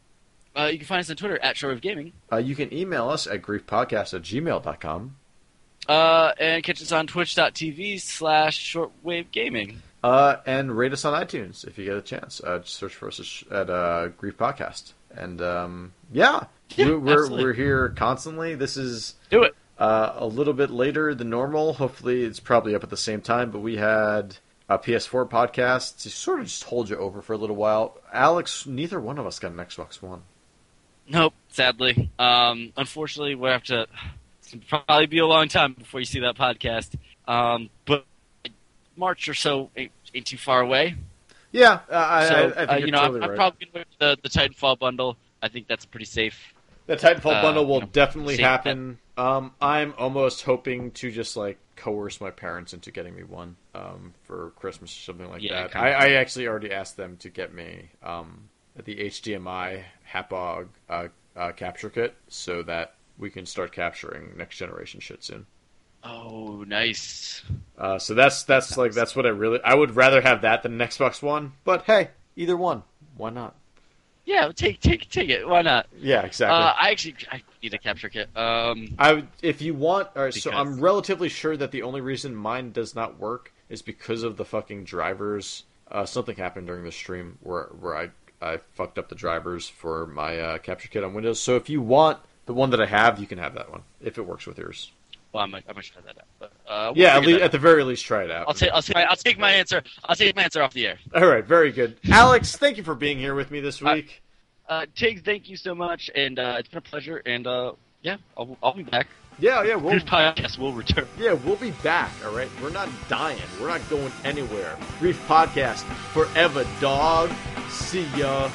Speaker 2: Uh, you can find us on Twitter at Shortwave Gaming.
Speaker 1: Uh, you can email us at griefpodcast at gmail.com.
Speaker 2: Uh, and catch us on twitch.tv slash shortwave gaming.
Speaker 1: Uh, and rate us on iTunes if you get a chance. Uh, just search for us at sh- at uh, Grief Podcast. And um, yeah,
Speaker 2: Yeah,
Speaker 1: we, we're,
Speaker 2: absolutely.
Speaker 1: we're here constantly. This is
Speaker 2: Do it.
Speaker 1: Uh, a little bit later than normal. Hopefully, it's probably up at the same time. But we had a PS4 podcast. He sort of just hold you over for a little while. Alex, neither one of us got an Xbox One.
Speaker 2: Nope, sadly. Um, unfortunately, we have to. It's gonna probably be a long time before you see that podcast. Um, but March or so ain't, ain't too far away.
Speaker 1: Yeah, uh, I,
Speaker 2: so
Speaker 1: I, I think
Speaker 2: uh,
Speaker 1: you're
Speaker 2: you know,
Speaker 1: totally
Speaker 2: I'm, I'm
Speaker 1: right.
Speaker 2: probably gonna wait for the, the Titanfall bundle. I think that's pretty safe.
Speaker 1: The Titanfall
Speaker 2: Uh,
Speaker 1: bundle will
Speaker 2: you know,
Speaker 1: definitely
Speaker 2: see-
Speaker 1: happen. Um, I'm almost hoping to just like coerce my parents into getting me one um, for Christmas or something like
Speaker 2: Yeah,
Speaker 1: that.
Speaker 2: kinda.
Speaker 1: I, I actually already asked them to get me um, the HDMI Hapog uh, uh, capture kit so that we can start capturing next generation shit soon.
Speaker 2: Oh, nice.
Speaker 1: Uh, so that's that's like that's what I really I would rather have that than an Xbox One. But hey, either one, why not?
Speaker 2: Yeah, take take take it. Why not?
Speaker 1: Yeah, exactly.
Speaker 2: Uh, I actually I need a capture kit. Um,
Speaker 1: I would- if you want, all right, so
Speaker 2: Because-
Speaker 1: I'm relatively sure that the only reason mine does not work is because of the fucking drivers. Uh, something happened during the stream where where I I fucked up the drivers for my uh, capture kit on Windows. So if you want the one that I have, you can have that one if it works with yours.
Speaker 2: well, I'm gonna, I'm gonna try that out. But, uh, we'll
Speaker 1: yeah, at,
Speaker 2: figure
Speaker 1: le-
Speaker 2: that out.
Speaker 1: at the very least, try it out.
Speaker 2: I'll take I'll take I'll take my answer. I'll take my answer off the air.
Speaker 1: all right, very good, Alex. Thank you for being here with me this
Speaker 2: I-
Speaker 1: week.
Speaker 2: Uh, Tiggs, thank you so much, and uh, it's been a pleasure. And uh, yeah, I'll, I'll be back.
Speaker 1: yeah, yeah, we'll
Speaker 2: This podcast will return.
Speaker 1: Yeah, we'll be back, all right? We're not dying. We're not going anywhere. Brief podcast forever, dog. See ya.